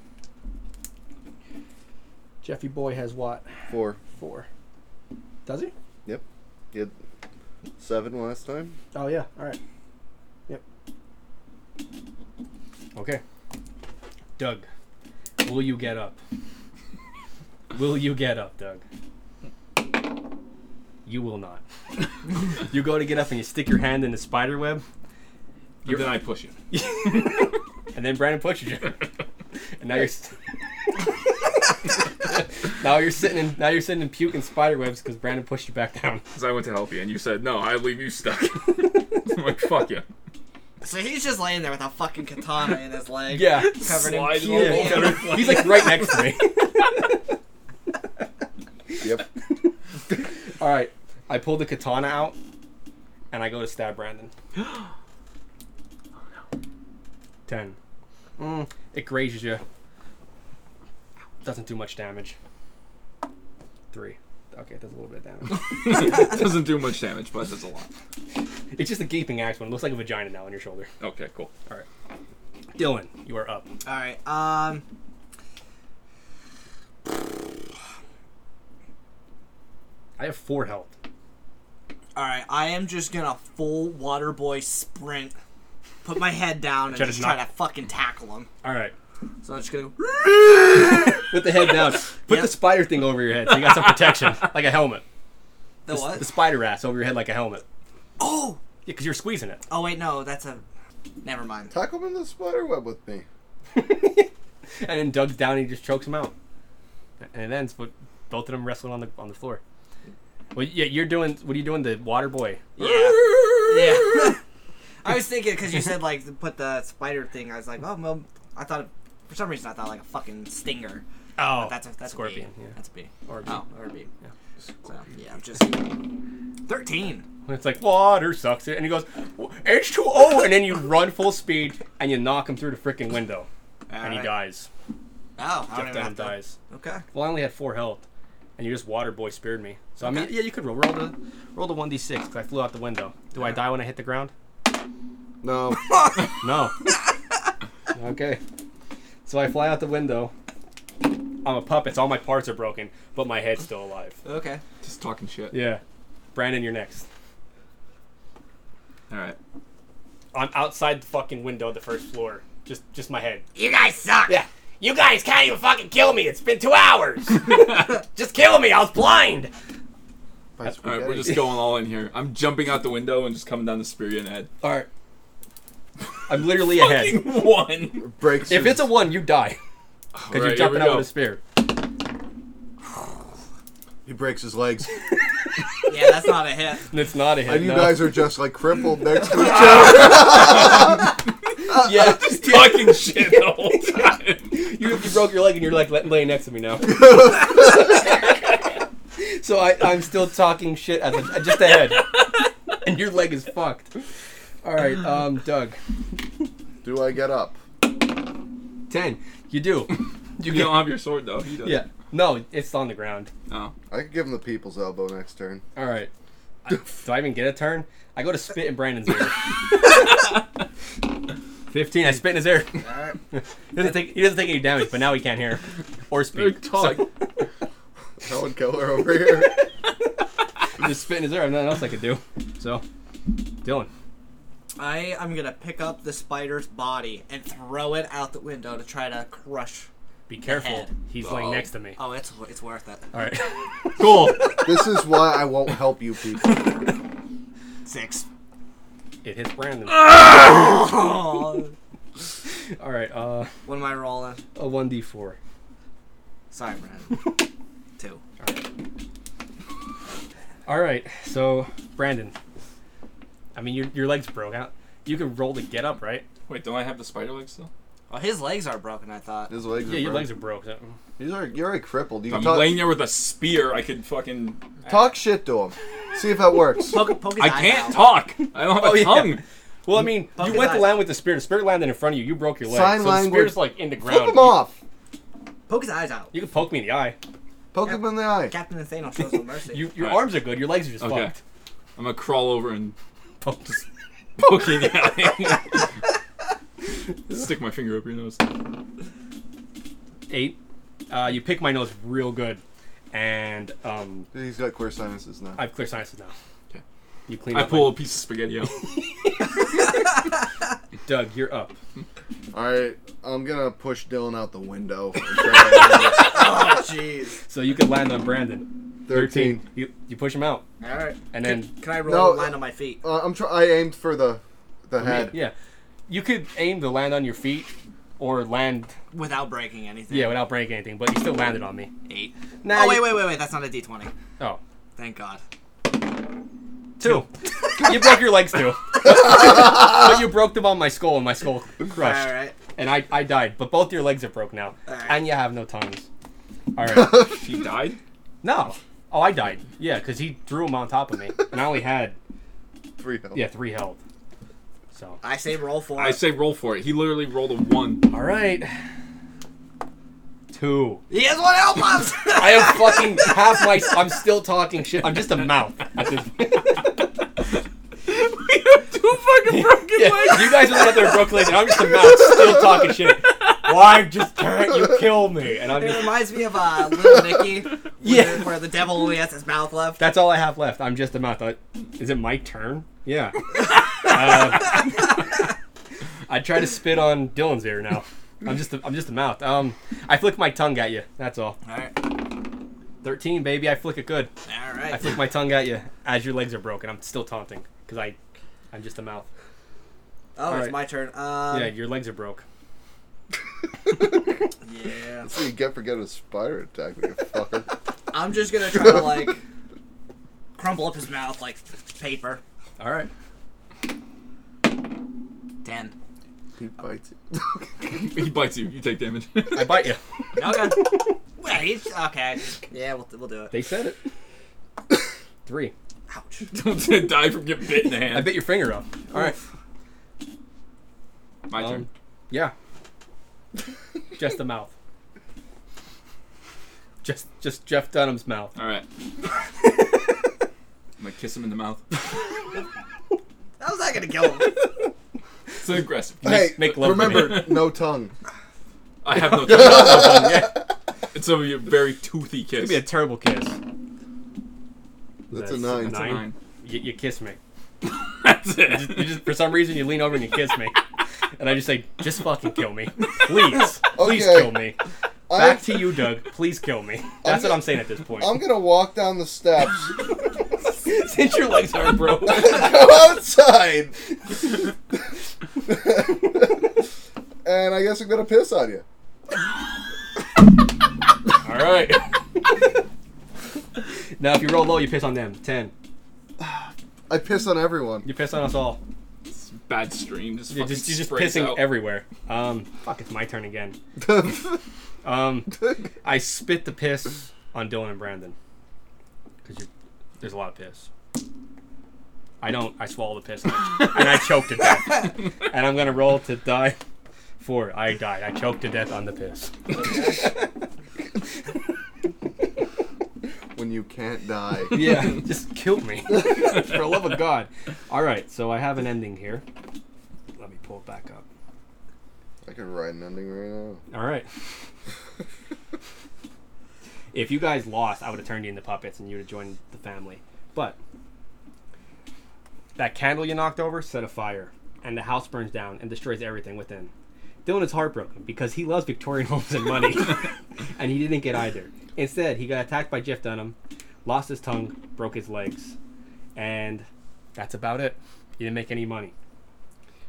Jeffy Boy has what? Four. Four. Does he? Yep. You had seven last time. Oh yeah. All right. Yep. Okay. Doug, will you get up? will you get up, Doug? You will not. you go to get up and you stick your hand in the spider web, And then I push him. and then Brandon pushes you, and now you're. s now you're sitting in now you're sitting in puke and spider webs because Brandon pushed you back down. Because I went to help you and you said no. I leave you stuck. I'm like fuck you. So he's just laying there with a fucking katana in his leg. Yeah. Covered in Slide puke. along. Yeah. He's like right next to me. Yep. All right, I pull the katana out, and I go to stab Brandon. Ten. Mm, it grazes you. Doesn't do much damage. Three. Okay, it does a little bit of damage. Doesn't do much damage, but it does a lot. it's just a gaping axe one. It looks like a vagina now on your shoulder. Okay. Cool. Dylan, you are up. All right. Um. I have four health. All right. I am just gonna full water boy sprint put my head down and Try to just try knock- to fucking tackle him. All right. So I'm just gonna go, With the head down. Put Yep. the spider thing over your head so you got some protection, like a helmet. the The what? spider ass over your head like a helmet. Oh! Yeah, because you're squeezing it. Oh wait, no, that's a. Never mind. Tackle him in the spider web with me. And then Doug's down and he just chokes him out. And it ends with both of them wrestling on the on the floor. Well, yeah, you're doing. What are you doing? The water boy. Yeah. yeah. I was thinking because you said like to put the spider thing. I was like, oh well, I thought for some reason I thought like a fucking stinger. Oh, That's a that's scorpion. A bee. yeah. That's a bee. Or a bee. Oh, or a bee. Yeah. So, yeah, I'm just thirteen. And It's like water sucks it, and he goes H two O, and then you run full speed and you knock him through the freaking window, and he Alright. dies. Oh, I don't Jeff even Dunham have to. dies. Okay. Well, I only had four health, and you just water boy spared me. So I mean, yeah, you could roll roll the roll the one d six because I flew out the window. Do I die when I hit the ground? No. No. okay. So I fly out the window. I'm a puppet. So all my parts are broken, but my head's still alive. Okay. Just talking shit. Yeah. Brandon, you're next. All right. I'm outside the fucking window, of the first floor. Just, just my head. You guys suck. Yeah. You guys can't even fucking kill me. It's been two hours. just kill me. I was blind. Buy All right, we're spaghetti. just going all in here. I'm jumping out the window and just coming down the spear and head. All right. I'm literally ahead. Fucking one. breaks. If it's a one, you die because you're Alright, here we jumping out go. with a spear. he breaks his legs. Yeah, that's not a hit. And it's not a hit. And you no. guys are just like crippled next to each other. yeah. Talking shit the whole time. you, you broke your leg and you're like la- laying next to me now. so I, I'm still talking shit as a, just ahead, and your leg is fucked. All right, um, Doug, Do I get up? ten. You do. You don't have your sword though. He does. Yeah. No, it's on the ground. No. I could give him the people's elbow next turn. All right. I- do I even get a turn? I go to spit in Brandon's ear. Fifteen. I spit in his ear. He Alright. doesn't take. He doesn't take any damage, but now he can't hear or They're speak. talk. Helen Keller over here. I'm just spit in his ear. I have nothing else I could do. So, Dylan. I am gonna pick up the spider's body and throw it out the window to try to crush. Be careful. Ahead. He's laying Oh. next to me. Oh, it's it's worth it. All right. cool. This is why I won't help you people. Six. It hits Brandon. Ah. Oh, All right. Uh, what am I rolling? a one d four. Sorry, Brad. Two. All right. So, Brandon. I mean, your your legs broke out. You can roll to get up, right? Wait, don't I have the spider legs still? Oh, his legs are broken. I thought. His legs. Yeah, are your broken. legs are broke. so- He's already, you're already crippled. You If I'm can talk, laying there with a spear. I could fucking. talk shit to him. See if that works. Poke, poke his I eye out. can't talk. I don't have a Oh, yeah. tongue. Well, I mean, Fuck you it, went to guys. land with the spirit. The spirit landed in front of you. You broke your leg. Sign so the language. spirit's like in the ground. Flip him off. Poke his eyes out. You can poke me in the eye. Poke him in the eye. Captain Nathaniel shows no mercy. You, your All right. arms are good. Your legs are just Okay. fucked. I'm gonna crawl over and Poke. Just poke you in the eye. Stick my finger up your nose. eight. Uh, you pick my nose real good, and um, He's got queer sinuses now. I have clear sinuses now. Okay. You clean. I up my- pull a piece of spaghetti out. Doug, you're up. All right, I'm gonna push Dylan out the window. and try oh, jeez. So you can land on Brandon. to- Thirteen. You you push him out, All right. and then Can I roll a No, line on my feet? Uh, I'm try- I aimed for the the head. yeah, you could aim to land on your feet or land Without breaking anything. yeah without breaking anything, but you still landed on me. Eight. Nah, oh, wait, you- wait, wait, wait. That's not a d20. Oh, Thank God. two. you broke your legs too, but you broke them on my skull, and my skull crushed, All right. and I I died. But both your legs are broke now, Alright. and you have no tongues. All right, She died. no. Oh, I died. Yeah, because he threw him on top of me, and I only had Three health. yeah three health. So I say roll four. I say roll for it. He literally rolled a one. all right, two. He has one help left. I am fucking half my. I'm still talking shit. I'm just a mouth. At this point. we have two fucking broken Yeah, you guys are out there in Brooklyn, and I'm just a mouth still talking shit. Why just can't you kill me? And I'm It just. reminds me of uh, Little Nicky. Where Yeah. The, where the devil only has his mouth left. That's all I have left. I'm just a mouth. I- Is it my turn? Yeah. Uh, I try to spit on Dylan's ear now. I'm just a, I'm just a mouth. Um, I flick my tongue at you. That's all. All right. Thirteen, baby. I flick it good. All I right. flick my tongue at you as your legs are broken. I'm still taunting because I, I'm just a mouth. Oh, it's right. my turn. Um, yeah, your legs are broke. yeah. So you get forget a spider attack, you fucker. I'm just gonna try to like crumple up his mouth like paper. All right. Ten. he bites he bites you. You take damage. I bite you. Okay. Wait. Okay. Yeah, we'll, we'll do it. They said it. Three. Ouch. Don't die from getting bit in the hand. I bit your finger off. All right. My Um, turn. Yeah. just the mouth. Just just Jeff Dunham's mouth. All right. I'm gonna kiss him in the mouth. How's that gonna kill him? It's aggressive. Hey, make love to me. remember, no tongue. I have no tongue. It's a very toothy kiss. It'd be a terrible kiss. That's a nine. It's a nine. You, you kiss me. That's You it. just for some reason you lean over and you kiss me, and I just say, just fucking kill me, please, please Okay. kill me. I'm, Back to you, Doug. Please kill me. That's what I'm saying at this point. I'm gonna walk down the steps, Since your legs are broke, go outside, and I guess I'm gonna piss on you. All right. now if you roll low, you piss on them. Ten. I piss on everyone. You piss on us all. It's a bad stream. Just You're fucking just, you're just sprays pissing out. everywhere. Um, fuck, it's my turn again. Um, I spit the piss on Dylan and Brandon because there's a lot of piss. I don't. I swallow the piss and I, and I choke to death. and I'm gonna roll to die. Four. I died. I choked to death on the piss. when you can't die. Yeah, just kill me for the love of God. All right, so I have an ending here. Let me pull it back up. I could write an ending right All right. if you guys lost, I would have turned you into puppets and you would have joined the family. But that candle you knocked over set afire, and the house burns down and destroys everything within. Dylan is heartbroken because he loves Victorian homes and money, and he didn't get either. Instead, he got attacked by Jeff Dunham, lost his tongue, broke his legs, and that's about it. He didn't make any money.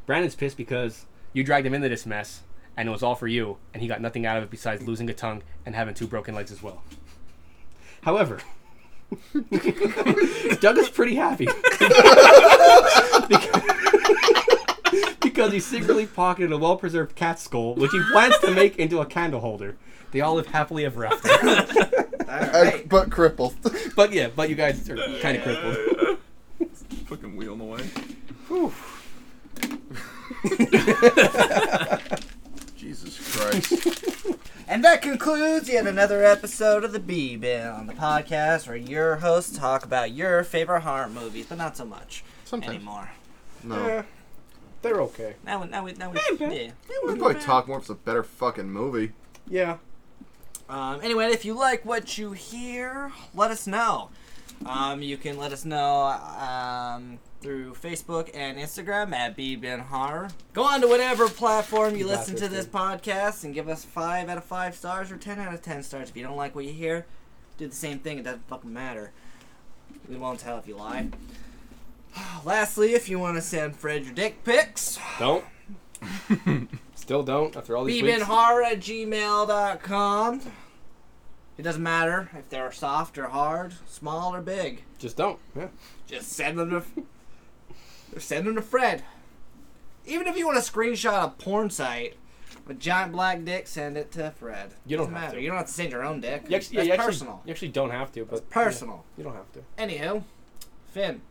Brandon's pissed because you dragged him into this mess, and it was all for you, and he got nothing out of it besides losing a tongue and having two broken legs as well. However, Doug is pretty happy because, because he secretly pocketed a well-preserved cat skull, which he plans to make into a candle holder. They all live happily ever after. now. I- but crippled. But yeah, but you guys are kind of crippled. Fucking wheel in the way. Jesus Christ. And that concludes yet another episode of the B Bin on the podcast, where your hosts talk about your favorite horror movies, but not so much Sometimes. anymore. No. They're okay. Now, we- now, we, now we, yeah. We'd probably talk more if it's a better fucking movie. Yeah. Um, anyway, if you like what you hear, let us know. Um, you can let us know um, through Facebook and Instagram at BBenHorror. Go on to whatever platform you listen to this podcast and give us 5 out of 5 stars or 10 out of 10 stars. If you don't like what you hear, do the same thing. It doesn't fucking matter. We won't tell if you lie. Lastly, if you want to send Fred your dick pics, Don't. Still don't after all these weeks. BeemanHorror at gmail.com. It doesn't matter if they're soft or hard, small or big. Just don't. Yeah. Just send them to send them to Fred. Even if you want to screenshot a porn site with giant black dick, send it to Fred. You don't doesn't have matter. to. You don't have to send your own dick. You actually, That's you actually- personal. you actually don't have to, but personal. You don't have to. Anywho, Finn,